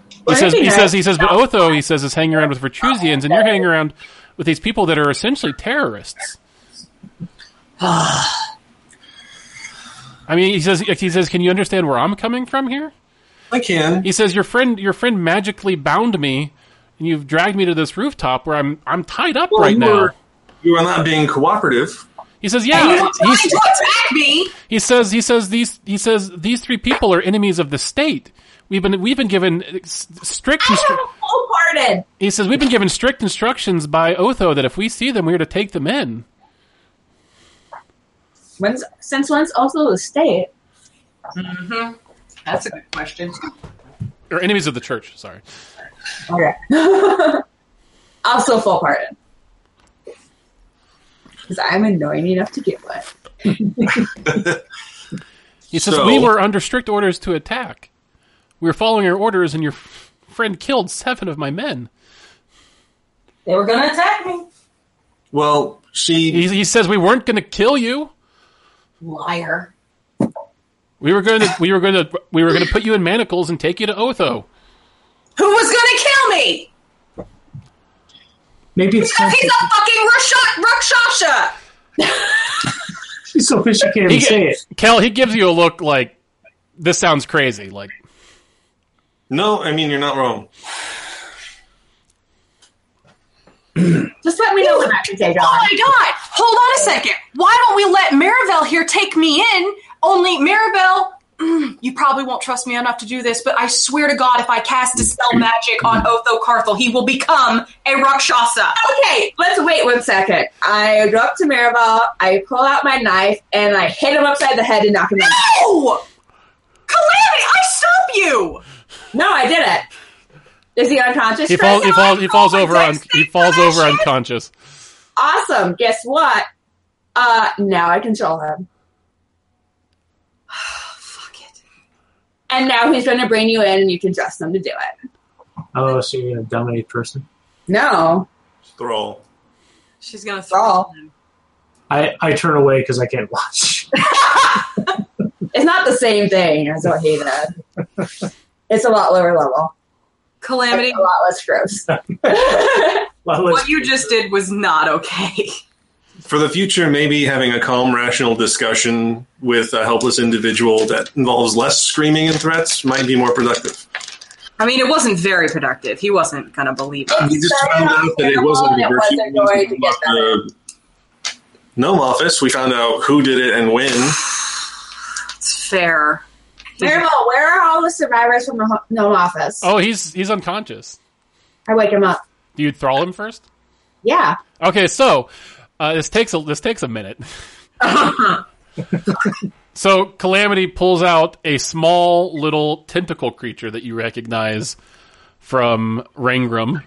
S2: He
S5: Well,
S2: says,
S5: it'd be
S2: he
S5: nice
S2: says, he says, but Otho, he says, is hanging around with Virtusians, and you're hanging around with these people that are essentially terrorists. I mean, he says, he says, can you understand where I'm coming from here?
S4: I can.
S2: He says, your friend, your friend magically bound me, and you've dragged me to this rooftop where I'm, I'm tied up right
S4: you
S2: now.
S4: were- You are not being cooperative.
S2: He says, yeah.
S3: Trying
S2: He's,
S3: to attack me.
S2: he says, he says these, he says these three people are enemies of the state. We've been, we've been given uh, s- strict. instru-
S5: [laughs] Wholehearted.
S2: He says we've been given strict instructions by Otho that if we see them, we are to take them in.
S5: When's since when's also the state?
S3: That's a good question.
S2: Or enemies of the church. Sorry.
S5: Okay. [laughs] also full pardon. Because I'm annoying enough to get one.
S2: He says
S4: So-
S2: we were under strict orders to attack. We were following your orders, and your f- friend killed seven of my men.
S3: They were gonna attack me.
S4: Well, she
S2: He, he says we weren't going to kill you.
S3: Liar.
S2: We were going to. We were going to. We were going to put you in manacles and take you to Otho.
S3: Who was gonna kill me?
S1: Maybe it's time
S3: Because he's
S1: for,
S3: a fucking Rasha- Rakshasha.
S1: she's so fishy can't
S2: He
S1: even say it.
S2: Kel, he gives you a look like this sounds crazy. Like
S4: No, I mean you're not wrong.
S5: Just let me know when I can take
S3: Oh
S5: on.
S3: my god! Hold on a second. Why don't we let Maribel here take me in? Only Maribel, mm, you probably won't trust me enough to do this, but I swear to God, if I cast a spell magic on Otho Carthel, he will become a Rakshasa.
S5: Okay, let's wait one second. I go up to Maribel, I pull out my knife, and I hit him upside the head and knock him out.
S3: Oh! Calamity, I stop you!
S5: No, I did it. Is he unconscious?
S2: he
S5: Chris?
S2: falls. He falls. He falls over on. He falls over unconscious.
S5: Awesome. Guess what? Uh, now I control him. [sighs]
S3: Fuck it.
S5: And now he's going to bring you in and you can trust him to do it.
S1: Oh, so you're gonna dominate person.
S5: No.
S4: Thrall.
S3: She's gonna
S5: Thrall.
S3: throw
S1: I, I turn away because I can't watch. [laughs]
S5: It's not the same thing as what he did. it's a lot lower level.
S3: Calamity,
S5: It's a lot less gross.
S1: Well,
S3: what
S1: let's-
S3: you just did was not okay.
S4: for the future, maybe having a calm, rational discussion with a helpless individual that involves less screaming and threats might be more productive.
S3: I mean, it wasn't very productive. He wasn't gonna believe it.
S4: We just found out that it wasn't
S5: It
S4: a virtue.
S5: wasn't going to get better.
S4: The gnome office. We found out who did it and when.
S3: It's fair.
S5: Maribel, where are all the survivors from the ho- gnome office?
S2: Oh, he's he's unconscious.
S5: I wake him up.
S2: Do you thrall him first?
S5: Yeah.
S1: [laughs]
S2: Okay, so uh, this takes a this takes a minute. So Calamity pulls out a small little tentacle creature that you recognize from Rangram,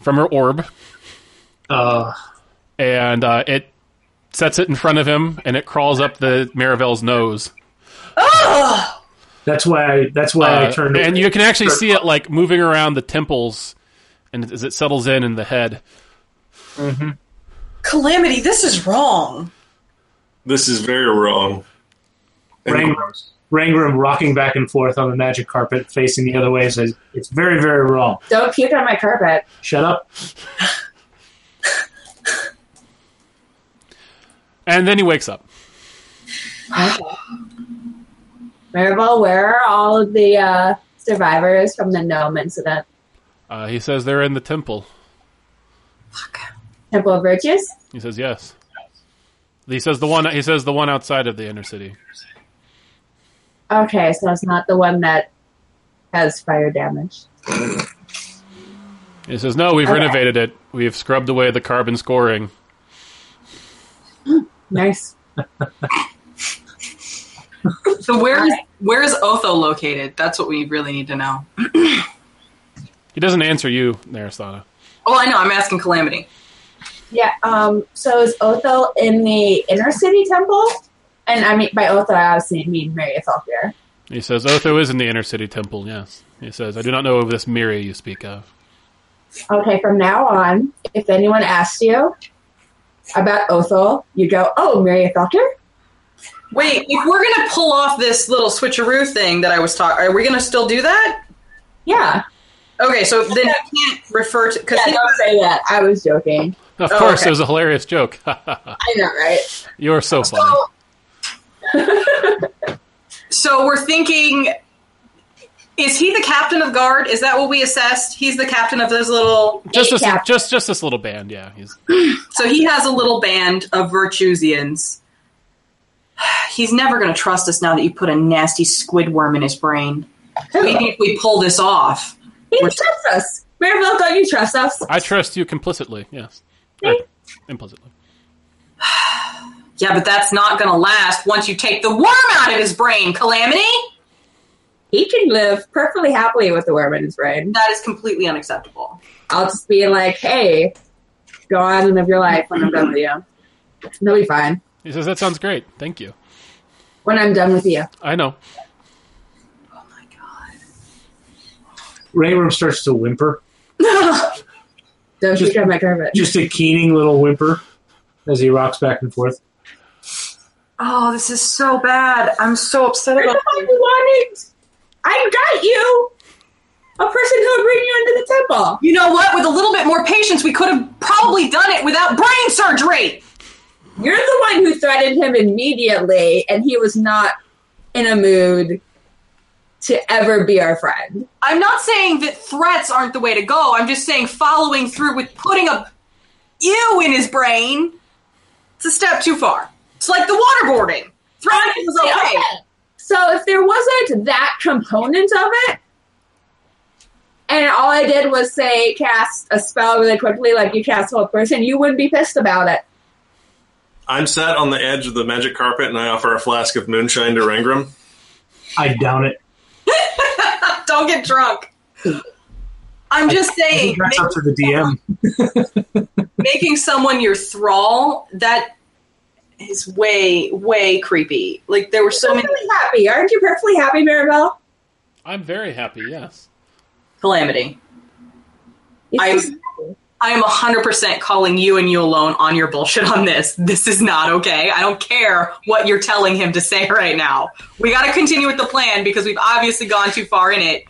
S2: from her orb,
S1: Uh,
S2: and uh, it sets it in front of him, and it crawls up the Maravel's nose.
S1: that's why. I, that's why I
S2: Uh,
S1: turned.
S2: and
S1: away.
S2: you can actually see it like moving around the temples, and as it settles in in the head.
S3: Calamity, this is wrong.
S4: This is very wrong. And
S1: Rangram, Rangram rocking back and forth on the magic carpet, facing the other way, says, "It's very, very wrong.
S5: Don't puke on my carpet.
S1: Shut up."
S2: And then he wakes up.
S5: Maribel, where are all of the uh, survivors from the gnome incident?
S2: Uh, he says they're in the temple.
S5: Temple of Virtues?
S2: He says yes. He says the one. He says the one outside of the inner city.
S5: Okay, so it's not the one that has fire damage.
S2: He says no. We've
S5: Okay.
S2: renovated it. We've scrubbed away the carbon scoring.
S5: Nice.
S3: So where is where is Otho located? That's what we really need to know.
S2: He doesn't answer you, Narasana.
S3: Oh, I know. I'm asking Calamity.
S5: Yeah, um, so is Otho in the inner city temple? And I mean, by Otho, I obviously mean Mary Ethelfair.
S2: He says "Oh, Otho is in the inner city temple. Yes. He says I do not know of this Miri you speak of.
S5: Okay, from now on, if anyone asks you about Othel, you go, oh, Mary Ethelfair?
S3: Wait, if we're gonna pull off this little switcheroo thing that I was talking, are we gonna still do that?
S5: Yeah.
S3: Okay, so then he can't refer to because
S5: yeah. Don't say that. I was joking.
S2: Of
S3: Oh,
S2: course,
S3: okay.
S2: it was a hilarious joke. [laughs]
S5: I know, right?
S2: You're so funny.
S3: so we're thinking, is he the captain of guard? Is that what we assessed? He's the captain of this little.
S2: just this,
S5: Yeah.
S2: just just this little band. Yeah. He's,
S3: So he has a little band of Virtusians. [sighs] He's never going to trust us now that you put a nasty squid worm in his brain. Maybe if we pull this off.
S5: He trusts us. Maribel, don't you trust us?
S2: I trust you complicitly. Yes. Or implicitly.
S3: Yeah, but that's not going to last once you take the worm out of his brain, Calamity.
S5: He can live perfectly happily with the worm in his brain.
S3: That is completely unacceptable.
S5: I'll just be like, hey, go on and live your life when I'm done with you. They'll be fine.
S2: He says that sounds great. Thank you.
S5: When I'm done with you.
S2: I know.
S1: Rangram starts to whimper,
S5: Don't
S1: Just-
S5: you grab my carpet. [laughs]
S1: just a keening little whimper, as he rocks back and forth.
S3: Oh, this is so bad. I'm so upset
S5: You're the
S3: about
S5: one who wanted. I got you. A person who'll bring you into the temple.
S3: You know what? With a little bit more patience, we could have probably done it without brain surgery.
S5: You're the one who threatened him immediately, and he was not in a mood to ever be our friend.
S3: I'm not saying that threats aren't the way to go. I'm just saying following through with putting a ew in his brain. It's a step too far. It's like the waterboarding. Threatening was okay.
S5: So if there wasn't that component of it, and all I did was say cast a spell really quickly, like you cast a whole person, you wouldn't be pissed about it.
S4: I'm sat on the edge of the magic carpet and I offer a flask of moonshine to Rangram.
S1: I doubt it.
S3: Don't get drunk. I'm just saying,
S1: That's up
S3: make,
S1: to the DM.
S3: making someone your thrall that is way, way creepy. Like there were so
S5: I'm
S3: many
S5: really happy. Aren't you perfectly happy, Maribel?
S2: I'm very happy. Yes.
S3: calamity.
S5: You
S3: I'm-
S5: seem happy.
S3: I am 100% calling you and you alone on your bullshit on this. This is not okay. I don't care what you're telling him to say [laughs] right now. We got to continue with the plan because we've obviously gone too far in it.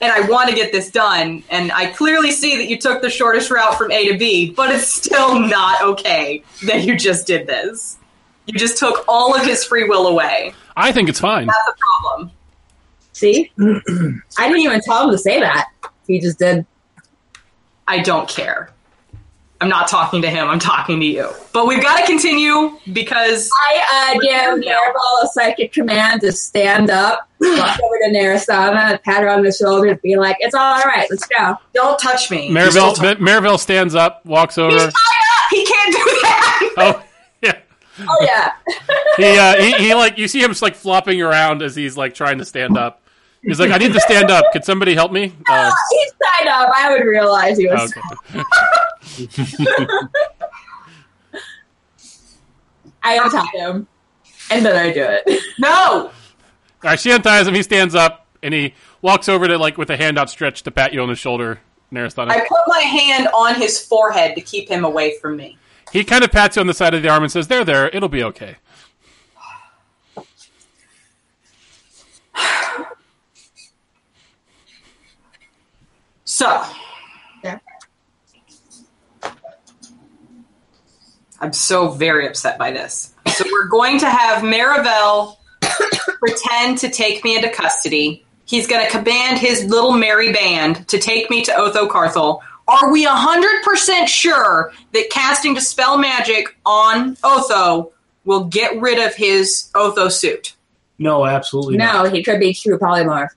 S3: And I want to get this done. And I clearly see that you took the shortest route from A to B, but it's still not okay that you just did this. You just took all of his free will away.
S2: I think it's fine.
S3: That's a problem.
S2: [clears throat]
S5: See? I didn't even tell him to say that. He just did.
S3: I don't care. I'm not talking to him. I'm talking to you. But we've got to continue because
S5: I uh,
S3: We're
S5: give
S3: here now.
S5: Maribel a psychic command to stand up, walk over to Narasana, pat her on the shoulder, and be like, it's all right, let's go.
S3: don't touch me.
S2: Maribel, Maribel stands up, walks
S3: He's
S2: over.
S3: tied up. He can't do that.
S2: Oh, [laughs] yeah.
S5: Oh yeah.
S2: He, uh, he he like you see him just like flopping around as he's like trying to stand up. He's like, I need to stand up. Could somebody help me?
S5: [laughs]
S2: Uh, oh,
S5: He's tied up. I would realize he was.
S2: okay.
S5: I untie him, and then I do it.
S3: No.
S2: All right, she unties him. He stands up and he walks over to like with a hand outstretched to pat you on the shoulder,
S3: I
S2: Narasthana.
S3: put my hand on his forehead to keep him away from me.
S2: He kind of pats you on the side of the arm and says, "There, there, it'll be okay."
S3: So.
S5: Yeah.
S3: I'm so very upset by this. So we're going to have Maribel pretend to take me into custody. He's going to command his little merry band to take me to Otho Carthel. Are we 100% sure that casting Dispel Magic on Otho will get rid of his Otho suit?
S1: No, absolutely not.
S5: No, he could be true polymorph,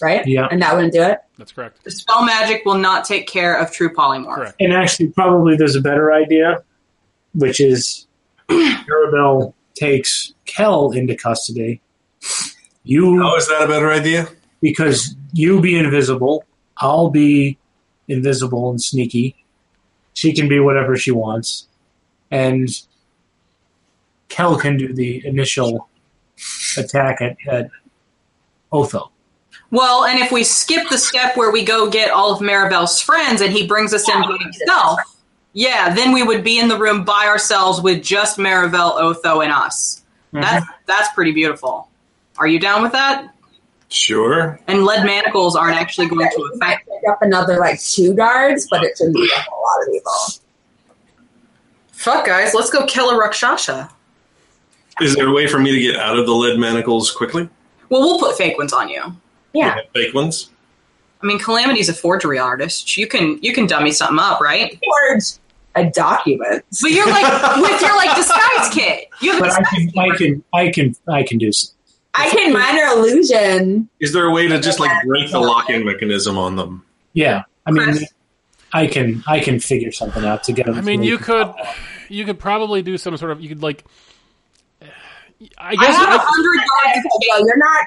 S5: right?
S1: Yeah.
S5: and that wouldn't do it.
S2: That's correct.
S3: Dispel Magic will not take care of true polymorph.
S2: Correct.
S1: And actually, probably there's a better idea, which is [clears throat] Arabelle takes Kel into custody. You
S4: Oh, is that a better idea?
S1: because you be invisible, I'll be invisible and sneaky. She can be whatever she wants, and Kel can do the initial attack at, at Otho.
S3: Well, and if we skip the step where we go get all of Maribel's friends and he brings us in by himself, yeah, then we would be in the room by ourselves with just Maribel, Otho, and us. That's that's pretty beautiful. Are you down with that?
S4: Sure.
S3: And lead manacles aren't actually going to
S5: We might
S3: affect.
S5: pick up another like two guards, but it shouldn't be a whole lot of people.
S3: Fuck, guys, let's go kill a Rakshasha.
S4: Is there a way for me to get out of the lead manacles quickly?
S3: Well, we'll put fake ones on you.
S5: Yeah,
S4: Fake ones?
S3: I mean, Calamity's a forgery artist. You can you can dummy something up, right?
S5: forge a document.
S3: But you're like with your like disguise kit. You have a
S1: But I can, I
S3: disguise kit.
S1: can, I can, I can do so.
S5: I can minor illusion.
S4: Is there a way to just like break the lock in mechanism on them?
S1: Yeah, I mean,
S3: Chris?
S1: I can, I can figure something out together.
S2: I mean, you could, you could probably do some sort of. You could like. I
S3: I
S2: guess
S3: have a
S2: I-
S3: hundred guards.
S5: Well, you're not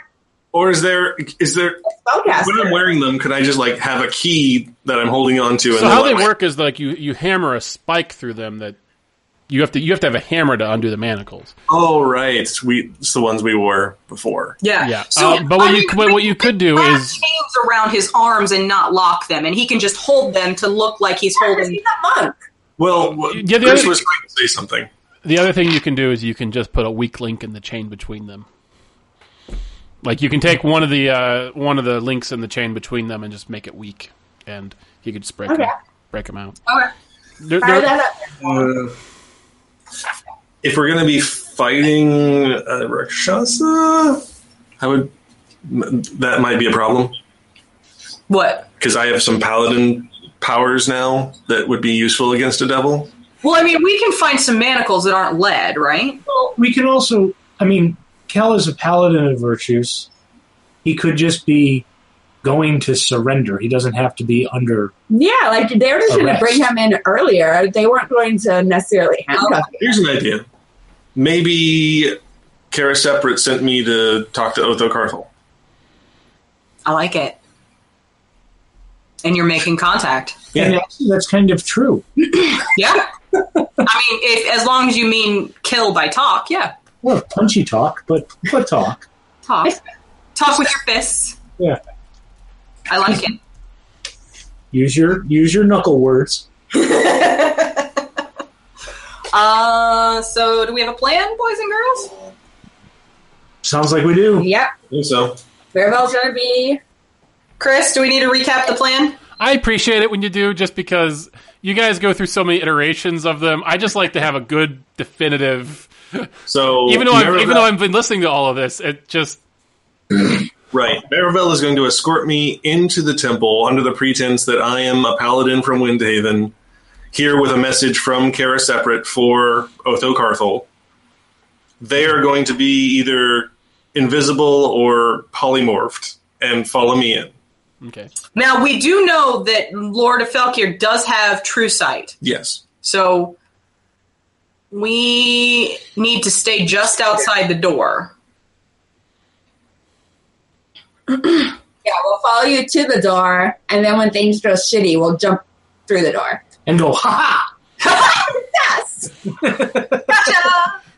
S4: Or is there is there when I'm
S5: spellcaster.
S4: wearing them, could I just like have a key that I'm holding on to and
S2: So
S4: then,
S2: how they
S4: like,
S2: work is like you, you hammer a spike through them that you have to you have to have a hammer to undo the manacles.
S4: Oh right. We it's the ones we wore before.
S3: Yeah.
S2: Yeah,
S3: So,
S2: uh, but what
S3: I
S2: you
S3: mean,
S2: what, what you could do
S3: wrap
S2: is
S3: chains around his arms and not lock them, and he can just hold them to look like he's holding.
S5: He's a monk.
S4: Well,
S2: Yeah, the
S4: Chris
S2: other-
S4: was trying to say something.
S2: the other thing you can do is you can just put a weak link in the chain between them. Like you can take one of the uh, one of the links in the chain between them and just make it weak, and you could just break
S5: Okay.
S2: them, break them out.
S3: Okay.
S2: There-
S5: Fire
S2: there-
S5: that
S4: Uh,
S5: up.
S4: if we're going to be fighting a Rakshasa, I would. m- That might be a problem
S3: What?
S4: because I have some paladin powers now that would be useful against a devil.
S3: Well, I mean, we can find some manacles that aren't lead, right?
S1: Well, we can also, I mean, Cal is a paladin of virtues. He could just be going to surrender. He doesn't have to be under.
S5: Yeah, like they were just going to
S1: Arrest.
S5: bring him in earlier. They weren't going to necessarily handcuff him.
S4: Here's an idea. Maybe Kara Separate sent me to talk to Otho Carthel.
S3: I like it. And you're making contact.
S4: Yeah.
S1: And actually, that's kind of true.
S3: Yeah. I mean, if as long as you mean kill by talk, yeah,
S1: Well, punchy talk, but but talk.
S3: talk, talk with your fists.
S1: Yeah.
S3: I like it.
S1: Use your use your knuckle words.
S3: Uh, so do we have a plan, boys and girls?
S1: Sounds like we do.
S5: Yep,
S4: I think so.
S5: Mirabelle's going to be.
S3: Chris, do we need to recap the plan?
S2: I appreciate it when you do, just because you guys go through so many iterations of them. I just like to have a good definitive.
S4: So
S2: Even though I've,
S4: Maribel-
S2: even though I've been listening to all of this, it just
S4: right, Maribel is going to escort me into the temple under the pretense that I am a paladin from Windhaven, here with a message from Kara Separate for Otho Carthel. They are going to be either invisible or polymorphed and follow me in.
S2: okay.
S3: Now we do know that Lord of Felkir does have true sight.
S4: Yes.
S3: So We need to stay just outside the door.
S5: Yeah, we'll follow you to the door, and then when things go shitty, we'll jump through the door.
S1: and go, ha
S5: [laughs] Yes.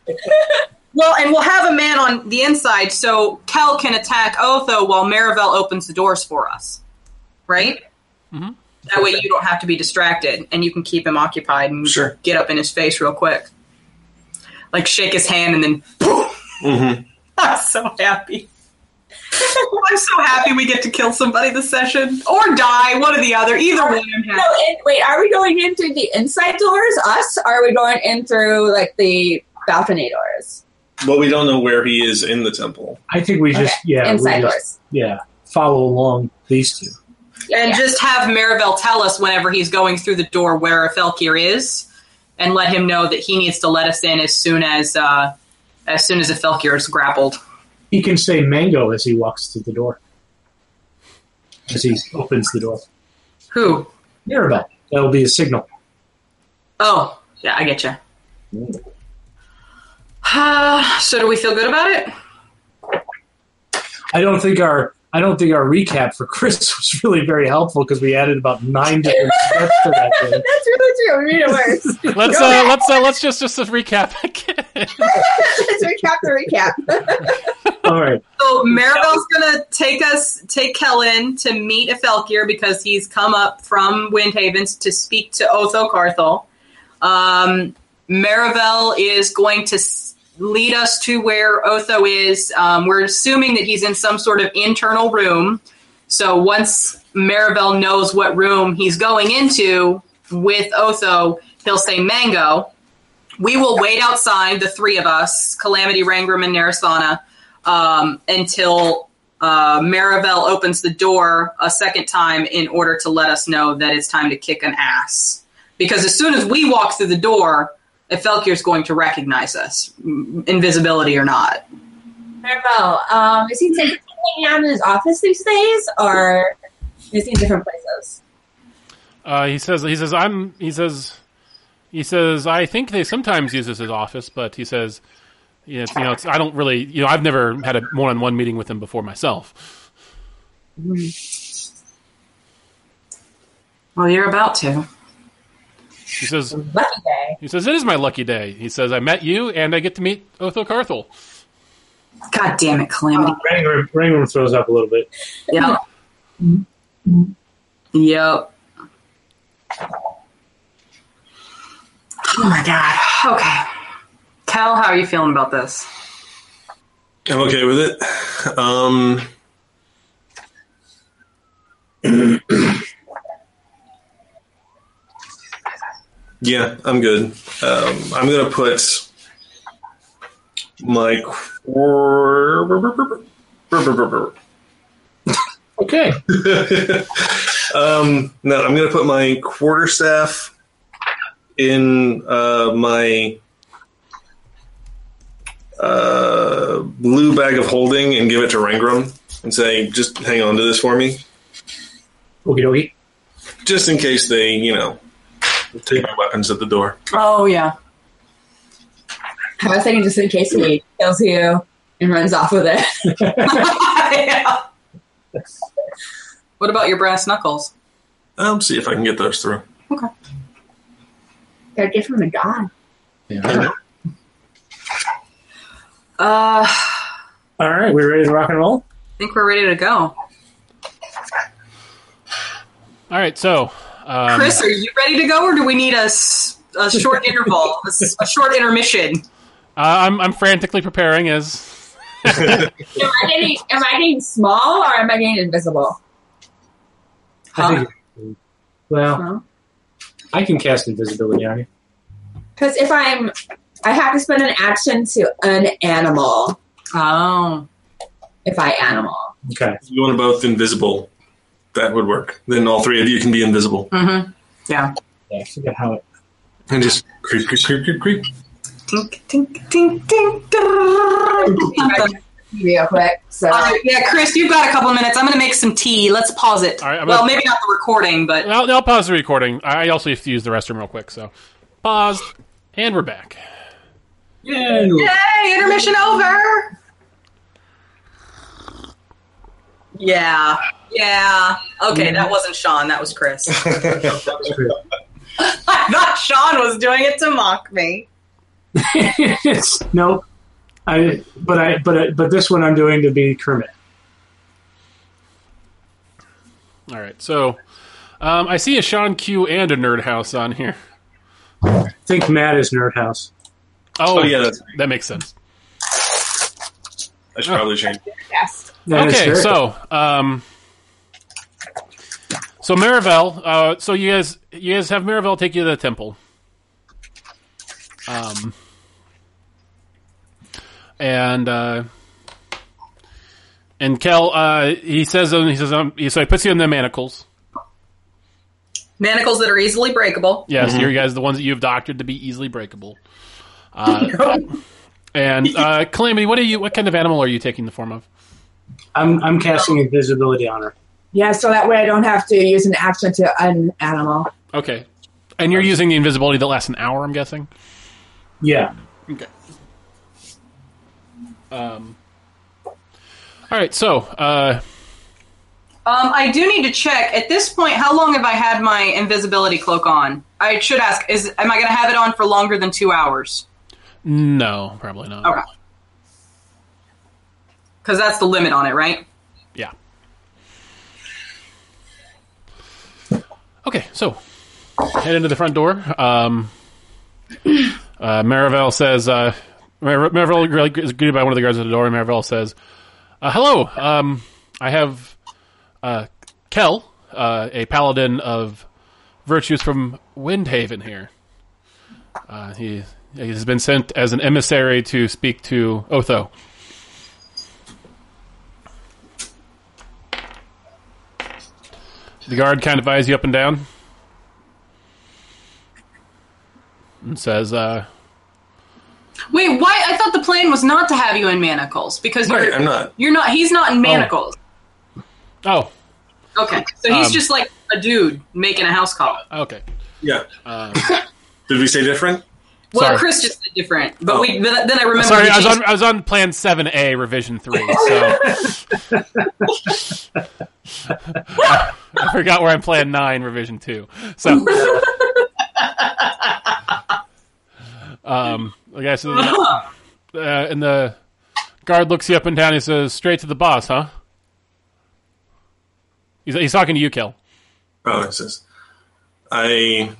S3: Well, and we'll have a man on the inside so Kel can attack Otho while Marivelle opens the doors for us. Right?
S2: Mhm.
S3: That way you don't have to be distracted and you can keep him occupied and
S4: Sure.
S3: get up in his face real quick. Like shake his hand and then boom.
S4: Mm-hmm.
S3: [laughs] I'm so happy. [laughs] I'm so happy we get to kill somebody this session. Or die, one or the other. Either way, I'm
S5: No,
S3: happy.
S5: in, wait. Are we going in through the inside doors, us? Or are we going in through like the balcony doors,
S4: But we don't know where he is in the temple.
S1: [laughs] I think we just, yeah, we
S5: inside
S1: just,
S5: doors?
S1: yeah, follow along these two.
S3: And
S5: Yeah.
S3: just have Maribel tell us whenever he's going through the door where Felkir is, and let him know that he needs to let us in as soon as uh, as soon as Felkir is grappled.
S1: He can say mango as he walks through the door. As he opens the door.
S3: Who?
S1: Mirabelle. That'll be a signal.
S3: Oh, yeah, I get you. Uh, [sighs] so do we feel good about it?
S1: I don't think our I don't think our recap for Chris [laughs] was really very helpful because we added about nine different steps to that thing.
S5: [laughs] That's really true. We made it
S1: [laughs]
S5: worse.
S2: Let's
S5: Go
S2: uh,
S5: ahead.
S2: let's uh, let's just just recap [laughs] again.
S5: Let's recap the recap.
S1: All right.
S3: So Maribel's gonna take us, take Kellen to meet Felkir because he's come up from Windhaven to speak to Otho Carthel. Um, Maribel is going to s- lead us to where Otho is. Um, we're assuming that he's in some sort of internal room. So once Maribel knows what room he's going into with Otho, he'll say Mango. We will wait outside, the three of us, Calamity, Rangram, and Narasana um, until uh, Maribel opens the door a second time in order to let us know that it's time to kick an ass. Because as soon as we walk through the door, Felkir's going to recognize us, m- invisibility or not.
S5: Marvel, um, is he taking hanging out in his office these days, or is he in different places?
S2: Uh, he says he says I'm he says he says I think they sometimes use this as office, but he says you know, it's, you know it's, I don't really you know I've never had a one on one meeting with him before myself.
S3: Well, you're about to.
S2: He says
S5: Lucky day.
S2: he says it is my lucky day. He says I met you and I get to meet Otho Carthel.
S3: God damn it, Calamity.
S1: Rangram, Rangram throws up a little bit.
S3: Oh. Yep. Yep. Oh my god. Okay. Cal, how are you feeling about this?
S4: I'm okay with it. Um, [clears throat] yeah, I'm good. Um, I'm gonna put my qu-
S1: Okay.
S4: um, no, I'm gonna put my quarterstaff in uh, my uh, blue bag of holding and give it to Rangram and say, "Just hang on to this for me,
S1: Okie dokie.
S4: just in case they, you know, take my weapons at the door."
S3: Oh yeah.
S5: I was thinking just in case he kills you and runs off with it.
S3: [laughs] Yeah. What about your brass knuckles?
S4: Um, see if I can get those through. [laughs]
S5: Gotta give him a god.
S3: Uh, I
S1: All right. We ready to rock and roll?
S3: think we're ready to go.
S2: All right, so um,
S3: Chris, are you ready to go, or do we need a, s- a
S2: [laughs]
S3: short interval, a, s- a short intermission?
S2: I- I'm I'm frantically preparing as
S5: Am I getting, am I getting small or am I getting invisible?
S1: I think, well,
S5: Because
S1: I can cast invisibility on you.
S5: if I'm, I have to spend an action to an animal
S3: Oh,
S5: if I animal.
S1: Okay.
S4: If you want to both invisible, that would work. Then all three of you can be invisible
S3: mm-hmm. yeah.
S1: Yeah, I forget how it.
S4: and just creep, creep, creep, creep, creep.
S3: Tink, tink, tink, tink. drrrr.
S5: Real quick. So
S3: All right, yeah, Chris, you've got a couple minutes. I'm going to make some tea. Let's pause it.
S2: All right, I'm
S3: well,
S2: gonna-
S3: maybe not the recording, but
S2: I'll, I'll pause the recording. I also have to use the restroom real quick, so paused and we're back.
S1: Yay!
S3: Yay, intermission over. Yeah. Yeah. Okay, that wasn't Sean, that was Chris. I thought Sean was doing it to mock me.
S1: no, I. But I. But I, but this one I'm doing to be Kermit.
S2: All right, so um, I see a Sean Q and a Nerd House on here.
S1: Think Matt is Nerd House.
S2: Oh,
S4: Oh, yeah, that's-
S2: that makes sense.
S4: I should probably change.
S5: Yes.
S1: That is
S2: okay,
S1: Nerd-
S2: so um, so Marivelle, uh, so you guys you guys have Marivelle take you to the temple. Um, and uh, and Kel, uh, he says um, he says um, he- so he puts you in the manacles.
S3: Manacles that are easily breakable.
S2: Yes, you guys the ones that you've doctored to be easily breakable. Uh, and uh, Calamity, what are you? What kind of animal are you taking the form of?
S1: I'm I'm casting invisibility on her.
S5: Yeah, so that way I don't have to use an action to un animal.
S2: Okay, Uh, and you're using the invisibility that lasts an hour, I'm guessing.
S1: Yeah.
S2: Okay. Um. All right, so uh,
S3: Um, I do need to check. At this point, how long have I had my invisibility cloak on? I should ask, is am I gonna have it on for longer than two hours?
S2: no, probably not.
S3: Okay. Cause that's the limit on it, right?
S2: Yeah. Okay, so head into the front door. Um, uh, Marivelle says, uh, Mar- Marivelle really is greeted by one of the guards at the door, and Marivelle says, uh, Hello, um, I have uh, Kel, uh, a paladin of virtues from Windhaven here. Uh, he, he has been sent as an emissary to speak to Otho. The guard kind of eyes you up and down and says, uh,
S3: Wait, why? I thought the plan was not to have you in manacles because you're
S4: Right, I'm not.
S3: you're not. He's not in manacles.
S2: "Oh,
S3: Okay, so he's
S2: Um,
S3: just like a dude making a house call.
S2: okay.
S4: Yeah.
S2: Um,
S4: [laughs] Did we say different?
S3: Well,
S2: sorry.
S3: Chris just said different, but
S4: Oh.
S3: we then, then I remember.
S2: Sorry, I was on I was on Plan Seven A, Revision Three. [laughs] So I forgot where I'm Plan Nine, Revision Two. So, um, like I said, uh, and the guard looks you up and down. He says, "Straight to the boss, huh?" He's, he's talking to you, Kel.
S4: Oh, it says I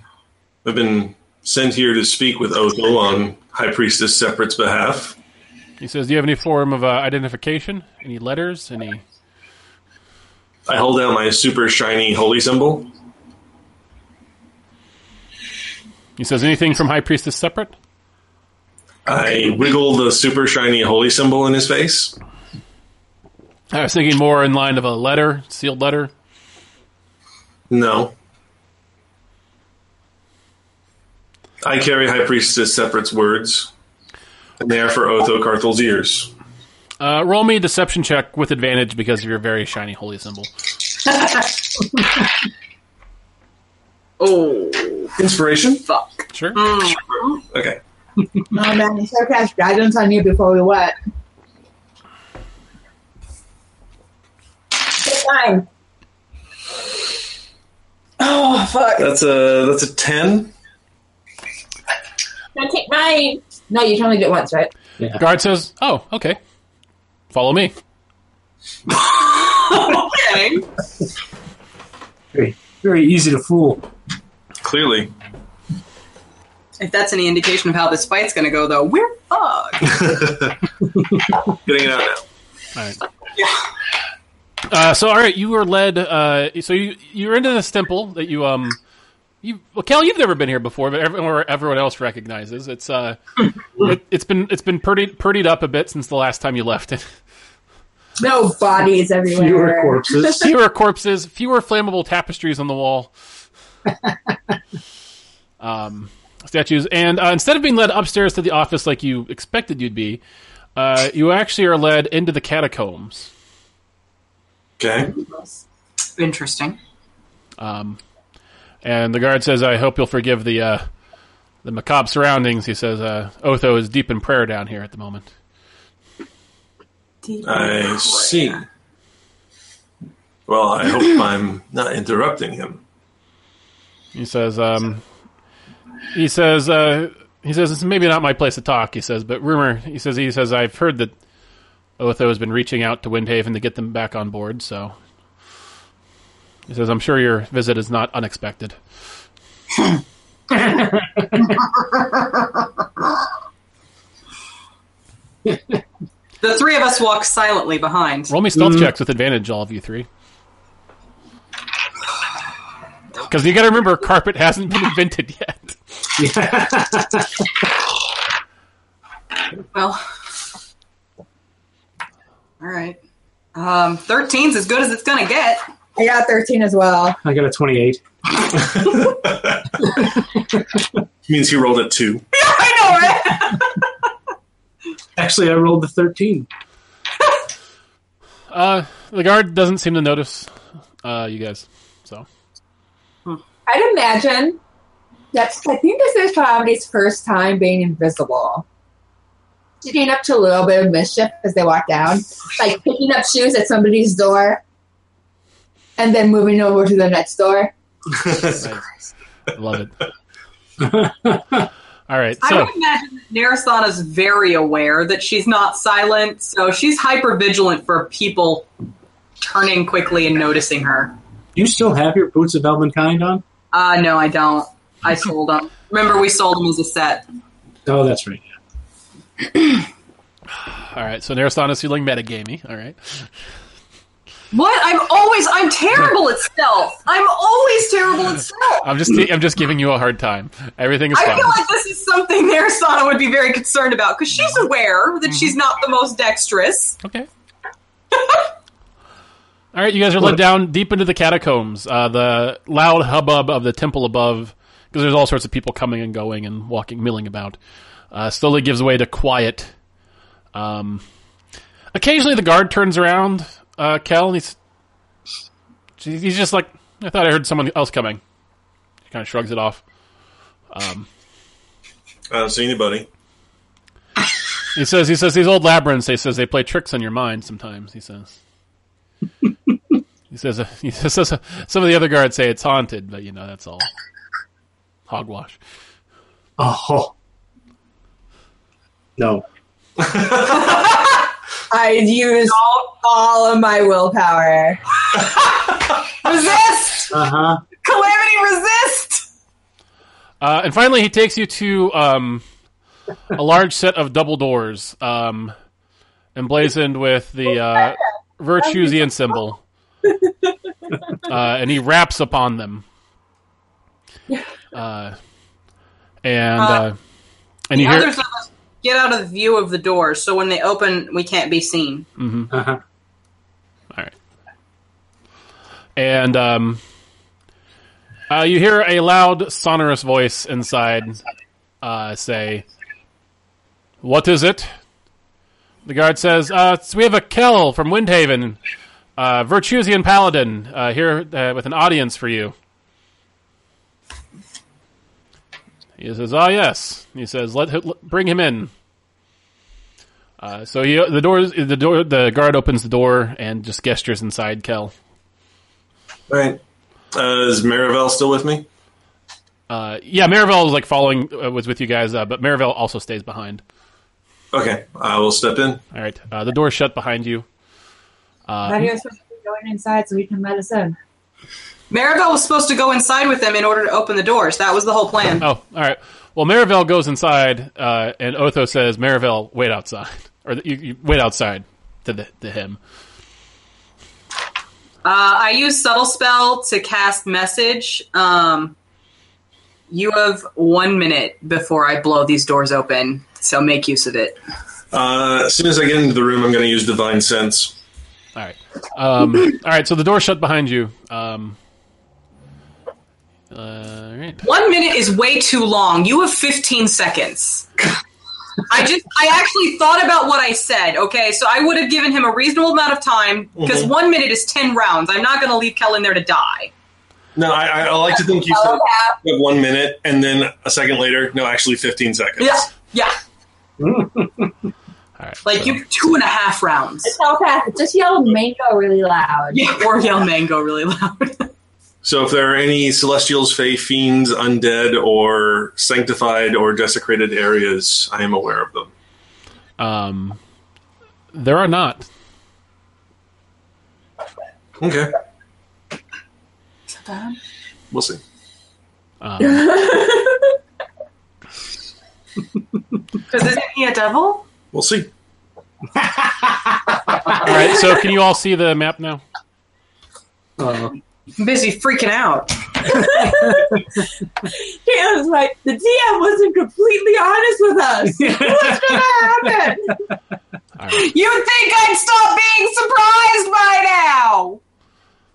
S4: have been sent here to speak with Otho on High Priestess Separate's behalf.
S2: He says, "Do you have any form of uh, identification? Any letters? Any?"
S4: I hold out my super shiny holy symbol.
S2: He says, "Anything from High Priestess separate?"
S4: I wiggle the super shiny holy symbol in his face.
S2: I was thinking more in line of a letter, sealed letter.
S4: No. I carry High Priestess Separate's words, and they are for Otho Carthel's ears.
S2: Uh, roll me a deception check with advantage because of your very shiny holy symbol.
S3: [gasps] Oh
S4: Inspiration?
S3: fuck!
S2: Sure.
S4: Okay.
S5: Oh man, so cast guidance on you before we what? Good time. Oh fuck.
S4: That's a that's a ten.
S5: Can I take mine? No, you can only do it once, right?
S2: Guard says, "Oh, okay. Follow me."
S3: [laughs] Okay,
S1: Very, very easy to fool.
S4: Clearly.
S3: if that's any indication of how this fight's gonna go, though, we're fucked.
S4: Getting it out now.
S2: All right. Uh, so, all right, you were led. Uh, so you you're into this temple that you um you well, Cal, you've never been here before, but everyone everyone else recognizes it's uh it, it's been it's been pretty prettied up a bit since the last time you left it.
S5: No bodies everywhere.
S1: Fewer corpses.
S2: fewer corpses, fewer flammable tapestries on the wall. um, statues, and uh, instead of being led upstairs to the office like you expected you'd be, uh, you actually are led into the catacombs.
S4: Okay.
S3: Interesting.
S2: And the guard says, "I hope you'll forgive the uh, the macabre surroundings, he says, uh, Otho is deep in prayer down here at the moment.
S4: I see. Well, I [coughs] hope I'm not interrupting him.
S2: He says, um, he says, uh, he says, it's maybe not my place to talk, he says, but rumor, he says, he says, I've heard that Otho has been reaching out to Windhaven to get them back on board, so. He says, I'm sure your visit is not unexpected.
S3: The three of us walk silently behind.
S2: Roll me stealth checks with advantage, all of you three. Because you got to remember, carpet hasn't been [laughs] invented yet.
S3: Well, all right. Um, 13's as good as it's gonna get.
S5: I got 13 as well.
S1: I got a 28.
S4: means he rolled a [laughs] two.
S3: I know, right?
S1: Actually, I rolled a 13.
S2: Uh, the guard doesn't seem to notice uh, you guys. So
S5: I'd imagine that's, I think this is probably his first time being invisible. Getting up to a little bit of mischief as they walk down, like picking up shoes at somebody's door and then moving over to the next door.
S2: I love it. All right,
S3: I
S2: so
S3: would imagine that Narasana's very aware that she's not silent, so she's hyper vigilant for people turning quickly and noticing her.
S1: You still have your Boots of Elvenkind on?
S3: Uh, no, I don't. I sold them. Remember, we sold them as a set.
S1: Oh, that's right.
S2: all right, so Narasana's feeling metagamey. All right,
S3: What? I'm always, I'm terrible at stealth. I'm always terrible at stealth.
S2: I'm just I'm just giving you a hard time. Everything is
S3: I
S2: fine.
S3: feel like this is something Narasana would be very concerned about because she's aware that she's not the most [laughs] dexterous.
S2: Okay. All right, you guys are led down deep into the catacombs. Uh, the loud hubbub of the temple above, because there's all sorts of people coming and going and walking, milling about, uh, slowly gives way to quiet. Um, occasionally, the guard turns around, uh, Kel, and he's he's just like, "I thought I heard someone else coming." He kind of shrugs it off.
S4: I don't see anybody.
S2: He says, "He says these old labyrinths. He says they play tricks on your mind sometimes." He says. [laughs] he says. Uh, he says [laughs] uh, some of the other guards say it's haunted, but you know that's all hogwash.
S1: Oh. No.
S5: I'd use all of my willpower.
S3: Resist!
S1: Uh huh.
S3: Calamity, resist!
S2: Uh, and finally, he takes you to um, a large set of double doors, um, emblazoned with the uh, Virtusian symbol, uh, and he raps upon them. Uh, and uh, and you
S3: The
S2: hear
S3: others of us get out of the view of the doors, so when they open, we can't be seen.
S1: Uh huh.
S2: All right. And um, uh, you hear a loud, sonorous voice inside uh, say, "What is it?" The guard says, uh, it's- "We have a Kel from Windhaven, uh, Virtusian Paladin, uh, here uh, with an audience for you." He says, "Ah, yes." He says, "Let hi- bring him in." Uh, so he, the door, the door, the guard opens the door and just gestures inside. Kel,
S4: All right. Uh, is Maribel still with me?
S2: uh, yeah, Marivelle is like following uh, was with you guys, uh, but Marivelle also stays behind.
S4: Okay, I will step in.
S2: All right, uh, the door's shut behind you.
S5: How do you supposed to be going inside so we can let us in?
S3: Maribel was supposed to go inside with them in order to open the doors. That was the whole plan.
S2: Oh, all right. Well, Marivelle goes inside, uh, and Otho says, "Marivelle, wait outside," [laughs] or you, you wait outside to the to him.
S3: Uh, I used subtle spell to cast message. Um, you have one minute before I blow these doors open, so make use of it.
S4: Uh, as soon as I get into the room, I'm going to use divine sense.
S2: All right. Um, all right. So the door shut behind you. Um, uh, all right.
S3: One minute is way too long. You have
S2: [laughs]
S3: 15 seconds. I just, I actually thought about what I said, okay? So I would have given
S2: Mm-hmm.
S3: him a reasonable amount of time because one minute is 10 rounds. I'm not going to leave Kellen there to die.
S4: No, I, I I like to think you said you have one minute, and then a second later, no, actually 15 seconds.
S3: Yeah, yeah.
S2: All right.
S3: Like
S2: so-
S3: you two and a half rounds.
S7: Telepath, just yell mango really
S5: [laughs]
S7: loud.
S3: Yeah, [laughs] or yell mango really loud.
S4: So if there are any celestials, fae, fiends, undead, or sanctified or desecrated areas, I am aware of them.
S2: Um, there are not.
S4: Okay. We'll see.
S2: Um,
S3: Because isn't he a devil?
S4: We'll see.
S2: all right. So can you all see the map now?
S1: Uh,
S3: I'm busy freaking out.
S5: Kayla's like, the DM wasn't completely honest
S7: [laughs]
S5: with us. What's gonna happen?
S2: All right.
S3: You'd think I'd stop being surprised by now.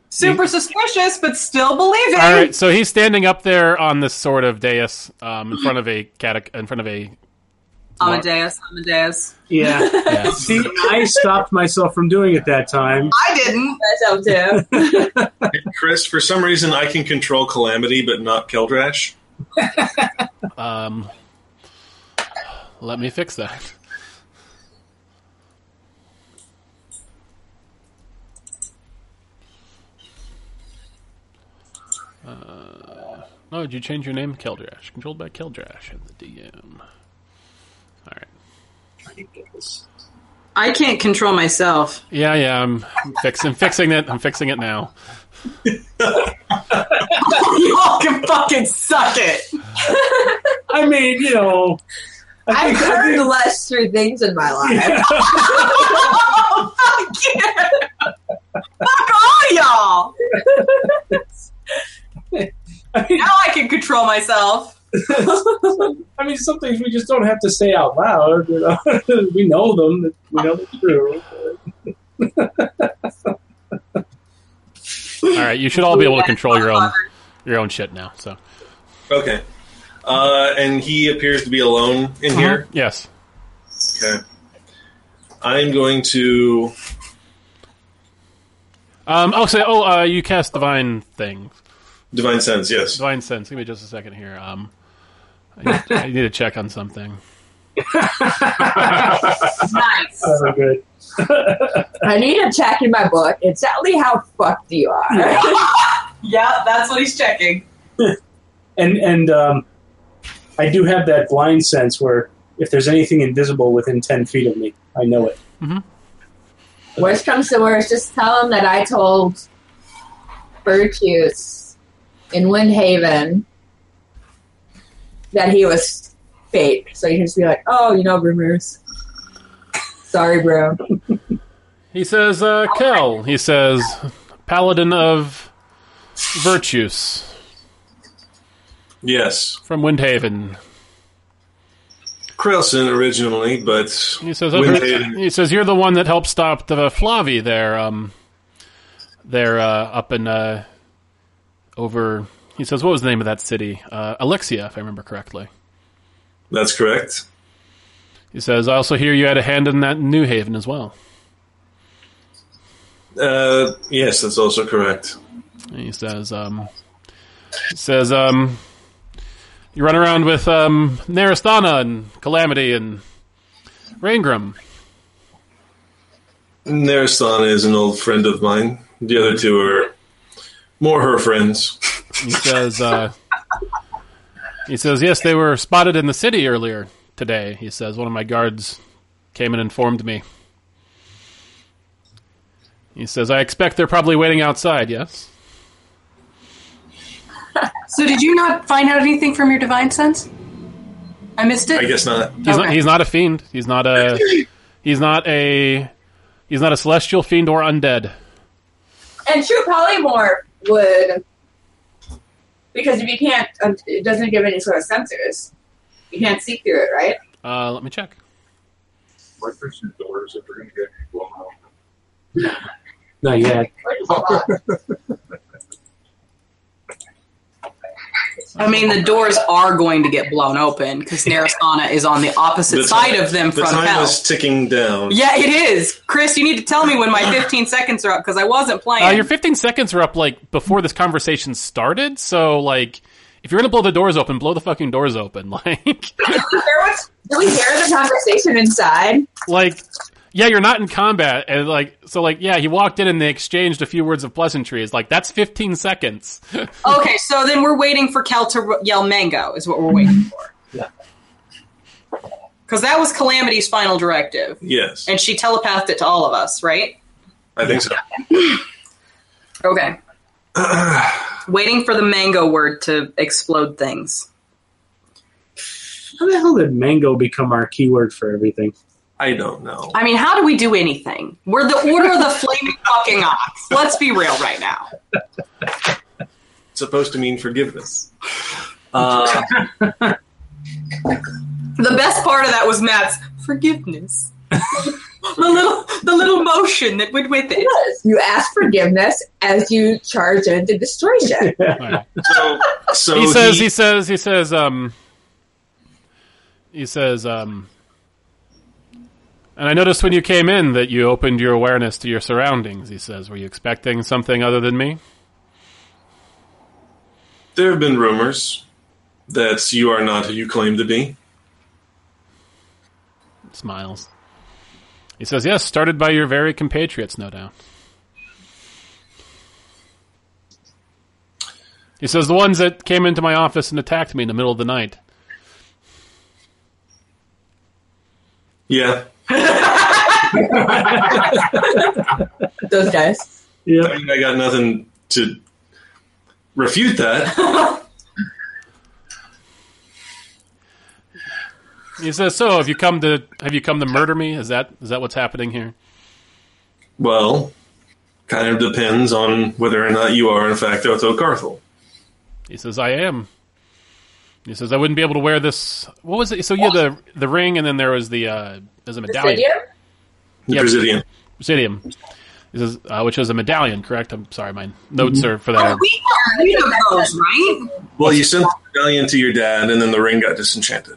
S3: Super suspicious, but still believing.
S2: All right. So he's standing up there on this sort of dais um, in front of a catac- in front of a.
S3: Amadeus, Amadeus.
S1: yeah.
S2: Yeah.
S1: [laughs] See, I stopped myself from doing it that time.
S3: I didn't.
S5: Myself too.
S4: Chris, for some reason, I can control Calamity, but not Keldrash.
S2: Um, [laughs] let me fix that. Uh, oh, did you change your name? Keldrash. Controlled by Keldrash and the DM. Alright.
S3: I can't control [laughs] myself.
S2: Yeah, yeah, I'm fixing, fixing it. I'm fixing it now.
S3: Y'all can fucking suck it.
S1: I mean, you know. I
S5: I've
S1: think, I
S5: heard
S1: think,
S5: less through things in my life.
S3: Oh, fuck yeah. Fuck all [laughs] y'all. Now I can control myself.
S1: I mean, some things we just don't have to say out loud. You know? [laughs] we know them. We know it's true.
S2: Alright, you should all be able to control your own your own shit now. So
S4: Okay. Uh, and he appears to be alone in
S2: Uh-huh.
S4: here.
S2: Yes.
S4: Okay. I'm going to.
S2: Um, oh, so, oh, uh, you cast divine thing.
S4: Divine Sense, yes.
S2: Divine sense. Give me just a second here. Um, I need, I need to check on something.
S3: Nice.
S1: Oh, good.
S5: I need to check in my book exactly how fucked you are.
S3: Yeah, that's what he's checking.
S1: And and um, I do have that blind sense where if there's anything invisible within ten feet of me, I know it.
S7: Worst comes to worst, just tell him that I told Virtues in Windhaven
S5: that he was fake. So you can just be like, oh, you know, rumors. Sorry, bro.
S2: He says, uh, Kel, he says, Paladin of Virtues
S4: Yes.
S2: from Windhaven.
S4: Krelson originally, but
S2: He says, oh,
S4: Windhaven.
S2: he says, you're the one that helped stop the Flavi there, um, there, uh, up in, uh, over, he says, what was the name of that city? Uh, Alexia, if I remember correctly.
S4: that's correct.
S2: He says, I also hear you had a hand in that New Haven as well.
S4: Uh, yes, that's also correct.
S2: And he says, um, he says, um, you run around with um, Naristana and Calamity and Rangram.
S4: Naristana is an old friend of mine. The other two are more her friends.
S2: He says, uh, he says, yes, they were spotted in the city earlier today. He says, one of my guards came and informed me. He says, I expect they're probably waiting outside. Yes.
S3: So did you not find out anything from your divine sense? I missed it.
S4: I
S3: [laughs]
S4: guess not.
S2: He's not.
S3: Okay.
S2: He's not a fiend. He's not a. He's not a. He's not a celestial fiend or undead.
S5: And true polymorph would, because if you can't, um, it doesn't give any sort of sensors. You can't see through it, right?
S2: Uh, let me check.
S8: My first two daughters if they're going to get blown up.
S1: [laughs] Not yet.
S5: Which is a lot.
S3: I mean, the doors are going to get blown open because Narasana is on the opposite
S4: The
S3: side
S4: time-
S3: of them
S4: The
S3: from
S4: time
S3: hell.
S4: is ticking down.
S3: Yeah, it is. Chris, you need to tell me when my 15 seconds are up because I wasn't playing.
S2: Uh, your 15 seconds are up like before this conversation started. So like, if you're gonna blow the doors open, blow the fucking doors open. [laughs] Like,
S5: Do we hear what's- do we hear the conversation inside?
S2: like, yeah, you're not in combat, and like, so like, yeah, he walked in and they exchanged a few words of pleasantries. Like, that's 15 seconds. [laughs]
S3: okay, so then we're waiting for Kel to r- yell mango, is what we're waiting for.
S1: Yeah.
S3: Because that was Calamity's final directive,
S4: Yes,
S3: and she telepathed it to all of us, right?
S4: I think so.
S3: Okay. waiting for the mango word to explode things.
S1: How the hell did mango become our keyword for everything?
S4: [clears throat] I don't know.
S3: I mean, how do we do anything? We're the order of the flaming fucking ox. Let's be real right now.
S4: It's supposed to mean forgiveness. Uh,
S3: The best part of that was Matt's forgiveness. the little the little motion that went with it.
S5: You ask forgiveness as you charge into destroy shit.
S4: so, so
S2: he says, he, says, he says, um, he says, um, and I noticed when you came in that you opened your awareness to your surroundings. He says, were you expecting something other than me?
S4: there have been rumors that you are not who you claim to be.
S2: Smiles. He says, yes, started by your very compatriots, no doubt. He says, the ones that came into my office and attacked me in the middle of the night.
S4: Yeah,
S5: Those guys.
S4: I mean, I got nothing to
S2: [laughs]
S4: refute that.
S2: He says, so have you come to, have you come to murder me? Is that, is that what's happening here?
S4: Well, kind of depends on whether or not you are in fact Otto Carthel.
S2: He says, "I am." He says, "I wouldn't be able to wear this." What was it? So you had the the ring, and then there was the uh, there's a medallion,
S5: Presidium?
S4: The
S2: Yep.
S4: Presidium.
S2: presidium. He says, uh, which is a medallion, correct? I'm sorry, my notes are for that.
S3: Oh, We got rid of those, right?
S4: Well, you sent the medallion to your dad, and then the ring got disenchanted.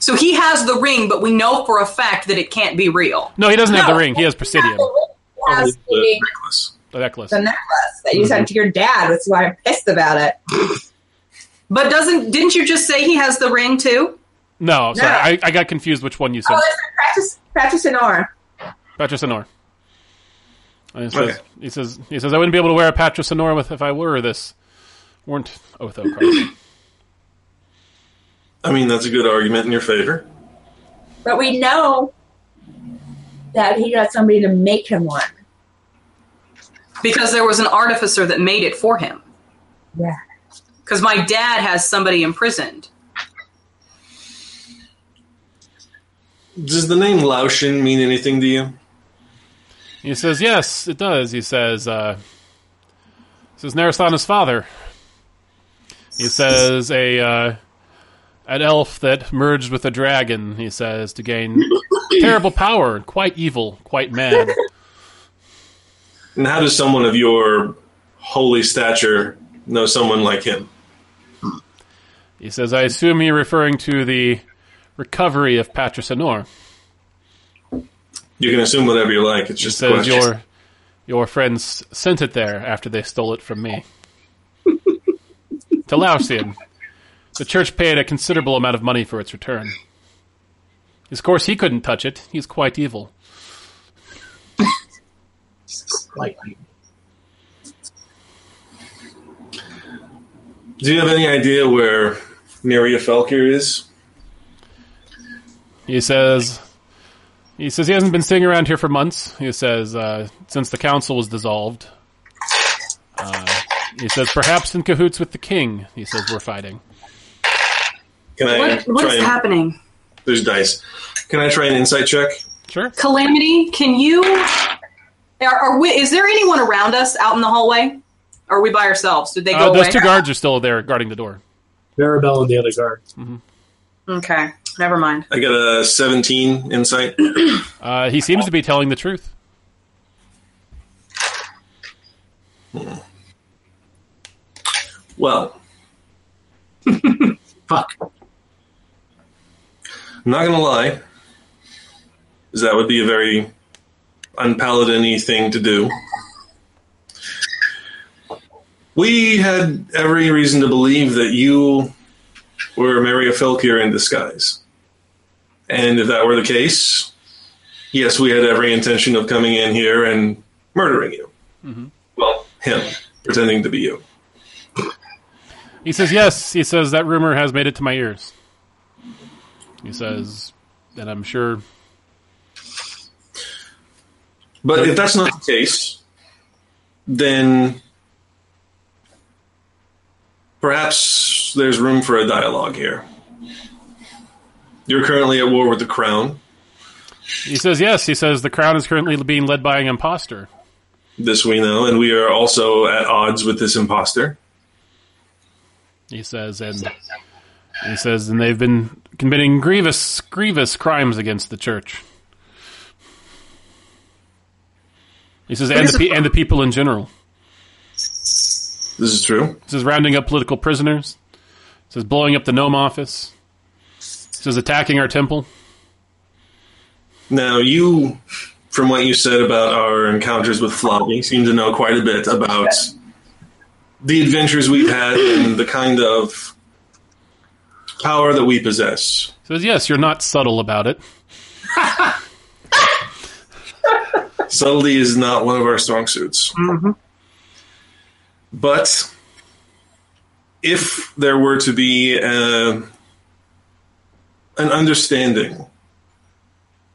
S3: So he has the ring, but we know for a fact that it can't be real.
S2: No, he doesn't have the
S5: No.
S2: ring. He has presidium,
S5: Has
S4: The
S5: the,
S4: necklace.
S2: the necklace.
S5: the necklace that you
S2: Mm-hmm.
S5: sent to your dad. That's why I'm pissed about it.
S3: But doesn't didn't you just say he has the ring too?
S2: No, sorry, I, I got confused. Which one you
S5: Oh,
S2: said,
S5: listen, practice, practice an or.
S2: Patrocinor? And he says,
S4: Okay.
S2: he says, he says, I wouldn't be able to wear a Patrocinor with if I were this, weren't oh, Otho. Carlson."
S4: I mean, that's a good argument in your favor.
S5: But we know that he got somebody to make him one.
S3: Because there was an artificer that made it for him.
S5: Yeah.
S3: Because my dad has somebody imprisoned.
S4: Does the name Laoshin mean anything to you?
S2: He says, "Yes, it does." He says, uh, he "says Narasana's father." He says, "A uh, an elf that merged with a dragon." He says to gain terrible power, quite evil, quite mad.
S4: And how does someone of your holy stature know someone like him?
S2: He says, "I assume you're referring to the recovery of Patrocinor."
S4: You can assume whatever you like. It's
S2: He
S4: just a
S2: says,
S4: question.
S2: "Your your friends sent it there after they stole it from me." to Laotian, the church paid a considerable amount of money for its return. Of course, he couldn't touch it. He's quite evil.
S1: Like,
S4: Do you have any idea where Miria Felkir is?
S2: He says, he says he hasn't been sitting around here for months. He says uh, since the council was dissolved. Uh, he says perhaps in cahoots with the king. He says we're fighting.
S4: Can I
S3: What, what
S4: try
S3: is
S4: and
S3: happening?
S4: there's dice? Can I try an insight check?
S2: Sure.
S3: Calamity, can you? Are, are we? Is there anyone around us out in the hallway? Are we by ourselves? Did they
S2: Uh,
S3: go
S2: those
S3: away?
S2: two guards are still there guarding the door.
S1: Maribel and the other guard.
S3: okay, never mind.
S4: I got a 17 insight.
S2: Uh, he seems to be telling the truth.
S4: [laughs] Well,
S1: Fuck.
S4: I'm not gonna lie, is that would be a very unpaladin-y thing to do. We had every reason to believe that you were Maria Felkier in disguise. And if that were the case, yes, we had every intention of coming in here and murdering you. Well, him, pretending to be you.
S2: He says, Yes. He says, That rumor has made it to my ears. He says, And I'm sure.
S4: But if that's not the case, then perhaps there's room for a dialogue here. You're currently at war with the crown.
S2: He says, Yes. He says, The crown is currently being led by an imposter.
S4: This we know, and we are also at odds with this imposter.
S2: He says, and he says, and they've been committing grievous, grievous crimes against the church. He says, and the, pe- and the people in general.
S4: This is true.
S2: He says, rounding up political prisoners. He says, blowing up the gnome office. He says, attacking our temple.
S4: Now, you, from what you said about our encounters with Floppy, seem to know quite a bit about the adventures we've had and the kind of power that we possess.
S2: He says, yes, you're not subtle about it.
S4: Subtlety is not one of our strong suits. But if there were to be uh, an understanding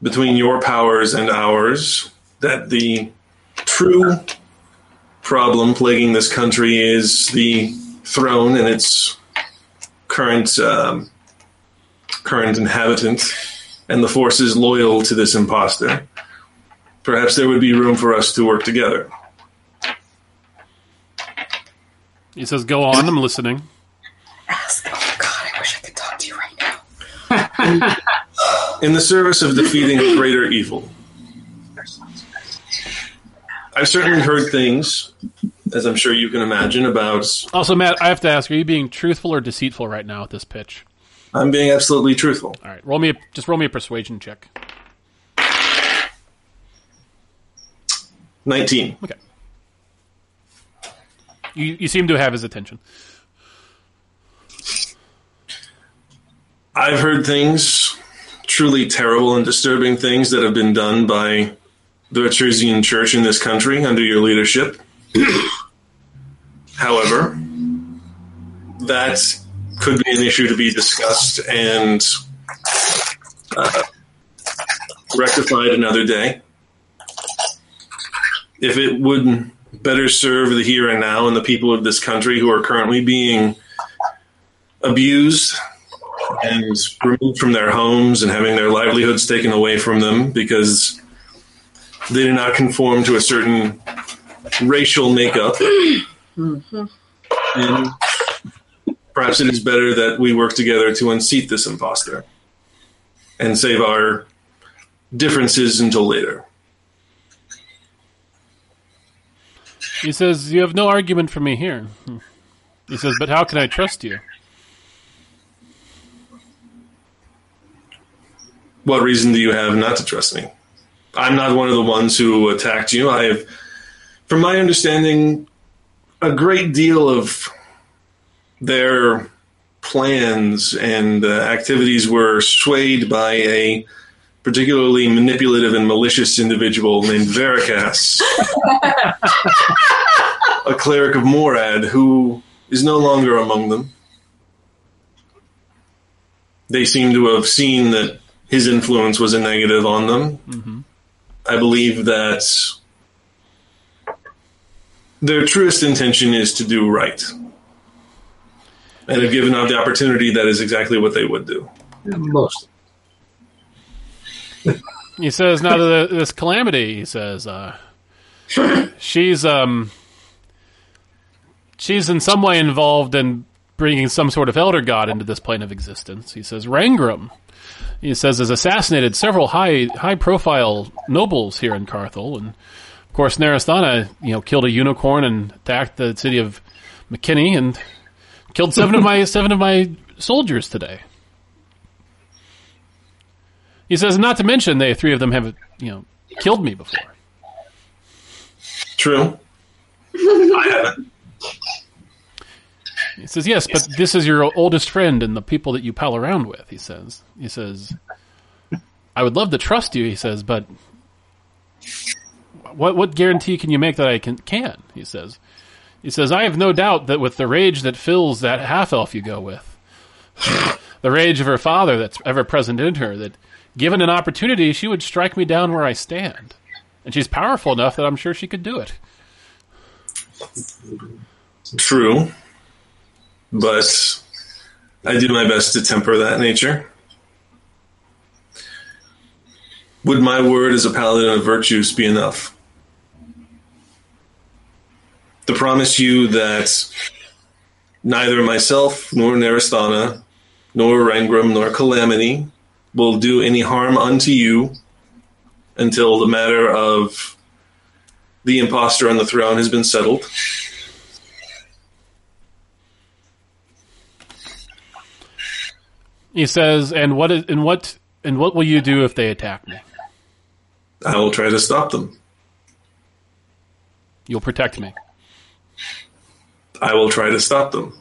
S4: between your powers and ours that the true problem plaguing this country is the throne and its current um, current inhabitant and the forces loyal to this imposter. Perhaps there would be room for us to work together.
S2: He says, go on, I'm listening.
S4: in the service of defeating a greater evil. I've certainly heard things, as I'm sure you can imagine, about
S2: Also, Matt, I have to ask, are you being truthful or deceitful right now at this pitch?
S4: I'm being absolutely truthful.
S2: All right, roll me a, just roll me a persuasion check.
S4: 19.
S2: Okay. You, you seem to have his attention.
S4: I've heard things, truly terrible and disturbing things that have been done by the Etruscan Church in this country under your leadership. [clears throat] However, that could be an issue to be discussed and uh, rectified another day. If it would better serve the here and now and the people of this country who are currently being abused and removed from their homes and having their livelihoods taken away from them because they do not conform to a certain racial makeup. and perhaps it is better that we work together to unseat this imposter and save our differences until later.
S2: He says, you have no argument for me here. Hmm. He says, but how can I trust you?
S4: What reason do you have not to trust me? I'm not one of the ones who attacked you. I have, from my understanding, a great deal of their plans and uh, activities were swayed by a particularly manipulative and malicious individual named Veracast, [laughs] a cleric of Morad who is no longer among them. They seem to have seen that his influence was a negative on them. I believe that their truest intention is to do right. And if given up the opportunity, that is exactly what they would do.
S1: Most.
S2: He says, now to the, this calamity, he says, uh, she's, um, she's in some way involved in bringing some sort of elder god into this plane of existence. He says, Rangram, he says, has assassinated several high, high profile nobles here in Carthel. And of course, Narasthana, you know, killed a unicorn and attacked the city of McKinney and Killed seven of my seven of my soldiers today. He says, not to mention they three of them have you know killed me before.
S4: True.
S2: He says, yes, but this is your oldest friend and the people that you pal around with. He says, he says, I would love to trust you. He says, but what what guarantee can you make that I can can? He says. He says, I have no doubt that with the rage that fills that half elf you go with, the rage of her father that's ever present in her, that given an opportunity, she would strike me down where I stand. And she's powerful enough that I'm sure she could do it.
S4: True. But I do my best to temper that nature. Would my word as a paladin of virtues be enough? To promise you that neither myself, nor Naristana, nor Rangram, nor Calamity will do any harm unto you until the matter of the imposter on the throne has been settled.
S2: He says, and what is and what and what will you do if they attack me?
S4: I will try to stop them.
S2: You'll protect me.
S4: I will try to stop them.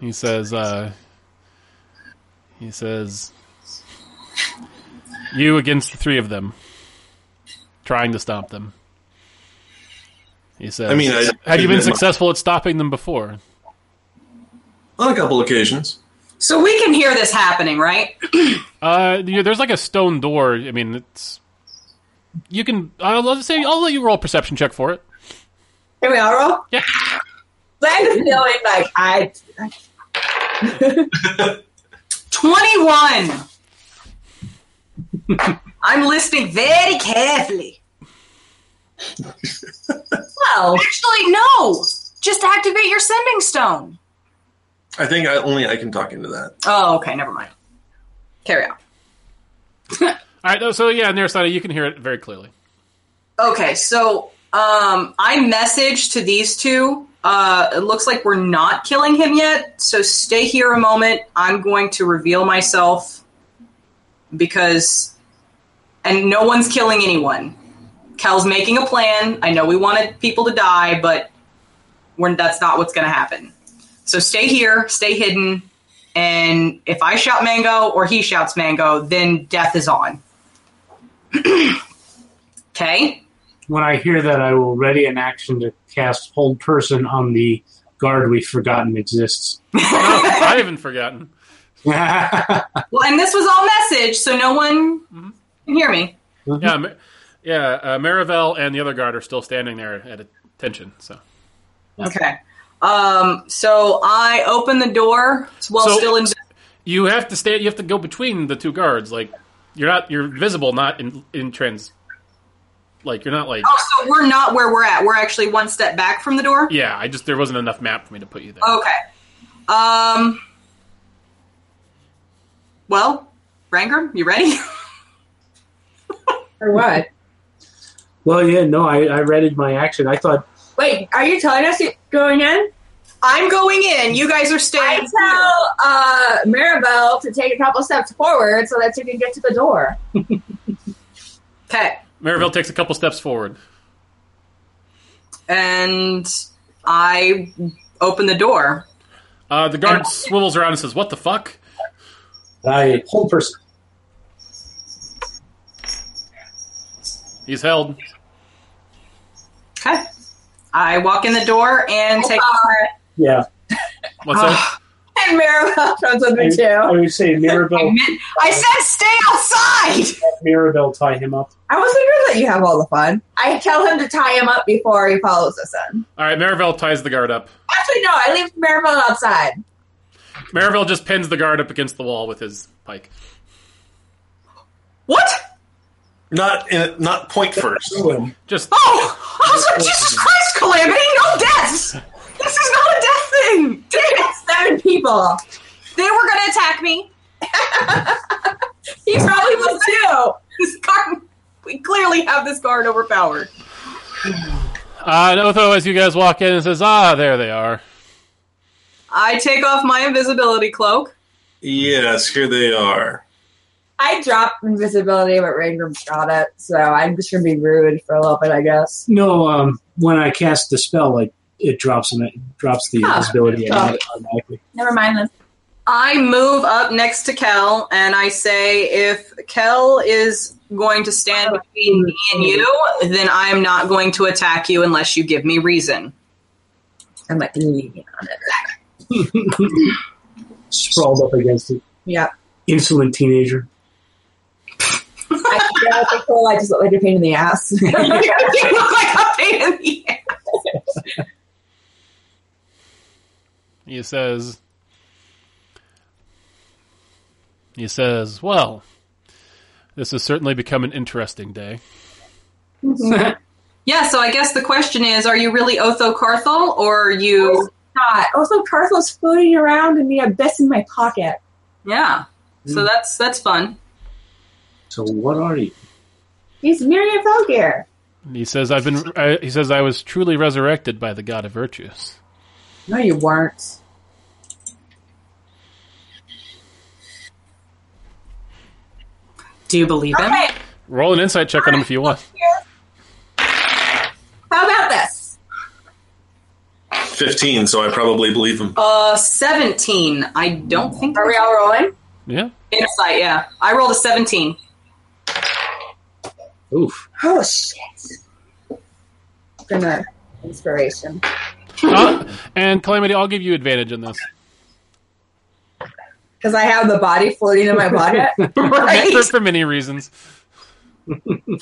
S2: He says, uh, he says, you against the three of them, trying to stop them. He says,
S4: I mean, I-
S2: have you been successful at stopping them before?
S4: On a couple occasions.
S3: So we can hear this happening, right?
S2: Uh, you know, there's like a stone door. I mean, it's you can. I'll let say I'll let you roll a perception check for it.
S9: Here we are, roll.
S2: Yeah.
S9: Land is feeling like I.
S3: 21. [laughs] I'm listening very carefully.
S9: Well,
S3: Actually, no. Just activate your sending stone.
S4: I think I, only I can talk into that.
S3: Oh, okay. Never mind. Carry on.
S2: All right. So yeah, Narasana, you can hear it very clearly. [laughs]
S3: Okay, so um, I messaged to these two. Uh, it looks like we're not killing him yet, so stay here a moment. I'm going to reveal myself because, and no one's killing anyone. Kel's making a plan. I know we wanted people to die, but we're, that's not what's going to happen. So stay here, stay hidden, and if I shout mango or he shouts mango, then death is on. [clears throat] Okay?
S1: When I hear that, I will ready an action to cast Hold Person on the guard we've forgotten exists.
S2: Oh, I haven't forgotten.
S1: That's
S3: Well, and this was all message, so no one can hear me.
S2: Yeah, Ma- yeah. Uh, Marivelle and the other guard are still standing there at attention. So
S3: Okay. Um, so I open the door while
S2: So-
S3: still in.
S2: you have to stay. You have to go between the two guards. Like you're not. You're visible, not in in trans. Like you're not like.
S3: Oh, so we're not where we're at. We're actually one step back from the door.
S2: Yeah, I just there wasn't enough map for me to put you there.
S3: Okay. Um. Well, Rangram, you ready?
S5: Or what?
S1: well, yeah, no, I, I readied my action. I thought
S5: Wait, are you telling us you're going in?
S3: [laughs] I'm going in. You guys are
S5: I
S3: staying. here.
S5: tell uh, Maribel to take a couple steps forward so that she can get to the door.
S3: Okay.
S2: Marivelle takes a couple steps forward.
S3: And I open the door.
S2: Uh, the guard swivels around and says, "What the fuck?"
S1: I Hold Person.
S2: He's held.
S3: Okay. I walk in the door and take.
S1: Yeah,
S2: What's that?
S5: And Maribel [laughs] comes with me
S1: I
S5: too.
S1: would say
S5: [laughs]
S1: Mirabel.
S3: I said, "Stay outside."
S1: Mirabel tie him up.
S9: I wasn't sure that you have all the fun.
S5: I tell him to tie him up before he follows us in.
S2: All right, Marivelle ties the guard up.
S5: Actually, no, I leave Maribel outside.
S2: Marivelle just pins the guard up against the wall with his pike.
S3: What?
S4: Not in, not point first.
S2: Just
S3: Oh, also, Jesus Christ, Calamity, no deaths! This is not a death thing! Damn it!
S5: Seven people.
S3: They were gonna attack me.
S5: He probably [laughs] was too.
S3: This guard, we clearly have this guard overpowered.
S2: Uh, and Otho, as you guys walk in, and says, "Ah, there they are."
S3: I take off my invisibility cloak.
S4: Yes, here they are.
S5: I dropped invisibility, but Rangram's got it, so I'm just gonna be rude for a little bit, I guess.
S1: No, um, when I cast the spell, like it drops them, it drops the
S5: Ah.
S1: invisibility
S5: Oh.
S1: automatically.
S5: Never mind then.
S3: I move up next to Kel and I say, if Kel is going to stand between me and you, then I am not going to attack you unless you give me reason.
S5: I'm like leaning on it.
S1: Sprawled up against it,
S5: Yeah.
S1: insolent teenager.
S5: I feel like cool, I just look like a pain in the
S3: [laughs]
S5: ass. [laughs]
S3: you look like a pain in the ass.
S2: He says, "He says, well, this has certainly become an interesting day."
S3: Yeah, so I guess the question is, are you really Otho Carthel or are you...
S5: God. Also Carthel's floating around in the abyss in my pocket.
S3: Yeah.
S5: Mm.
S3: So that's that's fun.
S1: So what are you?
S5: He's Miriam Felgear.
S2: And he says, "I've been." I, he says, "I was truly resurrected by the God of Virtues."
S5: No, you weren't.
S3: Do you believe him?
S5: Okay,
S2: Roll an insight check on him if you want.
S5: how about this?
S4: 15, so I probably believe them.
S3: Uh, 17. I don't think...
S5: Are we all rolling?
S2: Yeah.
S3: Insight, yeah. I rolled a [laughs] 17.
S1: Oof.
S5: Oh shit! Gonna inspiration.
S2: Uh, and Calamity, I'll give you advantage on this.
S5: Because I have the body floating in my pocket.
S2: [laughs]
S5: [laughs]
S2: for, for many reasons.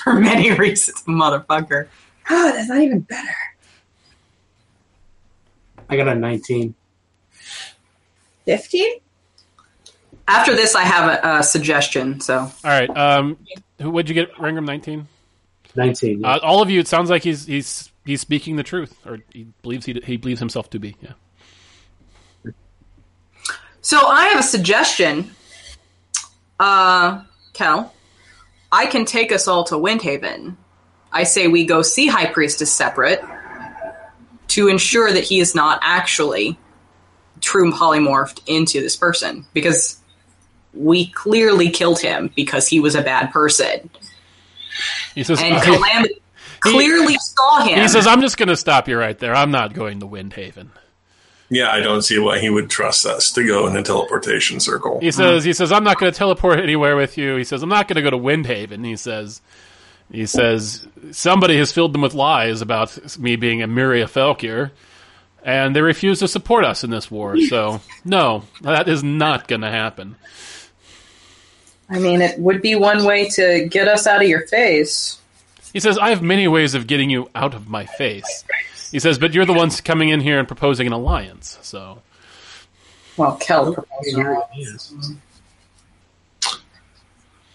S3: For many reasons, motherfucker.
S5: oh, that's not even better.
S1: I got a 19.
S5: Fifteen?
S3: After this, I have a, a suggestion. So
S2: All right. Um, who would you get? Rangram nineteen.
S1: 19. yeah.
S2: Uh, all of you. It sounds like he's he's he's speaking the truth, or he believes he he believes himself to be. Yeah.
S3: So I have a suggestion. Uh, Kel, I can take us all to Windhaven. I say we go see High Priestess separate to ensure that he is not actually true polymorphed into this person because we clearly killed him because he was a bad person.
S2: [laughs] He says.
S3: And
S2: uh,
S3: Calamity clearly saw him.
S2: he, says, "I'm just going to stop you right there. I'm not going to Windhaven."
S4: Yeah, I don't see why he would trust us to go in a teleportation circle.
S2: He says. He says, "I'm not going to teleport anywhere with you." He says, "I'm not going to go to Windhaven." He says. He says somebody has filled them with lies about me being a Miria Felkir, and they refuse to support us in this war. So no, that is not going to happen.
S3: I mean, it would be one way to get us out of your face.
S2: He says, I have many ways of getting you out of my face. He says, but you're the ones coming in here and proposing an alliance, so.
S3: Well, Kel proposed an
S1: Here
S3: alliance.
S1: it is.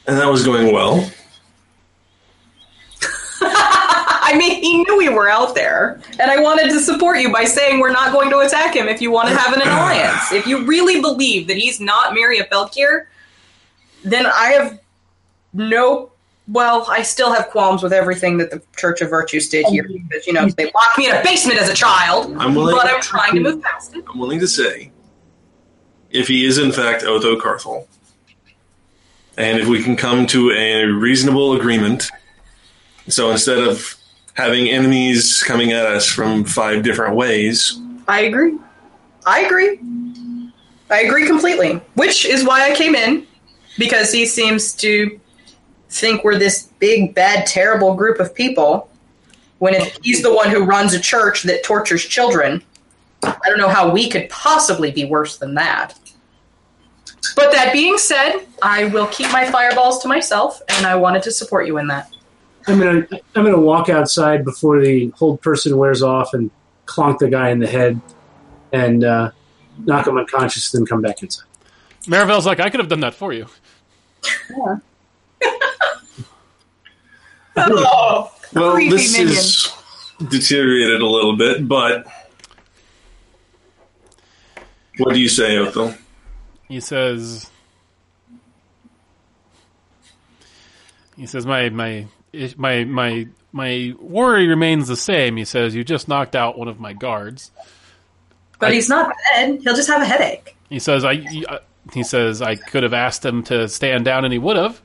S4: And that was going well.
S3: I mean, he knew we were out there, and I wanted to support you by saying we're not going to attack him if you want to have an alliance. If you really believe that he's not Miria Belkir, then I have no. Well, I still have qualms with everything that the Church of Virtues did here because you know they locked me in a basement as a child,
S4: I'm willing,
S3: but I'm trying to move past it.
S4: I'm willing to say if he is in fact Otho Carthel, and if we can come to a reasonable agreement, so instead of having enemies coming at us from five different ways,
S3: I agree. I agree. I agree completely. Which is why I came in because he seems to think we're this big, bad, terrible group of people. When if he's the one who runs a church that tortures children, I don't know how we could possibly be worse than that. But that being said, I will keep my fireballs to myself, and I wanted to support you in that.
S1: I'm gonna I'm gonna walk outside before the hold person wears off and clonk the guy in the head and uh, knock him unconscious, then come back inside.
S2: Marivell's like, I could have done that for you.
S4: well,
S3: Creepy
S4: this
S3: minion.
S4: is deteriorated a little bit, but what do you say, Otho?
S2: He says, He says, my, my, my, my my worry remains the same. He says, "You just knocked out one of my guards."
S6: But he's not dead. He'll just have a headache.
S2: He says, "I." I- He says, "I could have asked him to stand down, and he would have."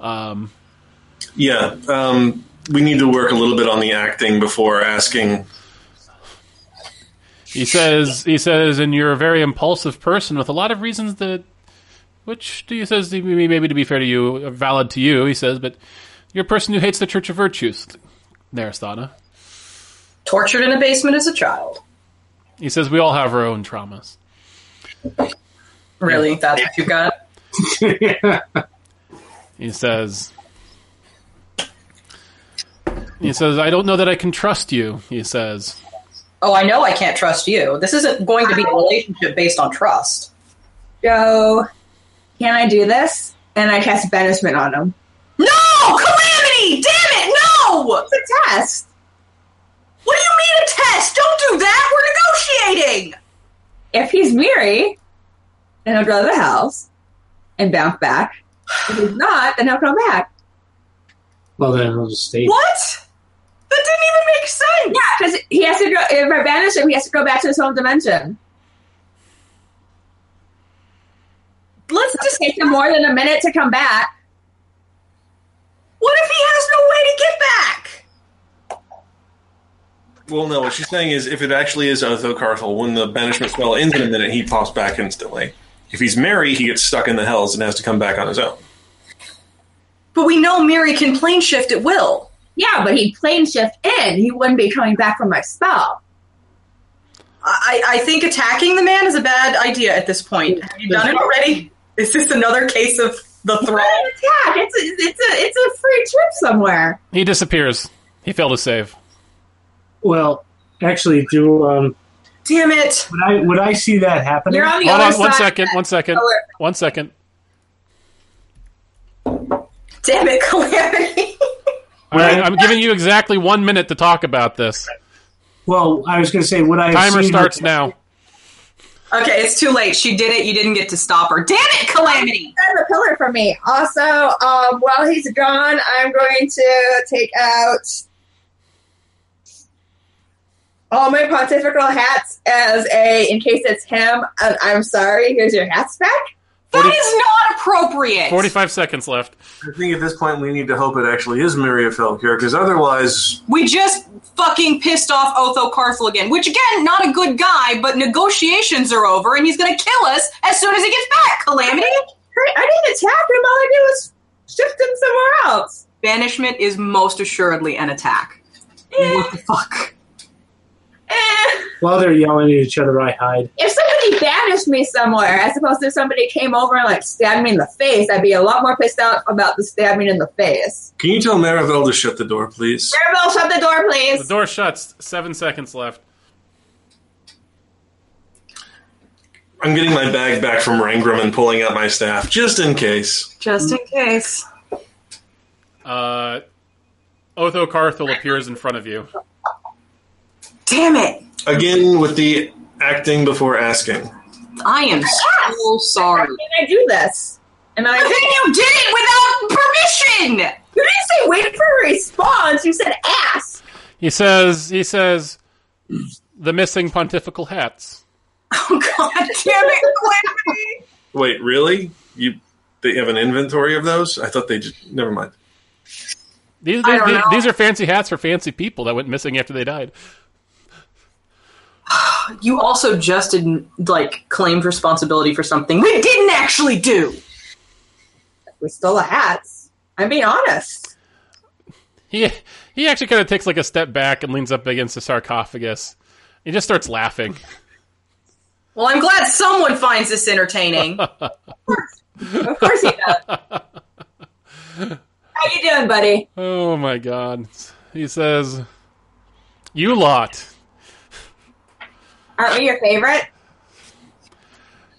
S2: Um,
S4: Yeah, um, we need to work a little bit on the acting before asking.
S2: he says, "He says, and you're a very impulsive person with a lot of reasons that, which he says, maybe maybe to be fair to you, are valid to you." He says, "But you're a person who hates the Church of Virtues, Narasthana."
S6: Tortured in a basement as a child.
S2: He says, "We all have our own traumas."
S6: Really? That's what you got?
S2: He says, he says, I don't know that I can trust you. He says,
S6: Oh, I know I can't trust you. This isn't going to be a relationship based on trust.
S5: Joe, can I do this? And I cast banishment on him.
S3: No! Calamity! Damn it! No! What
S5: It's a test.
S3: do you mean a test? Don't do that! We're negotiating!
S5: If he's Miri, then he'll go to the house and bounce back. If he's not, then he'll come back.
S1: Well, then I'll just stay.
S3: What? That didn't even make sense!
S5: Yeah, because he has to go. If I banish him, he has to go back to his home dimension.
S3: Let's
S5: It
S3: just.
S5: takes him more than a minute to come back.
S3: What if he has no way to get back?
S4: Well, no, what she's saying is if it actually is Othocarthal, when the banishment spell ends in a minute, he pops back instantly. If he's Mary, he gets stuck in the hells and has to come back on his own.
S6: But we know Miri can plane shift at will.
S5: Yeah, but he plane shift in. He wouldn't be coming back from my spell.
S6: I, I think attacking the man is a bad idea at this point. Have you done it already? Is this another case of the thrall?
S5: Yeah, it's a, it's a it's a free trip somewhere.
S2: he disappears. He failed his save.
S1: Well, actually, do um,
S6: Damn it.
S1: would I would I see that happening?
S5: You're on the
S2: Hold
S5: other
S2: on, one
S5: side.
S2: second, one second, one second.
S6: Damn it, [laughs] Calamity.
S2: All right, I'm giving you exactly one minute to talk about this.
S1: well, I was going to say, would I? have
S2: Timer
S1: seen
S2: starts
S1: her-
S2: now.
S6: okay, it's too late. She did it. You didn't get to stop her. Damn it, Calamity.
S5: That's a pillar for me. Also, um, while he's gone, I'm going to take out all my pontifical hats as a in case it's him. uh, I'm sorry. Here's your hats back.
S3: That
S2: 40
S3: is not appropriate.
S2: Forty-five seconds left.
S4: I think at this point we need to hope it actually is Mary of Felkir, because otherwise,
S3: We just fucking pissed off Otho Carthel again, which again, not a good guy, but negotiations are over and he's gonna kill us as soon as he gets back,
S6: [laughs]
S3: Calamity!
S5: Great, I didn't attack him. All I did was shift him somewhere else.
S3: Banishment is most assuredly an attack. What the fuck?
S5: Eh,
S1: While they're yelling at each other, I hide.
S5: if somebody banished me somewhere, as opposed to if somebody came over and like stabbed me in the face, I'd be a lot more pissed out about the stabbing in the face.
S4: can you tell Maribel to shut the door, please?
S5: Maribel, shut the door,
S2: The
S5: please.
S2: door shuts. Seven seconds left.
S4: I'm getting my bag back from Rangram and pulling out my staff, just in case.
S6: Just in case.
S2: Uh, Otho Carthel appears in front of you.
S3: Damn it!
S4: Again, with the acting before asking.
S3: I am so sorry.
S5: Can I do this? And I
S3: But then you did it without permission! [laughs]
S5: You didn't say wait for a response. You said ask.
S2: He says, he says, the missing pontifical hats.
S3: Oh god damn it, Calamity!
S4: Wait, really? You? They have an inventory of those? I thought they just. Never mind.
S2: These,
S3: I don't
S2: these,
S3: know.
S2: these are fancy hats for fancy people that went missing after they died.
S3: You also just didn't like claimed responsibility for something we didn't actually do.
S5: We stole the hats. I'm being honest.
S2: He he actually kind of takes like a step back and leans up against the sarcophagus. He just starts laughing.
S3: Well, I'm glad someone finds this entertaining.
S5: Of course he does. How you doing, buddy?
S2: Oh my god. He says, "You lot."
S5: Aren't we your favorite?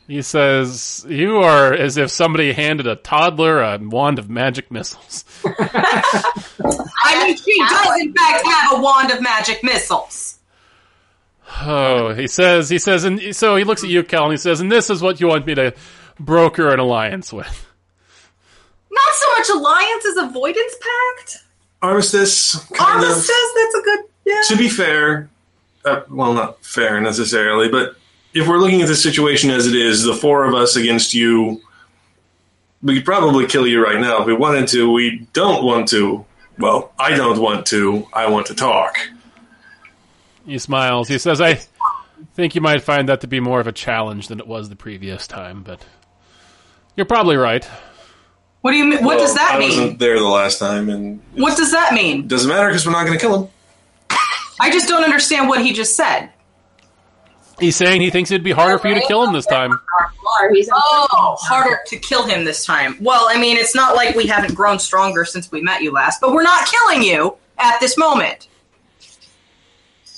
S2: He says, "You are as if somebody handed a toddler a wand of magic missiles."
S3: I mean, she does in fact have a wand of magic missiles.
S2: Oh, he says, he says, and so he looks at you, Cal, and he says, "And this is what you want me to broker an alliance with."
S3: Not so much alliance as avoidance pact.
S4: Armistice. kind of.
S3: Armistice, that's a good. Yeah.
S4: To be fair, uh, well, not fair necessarily, but if we're looking at the situation as it is, the four of us against you, we could probably kill you right now if we wanted to. We don't want to. Well, I don't want to. I want to talk.
S2: He smiles. He says, "I think you might find that to be more of a challenge than it was the previous time, but you're probably right."
S3: What do you mean? What
S4: Well,
S3: does that
S4: I
S3: mean?
S4: wasn't there the last time, and it
S3: What does that mean?
S4: doesn't matter because we're not going to kill him.
S3: I just don't understand what he just said.
S2: He's saying he thinks it'd be harder for you to kill him this time.
S5: Or he's
S3: Oh, harder to kill him this time. Well, I mean, it's not like we haven't grown stronger since we met you last, but we're not killing you at this moment.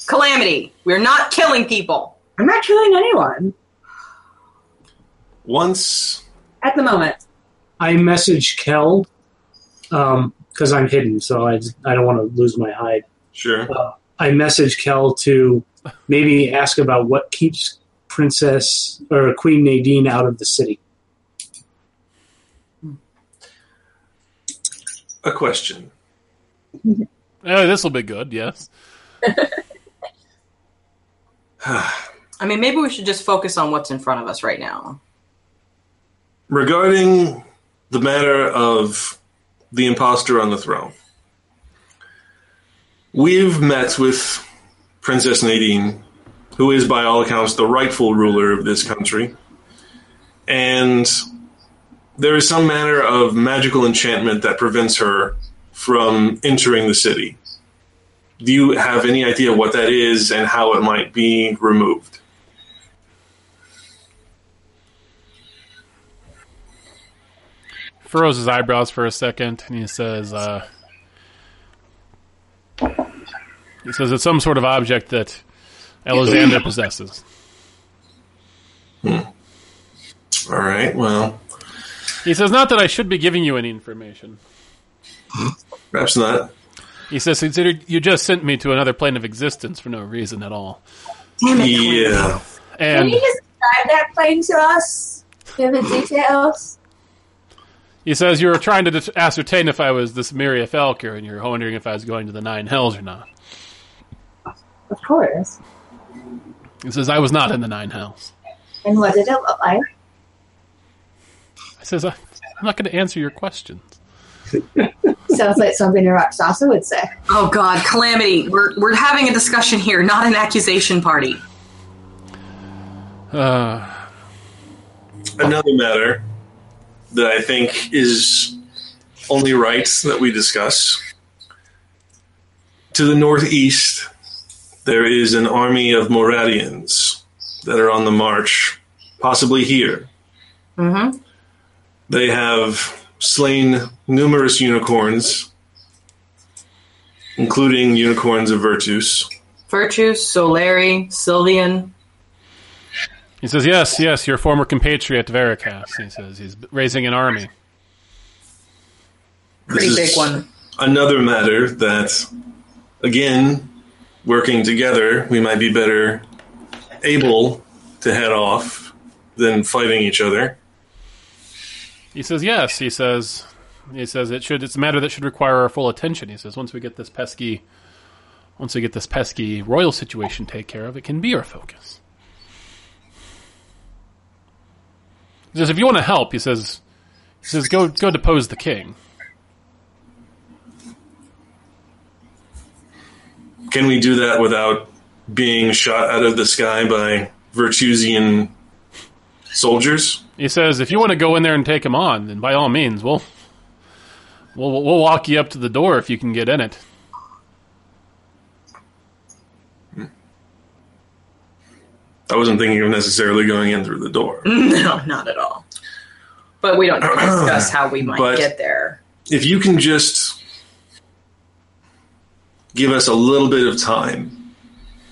S3: Calamity, we're not killing people.
S10: I'm not killing anyone
S4: Once,
S10: at the moment.
S1: I message Kel because I'm hidden, so I, I don't want to lose my hide.
S4: sure.
S1: I message Kel to maybe ask about what keeps Princess or Queen Nadine out of the city.
S4: A question.
S2: Oh, this will be good. Yes.
S3: I mean, maybe we should just focus on what's in front of us right now.
S4: regarding the matter of the imposter on the throne, we've met with Princess Nadine, who is, by all accounts, the rightful ruler of this country. And there is some manner of magical enchantment that prevents her from entering the city. Do you have any idea what that is and how it might be removed?
S2: furrows his eyebrows for a second and he says uh, he says it's some sort of object that Alexander possesses.
S4: All right, well,
S2: He says not that I should be giving you any information.
S4: perhaps not.
S2: He says consider you just sent me to another plane of existence for no reason at all.
S4: Yeah.
S5: Can
S2: And
S5: you just describe that plane to us? Give the details.
S2: he says you were trying to dis- ascertain if I was this Miria Falcor and you're wondering if I was going to the Nine Hells or not.
S10: Of course.
S2: He says I was not in the Nine Hells.
S5: And what did it look like?
S2: I says I- I'm not going to answer your questions.
S5: Sounds like something a rock salsa would say.
S3: Oh, God, Calamity, we're, we're having a discussion here, not an accusation party.
S2: Uh,
S4: another matter that I think is only right that we discuss. To the northeast, there is an army of Moradians that are on the march, possibly here.
S3: Mhm.
S4: They have slain numerous unicorns, including unicorns of Virtus.
S3: Virtue, Solari, Sylvian.
S2: He says, "Yes, yes, your former compatriot Veracast." He says he's raising an army.
S4: This
S3: Pretty
S4: is
S3: big one.
S4: Another matter that, again, working together, we might be better able to head off than fighting each other.
S2: He says, "Yes." He says, "He says it should. It's a matter that should require our full attention." He says, "Once we get this pesky, once we get this pesky royal situation take care of, it can be our focus." He says, "If you want to help," he says, "He says go go depose the king."
S4: Can we do that without being shot out of the sky by Virtusian soldiers?
S2: He says, "If you want to go in there and take him on, then by all means, we'll we'll we'll walk you up to the door if you can get in it."
S4: I wasn't thinking of necessarily going in through the door.
S3: [laughs] No, not at all. But we don't
S4: [clears throat]
S3: need to discuss how we might
S4: But-
S3: get there.
S4: if you can just give us a little bit of time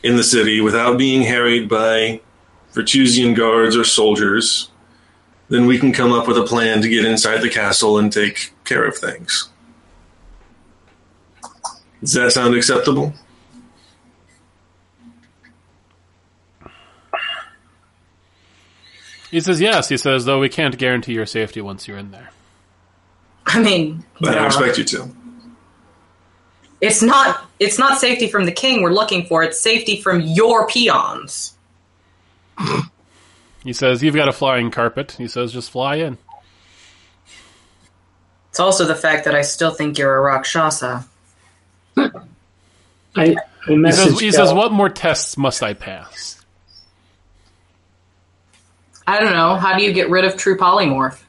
S4: in the city without being harried by Vertusian guards or soldiers, then we can come up with a plan to get inside the castle and take care of things. Does that sound acceptable?
S2: He says, "Yes." He says, "Though we can't guarantee your safety once you're in there."
S3: I mean,
S4: I don't
S3: yeah.
S4: expect you to.
S3: It's not. It's not safety from the king we're looking for. It's safety from your peons.
S2: He says, You've got a flying carpet. He says, Just fly in.
S3: It's also the fact that I still think you're a Rakshasa.
S1: I, I
S2: He says,
S1: message
S2: he says What more tests must I pass?
S3: I don't know. How do you get rid of true polymorph?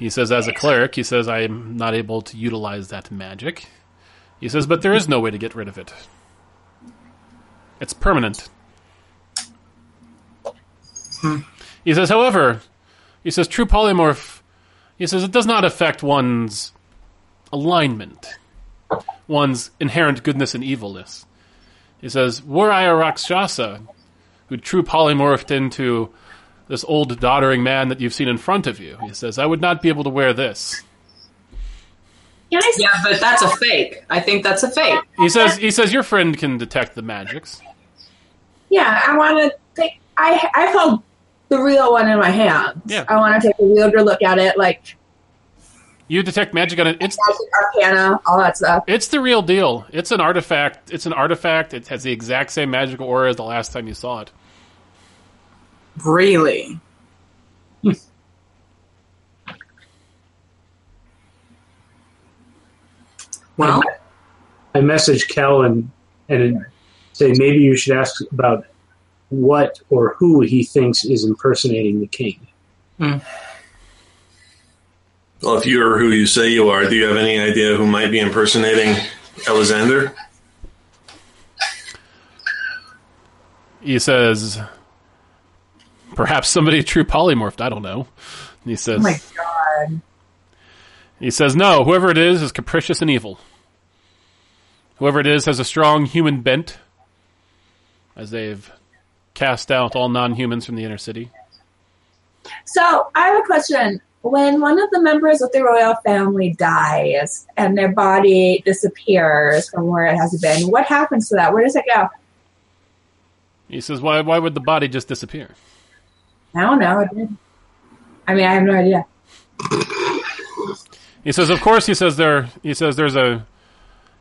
S2: He says, As a cleric, he says, I am not able to utilize that magic. He says, But there is no way to get rid of it. It's permanent. He says, However, he says, True polymorph, he says, it does not affect one's alignment, one's inherent goodness and evilness. He says, Were I a Rakshasa who true polymorphed into this old doddering man that you've seen in front of you, he says, I would not be able to wear this.
S5: Can I
S3: Yeah, but that's a fake. I think that's a fake.
S2: He says, he says, Your friend can detect the magics.
S5: Yeah, I want to take. I I held the real one in my hands.
S2: Yeah.
S5: I want to take a real good look at it, like
S2: You detect magic on it. It's,
S5: magic arcana, all that stuff.
S2: it's the real deal. It's an artifact. It's an artifact. It has the exact same magical aura as the last time you saw it.
S3: Really? [laughs] well,
S1: I message Cal and and say maybe you should ask about what or who he thinks is impersonating the king.
S4: Well, if you are who you say you are, do you have any idea who might be impersonating Alexander?
S2: He says, Perhaps somebody [laughs] true polymorphed. I don't know. And he says,
S5: Oh my god.
S2: He says, No, whoever it is is capricious and evil. Whoever it is has a strong human bent, as they've cast out all non humans from the inner city.
S5: So I have a question. When one of the members of the royal family dies and their body disappears from where it has been, what happens to that? Where does it go?
S2: He says, Why, why would the body just disappear?
S5: I don't know. It did. I mean, I have no idea.
S2: He says, Of course, he says, there, he says there's a.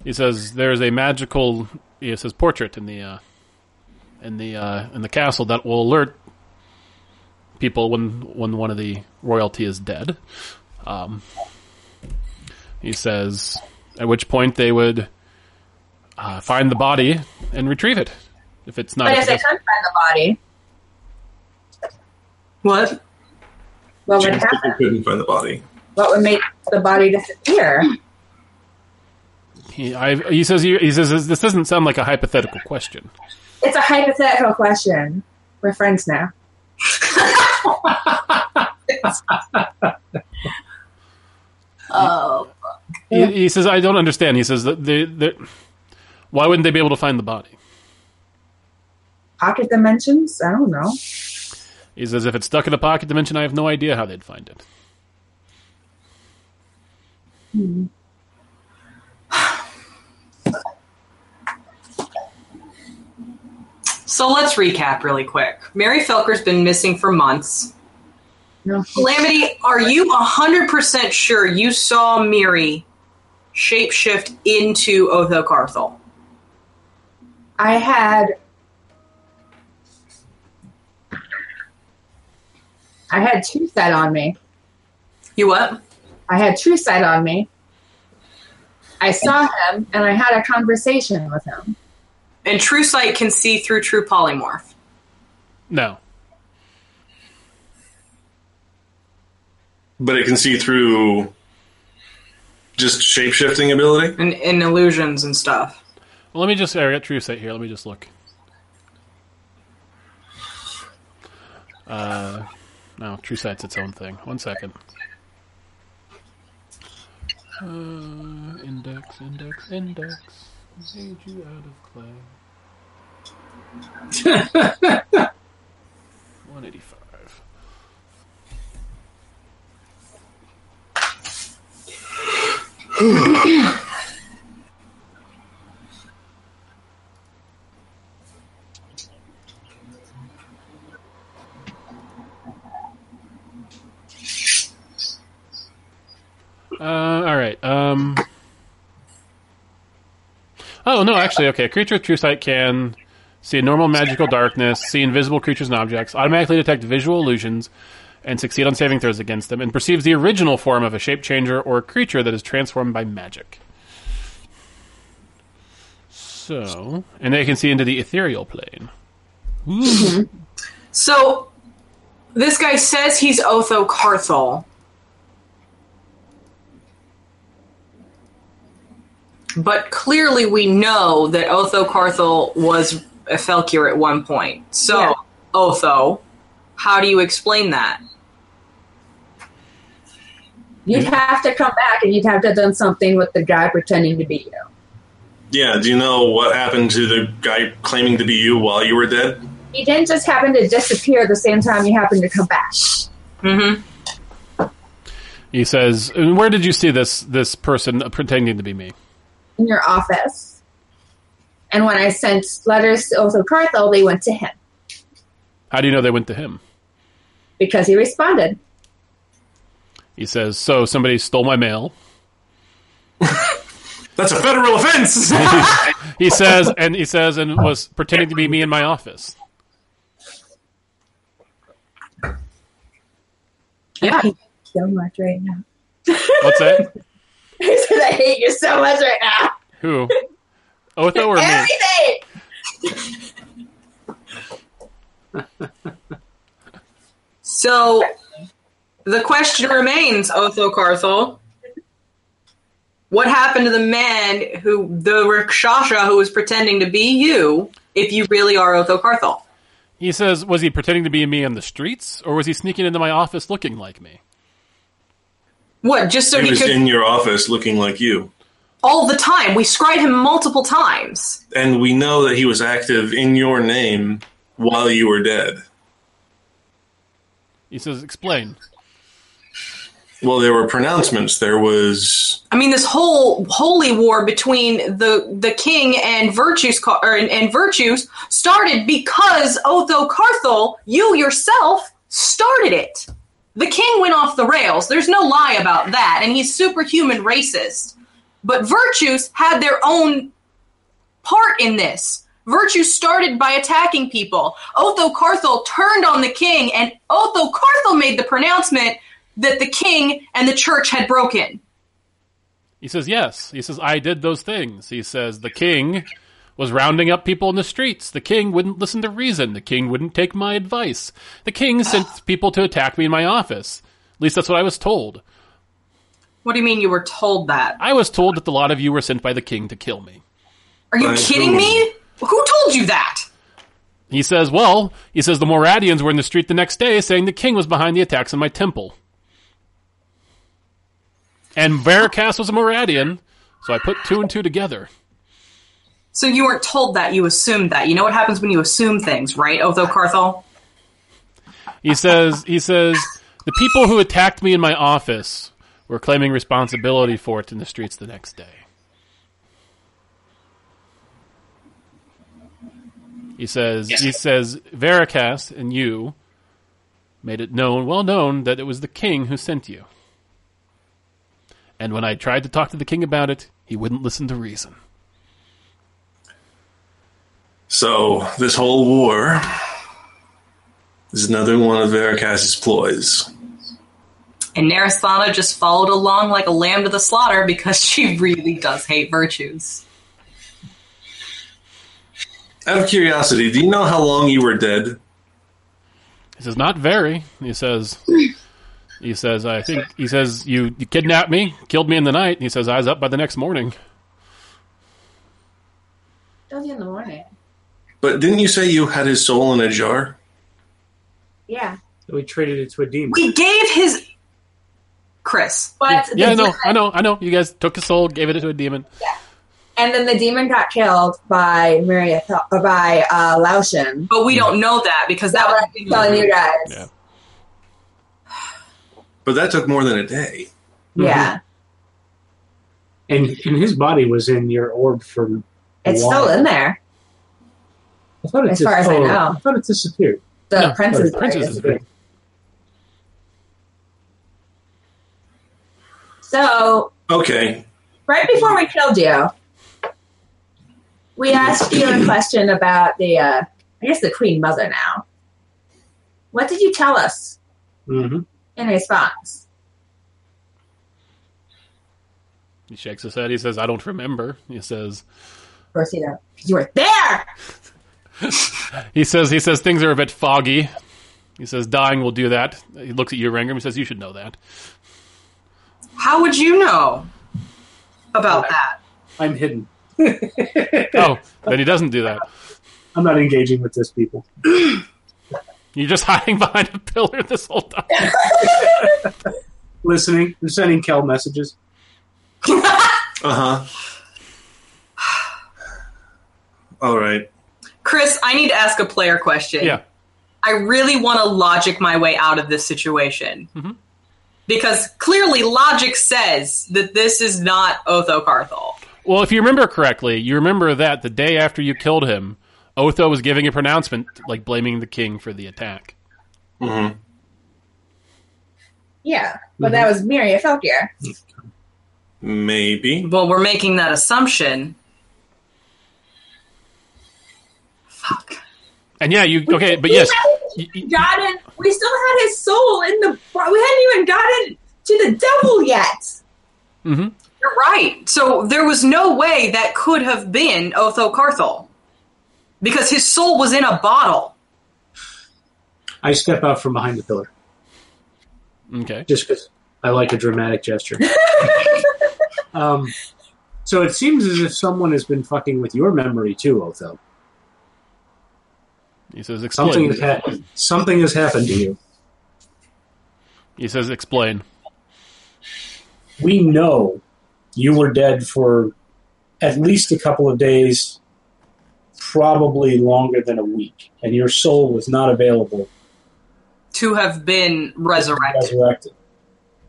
S2: He says there's a magical he says portrait in the uh, in the uh, in the castle that will alert people when when one of the royalty is dead. Um, he says, at which point they would uh, find the body and retrieve it if it's not.
S5: But if they
S2: if
S5: couldn't find the body,
S3: what?
S5: what would
S4: James said
S5: happen?
S4: they couldn't find the body.
S5: What would make the body disappear?
S2: it's- he, I, he says he, he says this doesn't sound like a hypothetical question.
S5: It's a hypothetical question. We're friends now.
S11: Oh,
S2: He, he says I don't understand. He says that they, they why wouldn't they be able to find the body?
S5: Pocket dimensions? I don't know.
S2: He says, if it's stuck in a pocket dimension, I have no idea how they'd find it.
S3: So let's recap really quick. Mary Felker's been missing for months.
S5: No.
S3: Calamity, are you 100% sure you saw Miri shapeshift into Otho Carthel?
S5: I had I had true sight on me.
S3: You what?
S5: I had true sight on me. I saw him and I had a conversation with him.
S3: And True Sight can see through true polymorph.
S2: No.
S4: But it can see through just shape shifting ability?
S3: and, and illusions and stuff.
S2: Well, let me just. I got true sight here. Let me just look. Uh, no, true sight's its own thing. One second. Uh, index, index, index. Made you out of clay. 185. Uh, all right. Um. Oh no, actually, okay. A creature with true sight can see a normal magical darkness, see invisible creatures and objects, automatically detect visual illusions, and succeed on saving throws against them, and perceives the original form of a shape changer or a creature that is transformed by magic. So, and they can see into the ethereal plane.
S3: So this guy says he's Otho Carthol. But clearly we know that Otho Carthol was a Felkir at one point. So
S5: Yeah.
S3: Otho, how do you explain that?
S7: You'd have to come back and you'd have to have done something with the guy pretending to be you.
S4: Yeah, do you know what happened to the guy claiming to be you while you were dead?
S7: He didn't just happen to disappear the same time you happened to come back.
S3: Mm-hmm.
S2: He says, "And "Where did you see this this person pretending to be me?"
S7: in your office. And when I sent letters to Otho Carthel, they went to him
S2: How do you know they went to him?
S7: because he responded.
S2: He says, "So somebody stole my mail." [laughs]
S4: That's a federal offense!
S2: He says, and he says, and was pretending to be me in my office.
S3: Yeah.
S7: So much right now. [laughs]
S2: What's that?
S7: He said, I hate you so much right now.
S2: Who? Otho or me?
S7: Everything.
S3: So the question remains, Otho Carthel. What happened to the man who the Rikshasha who was pretending to be you if you really are Otho Carthel?
S2: He says, "Was he pretending to be me on the streets, or was he sneaking into my office looking like me?"
S3: What, just so
S4: he
S3: he,
S4: was
S3: could
S4: in your office looking like you.
S3: all the time. We scried him multiple times.
S4: And we know that he was active in your name while you were dead.
S2: He says, "Explain."
S4: Well, there were pronouncements. There was.
S3: I mean, this whole holy war between the the king and virtues Car- or, and, and virtues started because Otho Carthel, you yourself, started it. The king went off the rails. There's no lie about that, and he's superhuman racist. But virtues had their own part in this. Virtue started by attacking people. Otho Carthel turned on the king, and Otho Carthel made the pronouncement that the king and the church had broken.
S2: He says, "Yes." He says, "I did those things." He says, "The king was rounding up people in the streets. The king wouldn't listen to reason. The king wouldn't take my advice. The king sent people to attack me in my office. At least that's what I was told.
S3: What do you mean you were told that?
S2: I was told that a lot of you were sent by the king to kill me."
S3: Are you
S4: By
S3: kidding
S4: whom?
S3: me? Who told you that?
S2: He says, "Well," he says, "the Moradians were in the street the next day saying the king was behind the attacks on my temple." And Veracast was a Moradian, so I put two and two together.
S3: So you weren't told that, you assumed that. You know what happens when you assume things, right, Otho Carthel?
S2: He says he says the people who attacked me in my office were claiming responsibility for it in the streets the next day. He says he says Veracast and you made it known well known that it was the king who sent you. And when I tried to talk to the king about it, he wouldn't listen to reason.
S4: So, this whole war is another one of Veracast's ploys.
S3: And Narasana just followed along like a lamb to the slaughter because she [laughs] really does hate virtues.
S4: Out of curiosity, do you know how long you were dead?
S2: He says, "Not very." He says, "He says I think he says you, you kidnapped me, killed me in the night." And he says, "I was up by the next morning."
S7: That was in the morning.
S4: But didn't you say you had his soul in a jar?
S7: Yeah.
S1: We traded it to a demon.
S3: We gave his. Chris.
S7: But the
S2: yeah, I know,
S7: demon-
S2: I know, I know. You guys took his soul, gave it to a demon.
S7: and then the demon got killed by Maria uh, by uh Laotian.
S3: But we don't know that because that was.
S7: telling you guys.
S2: Yeah.
S7: Yeah.
S4: But that took more than a day.
S1: And, and his body was in your orb for. a
S2: Mm-hmm.
S7: It's
S1: while.
S7: still in there.
S1: I thought it
S7: as far as I
S1: oh,
S7: know.
S1: I thought it disappeared.
S7: The
S2: No,
S7: princess.
S2: the princess
S7: area.
S2: is- Disappeared.
S5: So
S4: Okay.
S5: right before we killed you, we asked you a question about the, uh, I guess the Queen Mother now. What did you tell us
S1: hmm
S5: in response?
S2: He shakes his head. He says, "I don't remember." He says,
S5: Of course you don't, 'cause you were there.
S2: "He says he says things are a bit foggy." He says, "Dying will do that." He looks at you, Rangram. He says, "You should know that."
S3: How would you know about that?
S1: I'm hidden.
S2: Oh, then he doesn't do that.
S1: I'm not engaging with this people.
S2: You're just [laughs] hiding behind a pillar this whole time.
S1: Listening. I'm sending Kel messages.
S4: Uh huh. All right.
S3: Chris, I need to ask a player question.
S2: Yeah.
S3: I really want to logic my way out of this situation.
S2: Mhm.
S3: Because clearly, logic says that this is not Otho Carthol.
S2: Well, if you remember correctly, you remember that the day after you killed him, Otho was giving a pronouncement like blaming the king for the attack.
S4: Mm-hmm.
S5: Yeah, but that was Miri Felkier.
S4: Maybe.
S3: Well, we're making that assumption. Fuck.
S2: And yeah, you okay? But yes, y- y-
S5: Gotten, we still had his soul in the, bar- we hadn't even gotten to the devil yet.
S2: mhm.
S3: You're right. So there was no way that could have been Otho Carthol because his soul was in a bottle.
S1: I step out from behind the pillar
S2: okay.
S1: just because I like a dramatic
S7: [laughs]
S1: gesture. um, so it seems as if someone has been fucking with your memory too, Otho.
S2: He says,
S1: Something has
S2: "Explain."
S1: happened. Something has happened to you.
S2: He says, "Explain."
S1: we know you were dead for at least a couple of days, probably longer than a week, and your soul was not available
S3: To have been
S1: [laughs]
S3: resurrected.
S1: resurrected.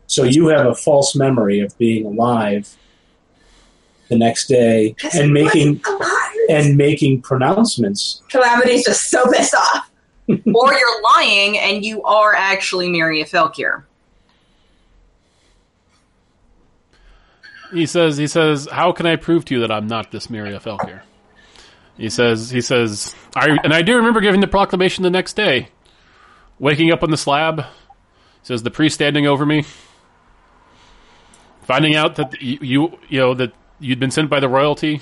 S1: So you have a false memory of being alive the next day and making and making pronouncements.
S5: Calamity's just so pissed off.
S3: or you're lying and you are actually Miria Felkir.
S2: He says, "He says, how can I prove to you that I'm not this Miria Felkir?" He says, "He says, I and I do remember giving the proclamation the next day, waking up on the slab." Says the priest standing over me, finding out that you, you you know that you'd been sent by the royalty.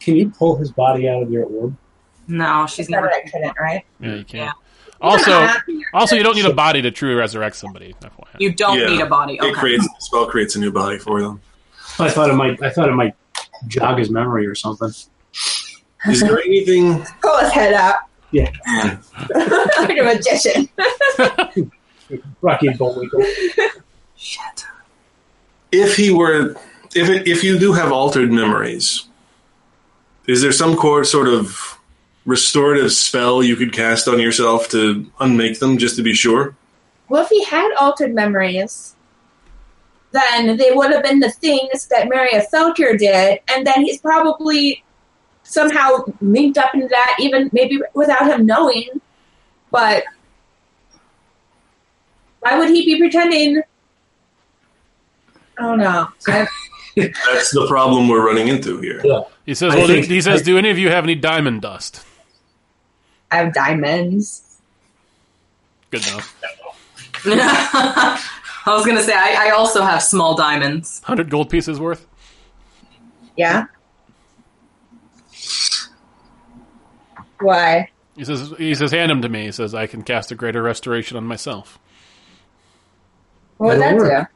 S1: Can you pull his body out of your orb?
S3: No, she's
S5: Never
S3: never.
S5: that couldn't, right?
S2: Yeah, you can't.
S3: Yeah.
S2: Also, also, you don't
S1: [laughs]
S2: need a body to truly resurrect somebody. FYI.
S3: You don't
S4: Yeah.
S3: need a body.
S4: It
S3: Okay.
S4: creates the spell creates a new body for them.
S1: I thought it might. I thought it might jog his memory or something.
S4: Is there anything?
S5: Pull his head up [laughs]
S4: Mm.
S5: like a magician.
S1: Rocky and Bullwinkle.
S3: Shit.
S4: If he were, if it, if you do have altered memories, is there some core sort of restorative spell you could cast on yourself to unmake them, just to be sure?
S5: Well, if he had altered memories, then they would have been the things that Maria Felker did, and then he's probably somehow linked up into that, even maybe without him knowing. But why would he be pretending? I don't know. I-
S4: That's the problem we're running into here.
S2: He says,
S1: I
S2: well,
S1: think-
S2: he says, do any of you have any diamond dust?
S5: I have diamonds.
S2: Good enough.
S3: [laughs] I was going to say, I, I also have small diamonds.
S2: 100 gold pieces worth?
S5: Yeah. Why?
S2: He says, he says, hand them to me. He says, I can cast a greater restoration on myself.
S5: What would that
S1: That'll
S5: do?
S1: work.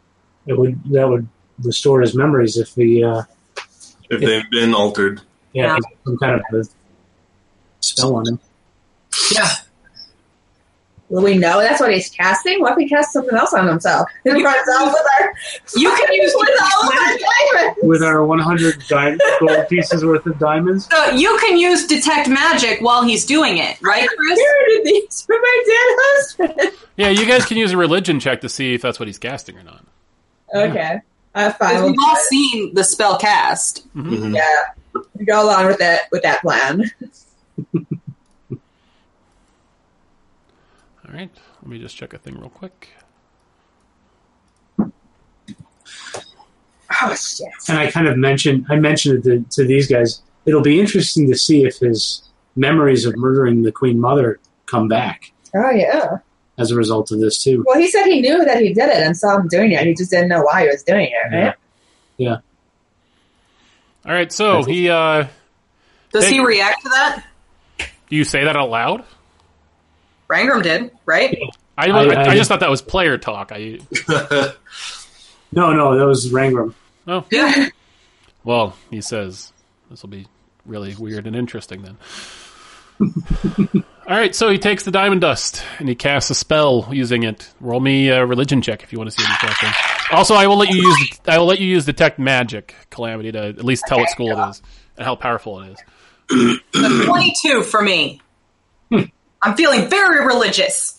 S1: It would that would restore his memories if the uh,
S4: If they've been altered,
S1: yeah,
S3: Yeah.
S1: some kind of a spell on him.
S3: Yeah.
S5: Well, we know that's what he's casting. What if he casts something else on himself? [laughs] He runs off with our
S3: [laughs] You can use
S5: [laughs] with all of our diamonds.
S1: with our 100 di- gold pieces worth of diamonds.
S3: So you can use detect magic while he's doing it, right, Chris?
S5: Here are these for my dead husband. [laughs]
S2: Yeah, you guys can use a religion check to see if that's what he's casting or not.
S5: Okay, I
S3: Because
S5: fine.
S3: We've all seen the spell cast.
S4: Mhm.
S5: Yeah, we go along with that with that plan.
S2: All right, let me just check a thing real quick.
S5: Oh shit!
S1: and I kind of mentioned I mentioned it to, to these guys. It'll be interesting to see if his memories of murdering the Queen Mother come back
S5: Oh yeah.
S1: as a result of this too.
S5: Well, he said he knew that he did it and saw him doing it. He just didn't know why he was doing it. Right?
S2: All right, so he. Uh,
S3: Does he
S2: Thank-
S3: react to that?
S2: do you say that out loud?
S3: Rangram did, right?
S2: I,
S1: I-
S2: I, I,
S1: I-
S2: just thought that was player talk. I
S1: No, no, that was Rangram.
S2: oh
S3: Yeah.
S2: well, he says this will be really weird and interesting then. All right, so he takes the diamond dust and he casts a spell using it. Roll me a religion check if you want to see any questions. Also, I will let you use I will let you use detect magic calamity to at least tell what school it is and how powerful it is.
S3: That's 22 for me.
S2: Hmm.
S3: I'm feeling very religious.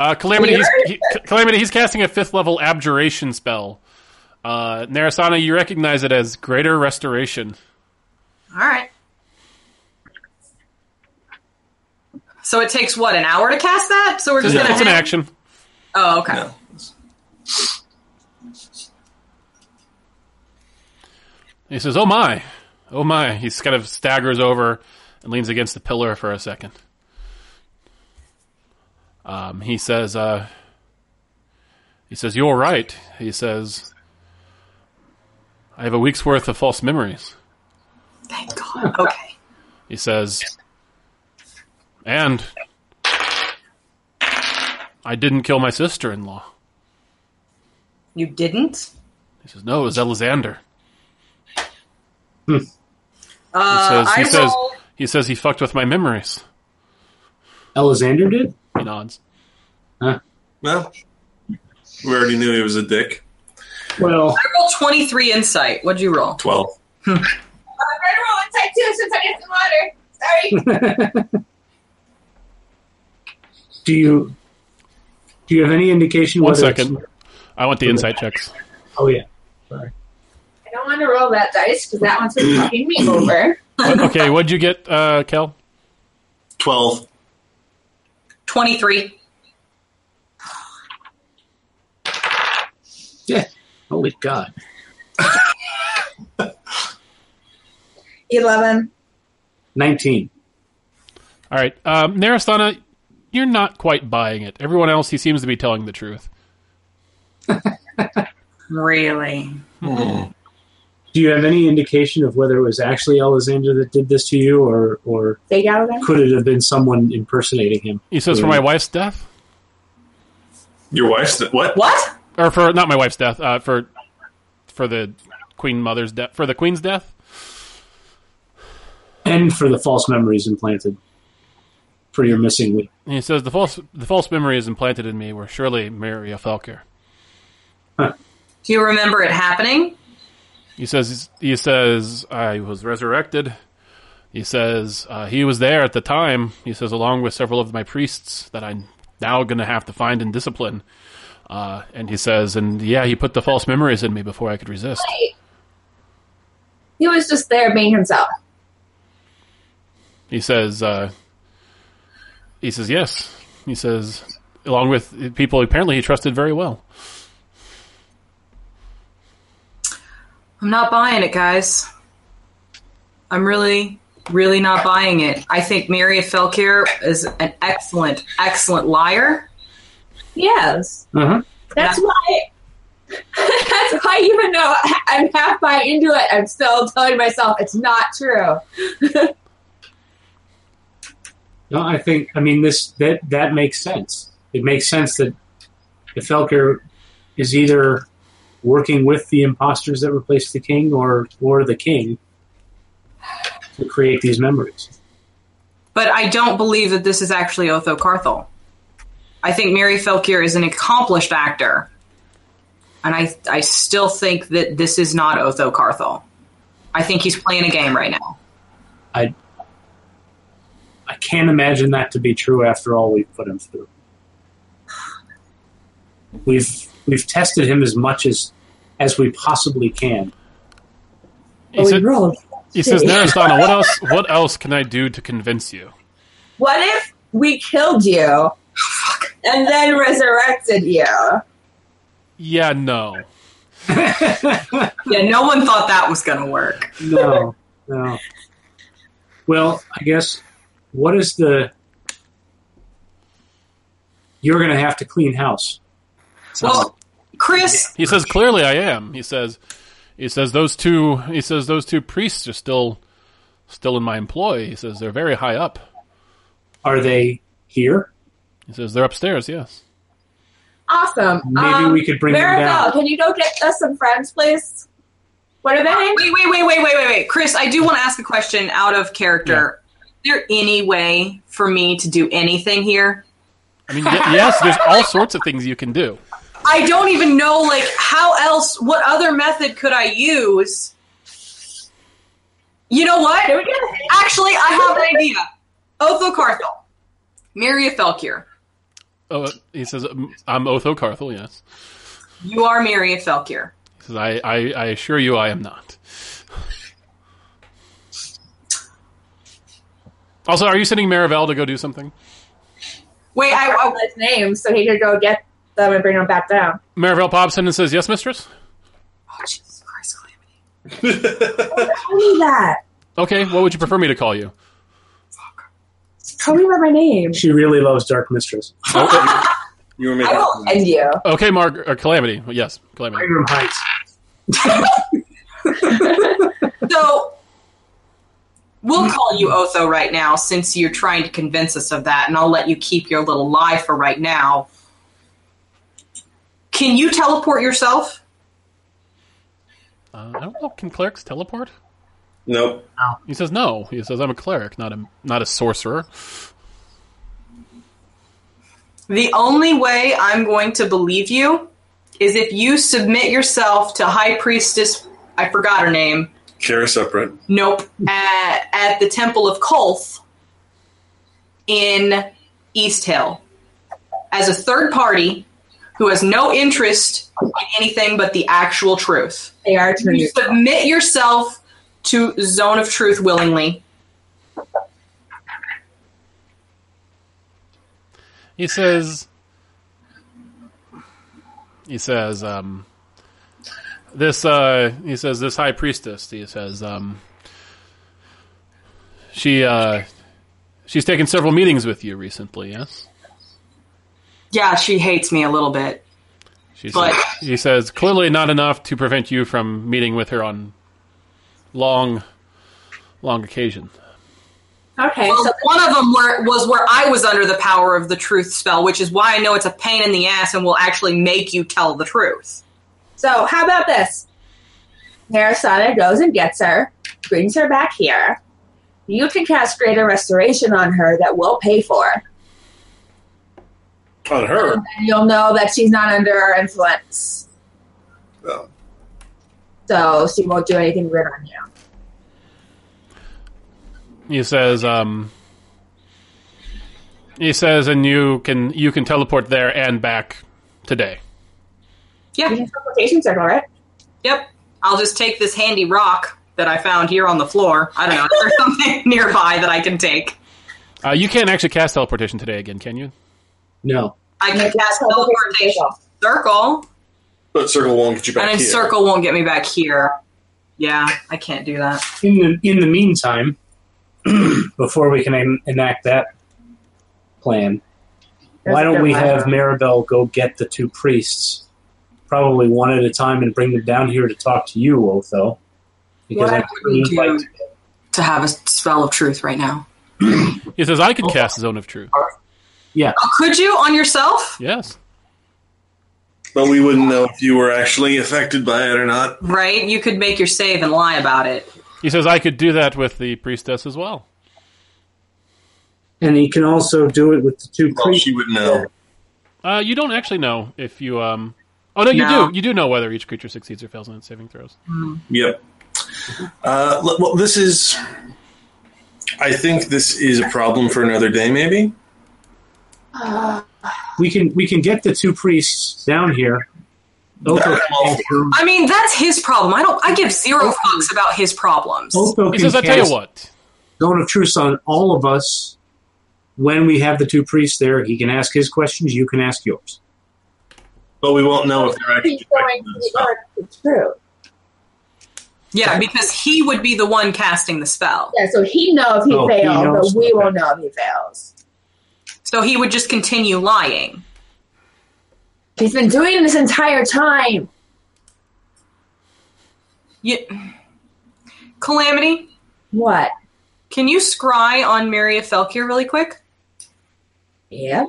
S2: Uh, Calamity, he's, he, Calamity, he's casting a fifth level abjuration spell. Uh, Narasana, you recognize it as Greater Restoration.
S3: All right. So it takes what an hour to cast that. So we're
S2: It's,
S3: just gonna.
S2: it's an action.
S3: Oh, okay.
S4: No.
S2: He says, "Oh my, oh my." He kind of staggers over and leans against the pillar for a second. Um, he says, uh, "He says you're right." He says, "I have a week's worth of false memories."
S3: Thank God. Okay.
S2: He says, and I didn't kill my sister in law.
S3: You didn't.
S2: He says, no, it was Alexander.
S3: Uh,
S2: he says,
S3: I
S2: he, says,
S3: rolled-
S2: he says he fucked with my memories.
S1: Alexander did.
S2: He nods.
S4: Well, we already knew he was a dick.
S1: Well,
S3: I rolled 23 insight. What'd you roll?
S4: 12.
S7: I'm going to roll inside too since I get some water.
S3: [laughs]
S7: Sorry.
S1: do you do you have any indication?
S2: One
S1: whether it's-
S2: second. I want the insight checks.
S1: Oh yeah.
S7: I don't want to roll that dice because that one's been fucking me
S3: [clears throat]
S7: over.
S2: What- okay, what'd you get, uh, Kel?
S4: 12.
S3: 23.
S1: Yeah. Holy God.
S5: Eleven.
S1: Nineteen.
S2: All right, um, Narasana, you're not quite buying it. Everyone else, he seems to be telling the truth.
S3: Really?
S1: Do you have any indication of whether it was actually Alexander that did this to you, or or
S7: Big Alabama.
S1: could it have been someone impersonating him?
S2: He says, for my wife's death?
S4: Your wife's. The, what? [laughs]
S3: What?
S2: Or for, not my wife's death, uh, for, for the Queen Mother's death, for the Queen's death?
S1: and for the false memories implanted for your missing week.
S2: And he says the false the false memories implanted in me were surely Maria Falker.
S3: Do you remember it happening?
S2: He says he says I was resurrected. He says uh, he was there at the time. He says along with several of my priests that I'm now going to have to find and discipline. Uh, and he says, and yeah, he put the false memories in me before I could resist.
S7: He was just there being himself.
S2: He says, uh, he says yes. He says along with people apparently he trusted very well.
S3: I'm not buying it, guys. I'm really, really not buying it. I think Maria Felkir is an excellent, excellent liar.
S7: Yes.
S1: Uh-huh.
S7: That's why. [laughs] That's why, even though I- I'm half by into it, I'm still telling myself it's not true.
S1: No, I think I mean this that that makes sense. It makes sense that the Felker is either working with the imposters that replaced the king or or the king to create these memories.
S3: But I don't believe that this is actually Otho Carthel. I think Mary Felkir is an accomplished actor. And I, I still think that this is not Otho Carthel. I think he's playing a game right now.
S1: I can't imagine that to be true after all we've put him through. We've we've tested him as much as as we possibly can.
S2: He,
S5: we
S2: said-
S5: rolled.
S2: he says, Narasana, what else? What else can I do to convince you?
S5: What if we killed you and then resurrected you?
S2: Yeah, no.
S3: Yeah, no one thought that was going to work.
S1: No, no. Well, I guess what is the? You're going to have to clean house.
S3: Well, Chris,
S2: He says clearly I am. He says he says those two he says those two priests are still still in my employ. He says they're very high up.
S1: Are they here?
S2: He says they're upstairs, yes.
S7: Awesome.
S1: Maybe
S7: um,
S1: we could bring them
S7: Maribel,
S1: down.
S7: can you go get us some friends, please? What are they?
S3: wait, wait, wait, wait, wait, wait, wait. Chris, I do want to ask a question out of character. Is there any way for me to do anything here?
S2: I mean, y- yes, there's all sorts of things you can do.
S3: I don't even know, like, how else, what other method could I use? You know what?
S7: Can we get a-
S3: Actually, I have an idea. Otho Carthel. Marry a Felkir.
S2: Oh, he says "Um, I'm Otho Carthel, yes.
S3: You are Mary a Felkir.
S2: He says I, I, I assure you I am not. Also, are you sending Marivelle to go do something?
S3: Wait, I, oh, I,
S7: his name so he could go get them and bring them back down.
S2: Marivelle pops in and says, "Yes, mistress."
S3: oh, Jesus Christ, Calamity.
S7: Tell me that.
S2: Okay, what would you prefer me to call you?
S7: Tell me by my name.
S1: She really loves Dark Mistress.
S4: Oh. You were making.
S5: I will end you.
S2: Okay, Marg or Calamity. Yes, Calamity.
S1: Ingram Heights.
S3: So we'll call you Otho right now since you're trying to convince us of that, and I'll let you keep your little lie for right now. Can you teleport yourself?
S2: Uh, I don't know. Can clerics teleport?
S4: Nope.
S2: He says no. He says I'm a cleric, not a not a sorcerer.
S3: The only way I'm going to believe you is if you submit yourself to High Priestess, I forgot her name,
S4: Kara Seprat.
S3: nope, at, at the Temple of Kolth in East Hill as a third party who has no interest in anything but the actual truth.
S7: They are turning.
S3: You submit yourself to Zone of Truth willingly.
S2: He says. He says um, this. Uh, he says this high priestess. He says um, she uh, she's taken several meetings with you recently. Yes.
S3: Yeah, she hates me a little bit.
S2: She
S3: But-
S2: says, he says clearly not enough to prevent you from meeting with her on long, long occasion.
S7: Okay,
S3: Well,
S7: so
S3: one of them were, was where I was under the power of the truth spell, which is why I know it's a pain in the ass and will actually make you tell the truth.
S7: so how about this? Narasana goes and gets her, brings her back here. You can cast Greater Restoration on her that we'll pay for.
S4: On her.
S7: And you'll know that she's not under our influence.
S4: Oh.
S7: So she won't do anything weird on you.
S2: He says, um, he says, and you can you can teleport there and back today.
S7: You can teleportation circle, right?
S3: Yep. I'll just take this handy rock that I found here on the floor. I don't know. Is there [laughs] something nearby that I can take?
S2: Uh, you can't actually cast teleportation today again, can you?
S1: No.
S3: I can cast
S7: Teleportation
S3: teleportation
S7: circle.
S3: circle,
S4: But circle won't get you
S3: and
S4: back
S3: then
S4: here.
S3: circle won't get me back here. Yeah, I can't do that.
S1: In the in the meantime, [clears throat] before we can en- enact that plan, why don't we have Maribel go get the two priests, probably one at a time, and bring them down here to talk to you, Otho? Because
S3: What
S1: I
S3: I would
S1: really
S3: do-
S1: like to
S3: To have a spell of truth right now.
S2: He says, I can cast Zone of Truth.
S3: Oh, could you on yourself?
S2: Yes.
S4: But we wouldn't know if you were actually affected by it or not.
S3: Right? You could make your save and lie about it.
S2: He says, I could do that with the priestess as well.
S1: and he can also do it with the two
S4: Well,
S1: priests.
S4: she would know.
S2: Uh, you don't actually know if you. Um, oh no, you
S3: No.
S2: do. You do know whether each creature succeeds or fails on its saving throws.
S4: Yep. Uh, l- well, this is. I think this is a problem for another day, maybe.
S1: we can we can get the two priests down here. Otho,
S4: Well,
S3: I mean, that's his problem. I don't I give zero fucks about his problems.
S1: Otho
S2: He
S1: can
S2: says, I tell
S1: cast
S2: you what.
S1: zone of truth on all of us. When we have the two priests there, he can ask his questions. You can ask yours.
S4: but we won't know if they're actually
S5: He's going
S4: affecting
S5: to
S4: the
S5: the
S4: spell.
S5: earth. It's true.
S3: Yeah, because he would be the one casting the spell.
S5: Yeah, so he know if he
S1: Oh, he
S5: fails,
S1: knows.
S5: but we won't know if he fails.
S3: So he would just continue lying.
S5: He's been doing this entire time.
S3: You- Calamity,
S5: What?
S3: can you scry on Mary of Felkir really quick?
S5: Yep.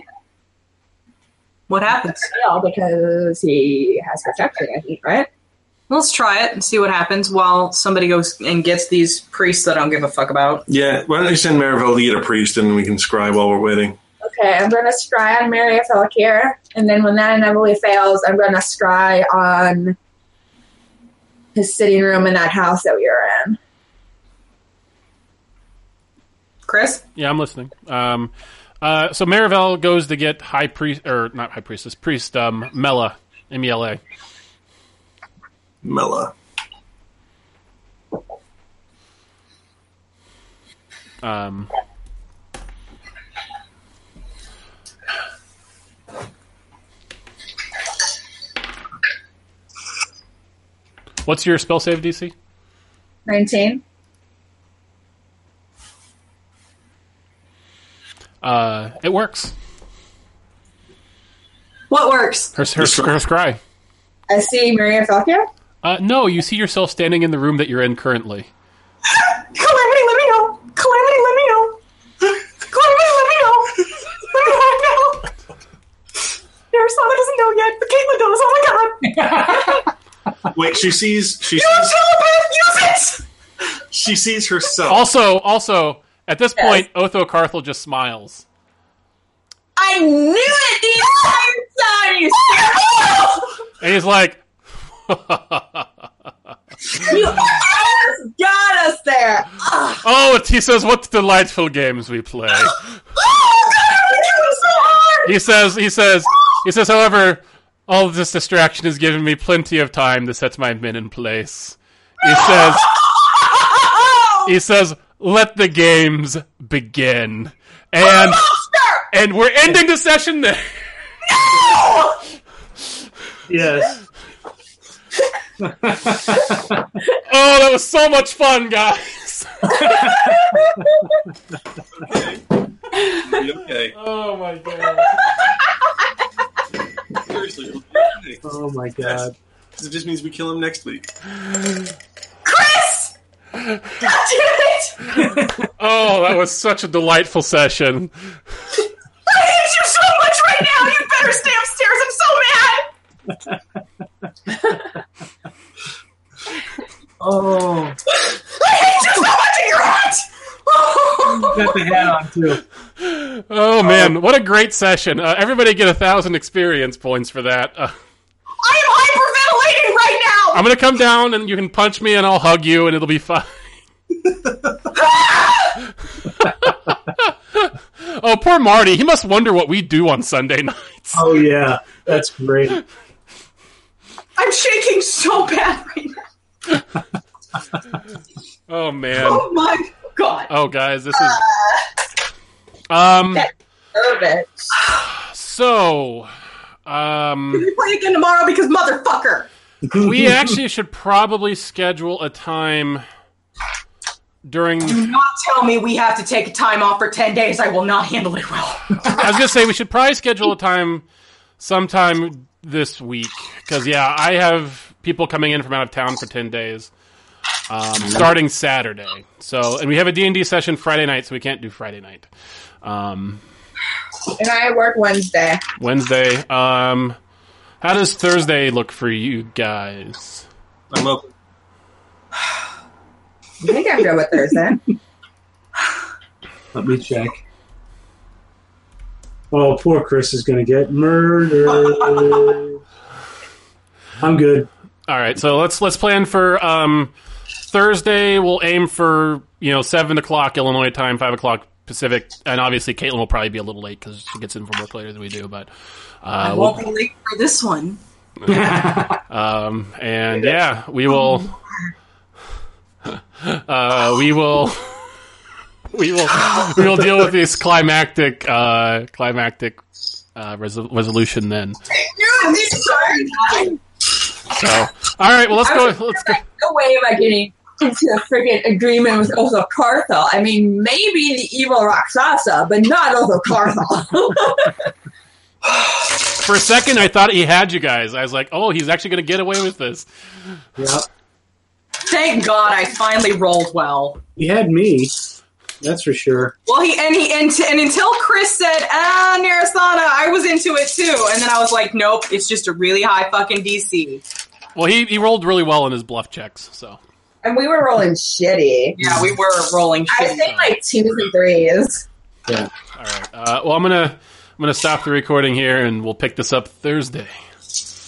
S3: What happens?
S5: Fail because he has protection, I think, right?
S3: Let's try it and see what happens while somebody goes and gets these priests that I don't give a fuck about.
S4: Yeah, why don't you send Marivelle to get a priest and we can scry while we're waiting.
S5: Okay, I'm gonna scry on Mary Felk here, and then when that inevitably fails, I'm gonna scry on his sitting room in that house that we were in.
S3: Chris?
S2: Yeah, I'm listening. Um, uh, so Marivelle goes to get high priest or not high priestess priest um, Mela M E L A.
S5: [laughs]
S4: Mela.
S2: Um, what's your spell save DC?
S5: Nineteen.
S2: Uh, it works.
S3: What works?
S2: Her her, her scry.
S5: I see Mary Felk here.
S2: Uh, no, you see yourself standing in the room that you're in currently.
S3: Calamity, let me know. Calamity, let me know. Calamity, let me know. Let me know. I know. There's someone doesn't know yet, but Caitlin knows. Oh my
S5: [laughs]
S3: god.
S4: Wait, she sees she sees
S3: Telepath, use it.
S4: she sees herself.
S2: Also, also at this point, Otho Carthel just smiles.
S7: I knew it the entire
S5: [laughs]
S7: time. You,
S2: And he's like, [laughs]
S7: almost got us there.
S2: "Oh," he says, "What delightful games we play."
S7: [laughs] Oh God, I was doing so hard.
S2: He says, "He says, he says." However, all this distraction has given me plenty of time to set my men in place. He
S7: [laughs]
S2: says, "He says, let the games begin." And and we're ending the session there.
S1: Yes.
S2: [laughs] Oh, that was so much fun, guys.
S4: Okay.
S2: Oh my god.
S4: Seriously. okay.
S1: Oh my god.
S4: It just means we kill him next week.
S2: Oh, that was such a delightful session.
S3: I hate you so much right now. You better stay upstairs. I'm so mad. [laughs]
S1: Oh,
S3: I hate you so much and you're hot.
S1: got the hat on too.
S2: Oh man, what a great session! Uh, everybody get a thousand experience points for that. Uh,
S3: I am hyperventilating right now.
S2: I'm gonna come down and you can punch me and I'll hug you and it'll be fine. [laughs] oh, poor Marty. He must wonder what we do on Sunday [laughs] nights.
S1: Oh yeah, that's great.
S3: I'm shaking so bad right now.
S2: Oh man.
S3: Oh my god.
S2: Oh guys, this is. Um.
S5: Perfect.
S2: So. Um.
S3: We play again tomorrow because motherfucker.
S2: We actually should probably schedule a time during.
S3: Do not tell me we have to take a time off for 10 days. I will not handle it well.
S2: I was gonna say we should probably schedule a time sometime this week because yeah, I have people coming in from out of town for ten days, um, starting Saturday. So, and we have d and D session Friday night, so we can't do Friday night. Um,
S5: And I work Wednesday.
S2: Wednesday. Um, how does Thursday look for you guys?
S4: I'm open.
S5: I think I'm good with
S2: [laughs]
S5: Thursday.
S1: Let me check. Oh, poor Chris is gonna get
S2: [laughs]
S1: murdered. I'm good.
S2: All right, so let's let's plan for um, Thursday. We'll aim for you know seven o'clock Illinois time, five o'clock Pacific, and obviously Caitlin will probably be a little late because she gets in from work later than we do. But uh,
S3: I
S2: we'll-
S3: won't be late for this one.
S2: um, and yeah, we will. [laughs] Uh, we will. [laughs] We will. We will deal with this climactic, uh, climactic uh, resol- resolution then.
S3: Knew
S2: So, all right. Well, let's
S5: I was
S2: go. Let's go.
S5: like, no way am I getting into a freaking agreement with Othocarthal. I mean, maybe the evil Raksasa, but not Othocarthal.
S2: For a second, I thought he had you guys. I was like, oh, he's actually going to get away with this.
S6: Yeah,
S3: Thank God I finally rolled well.
S6: he had me. That's for sure.
S3: Well, he and he and, and until Chris said, "Ah, Narasana," I was into it too, and then I was like, "Nope, it's just a really high fucking DC."
S2: Well, he, he rolled really well in his bluff checks. So,
S5: [laughs] and we were rolling shitty.
S3: Yeah, we were rolling
S5: I
S3: shit.
S5: think like twos and threes.
S2: all right. Uh, well, I'm gonna I'm gonna stop the recording here, and we'll pick this up Thursday.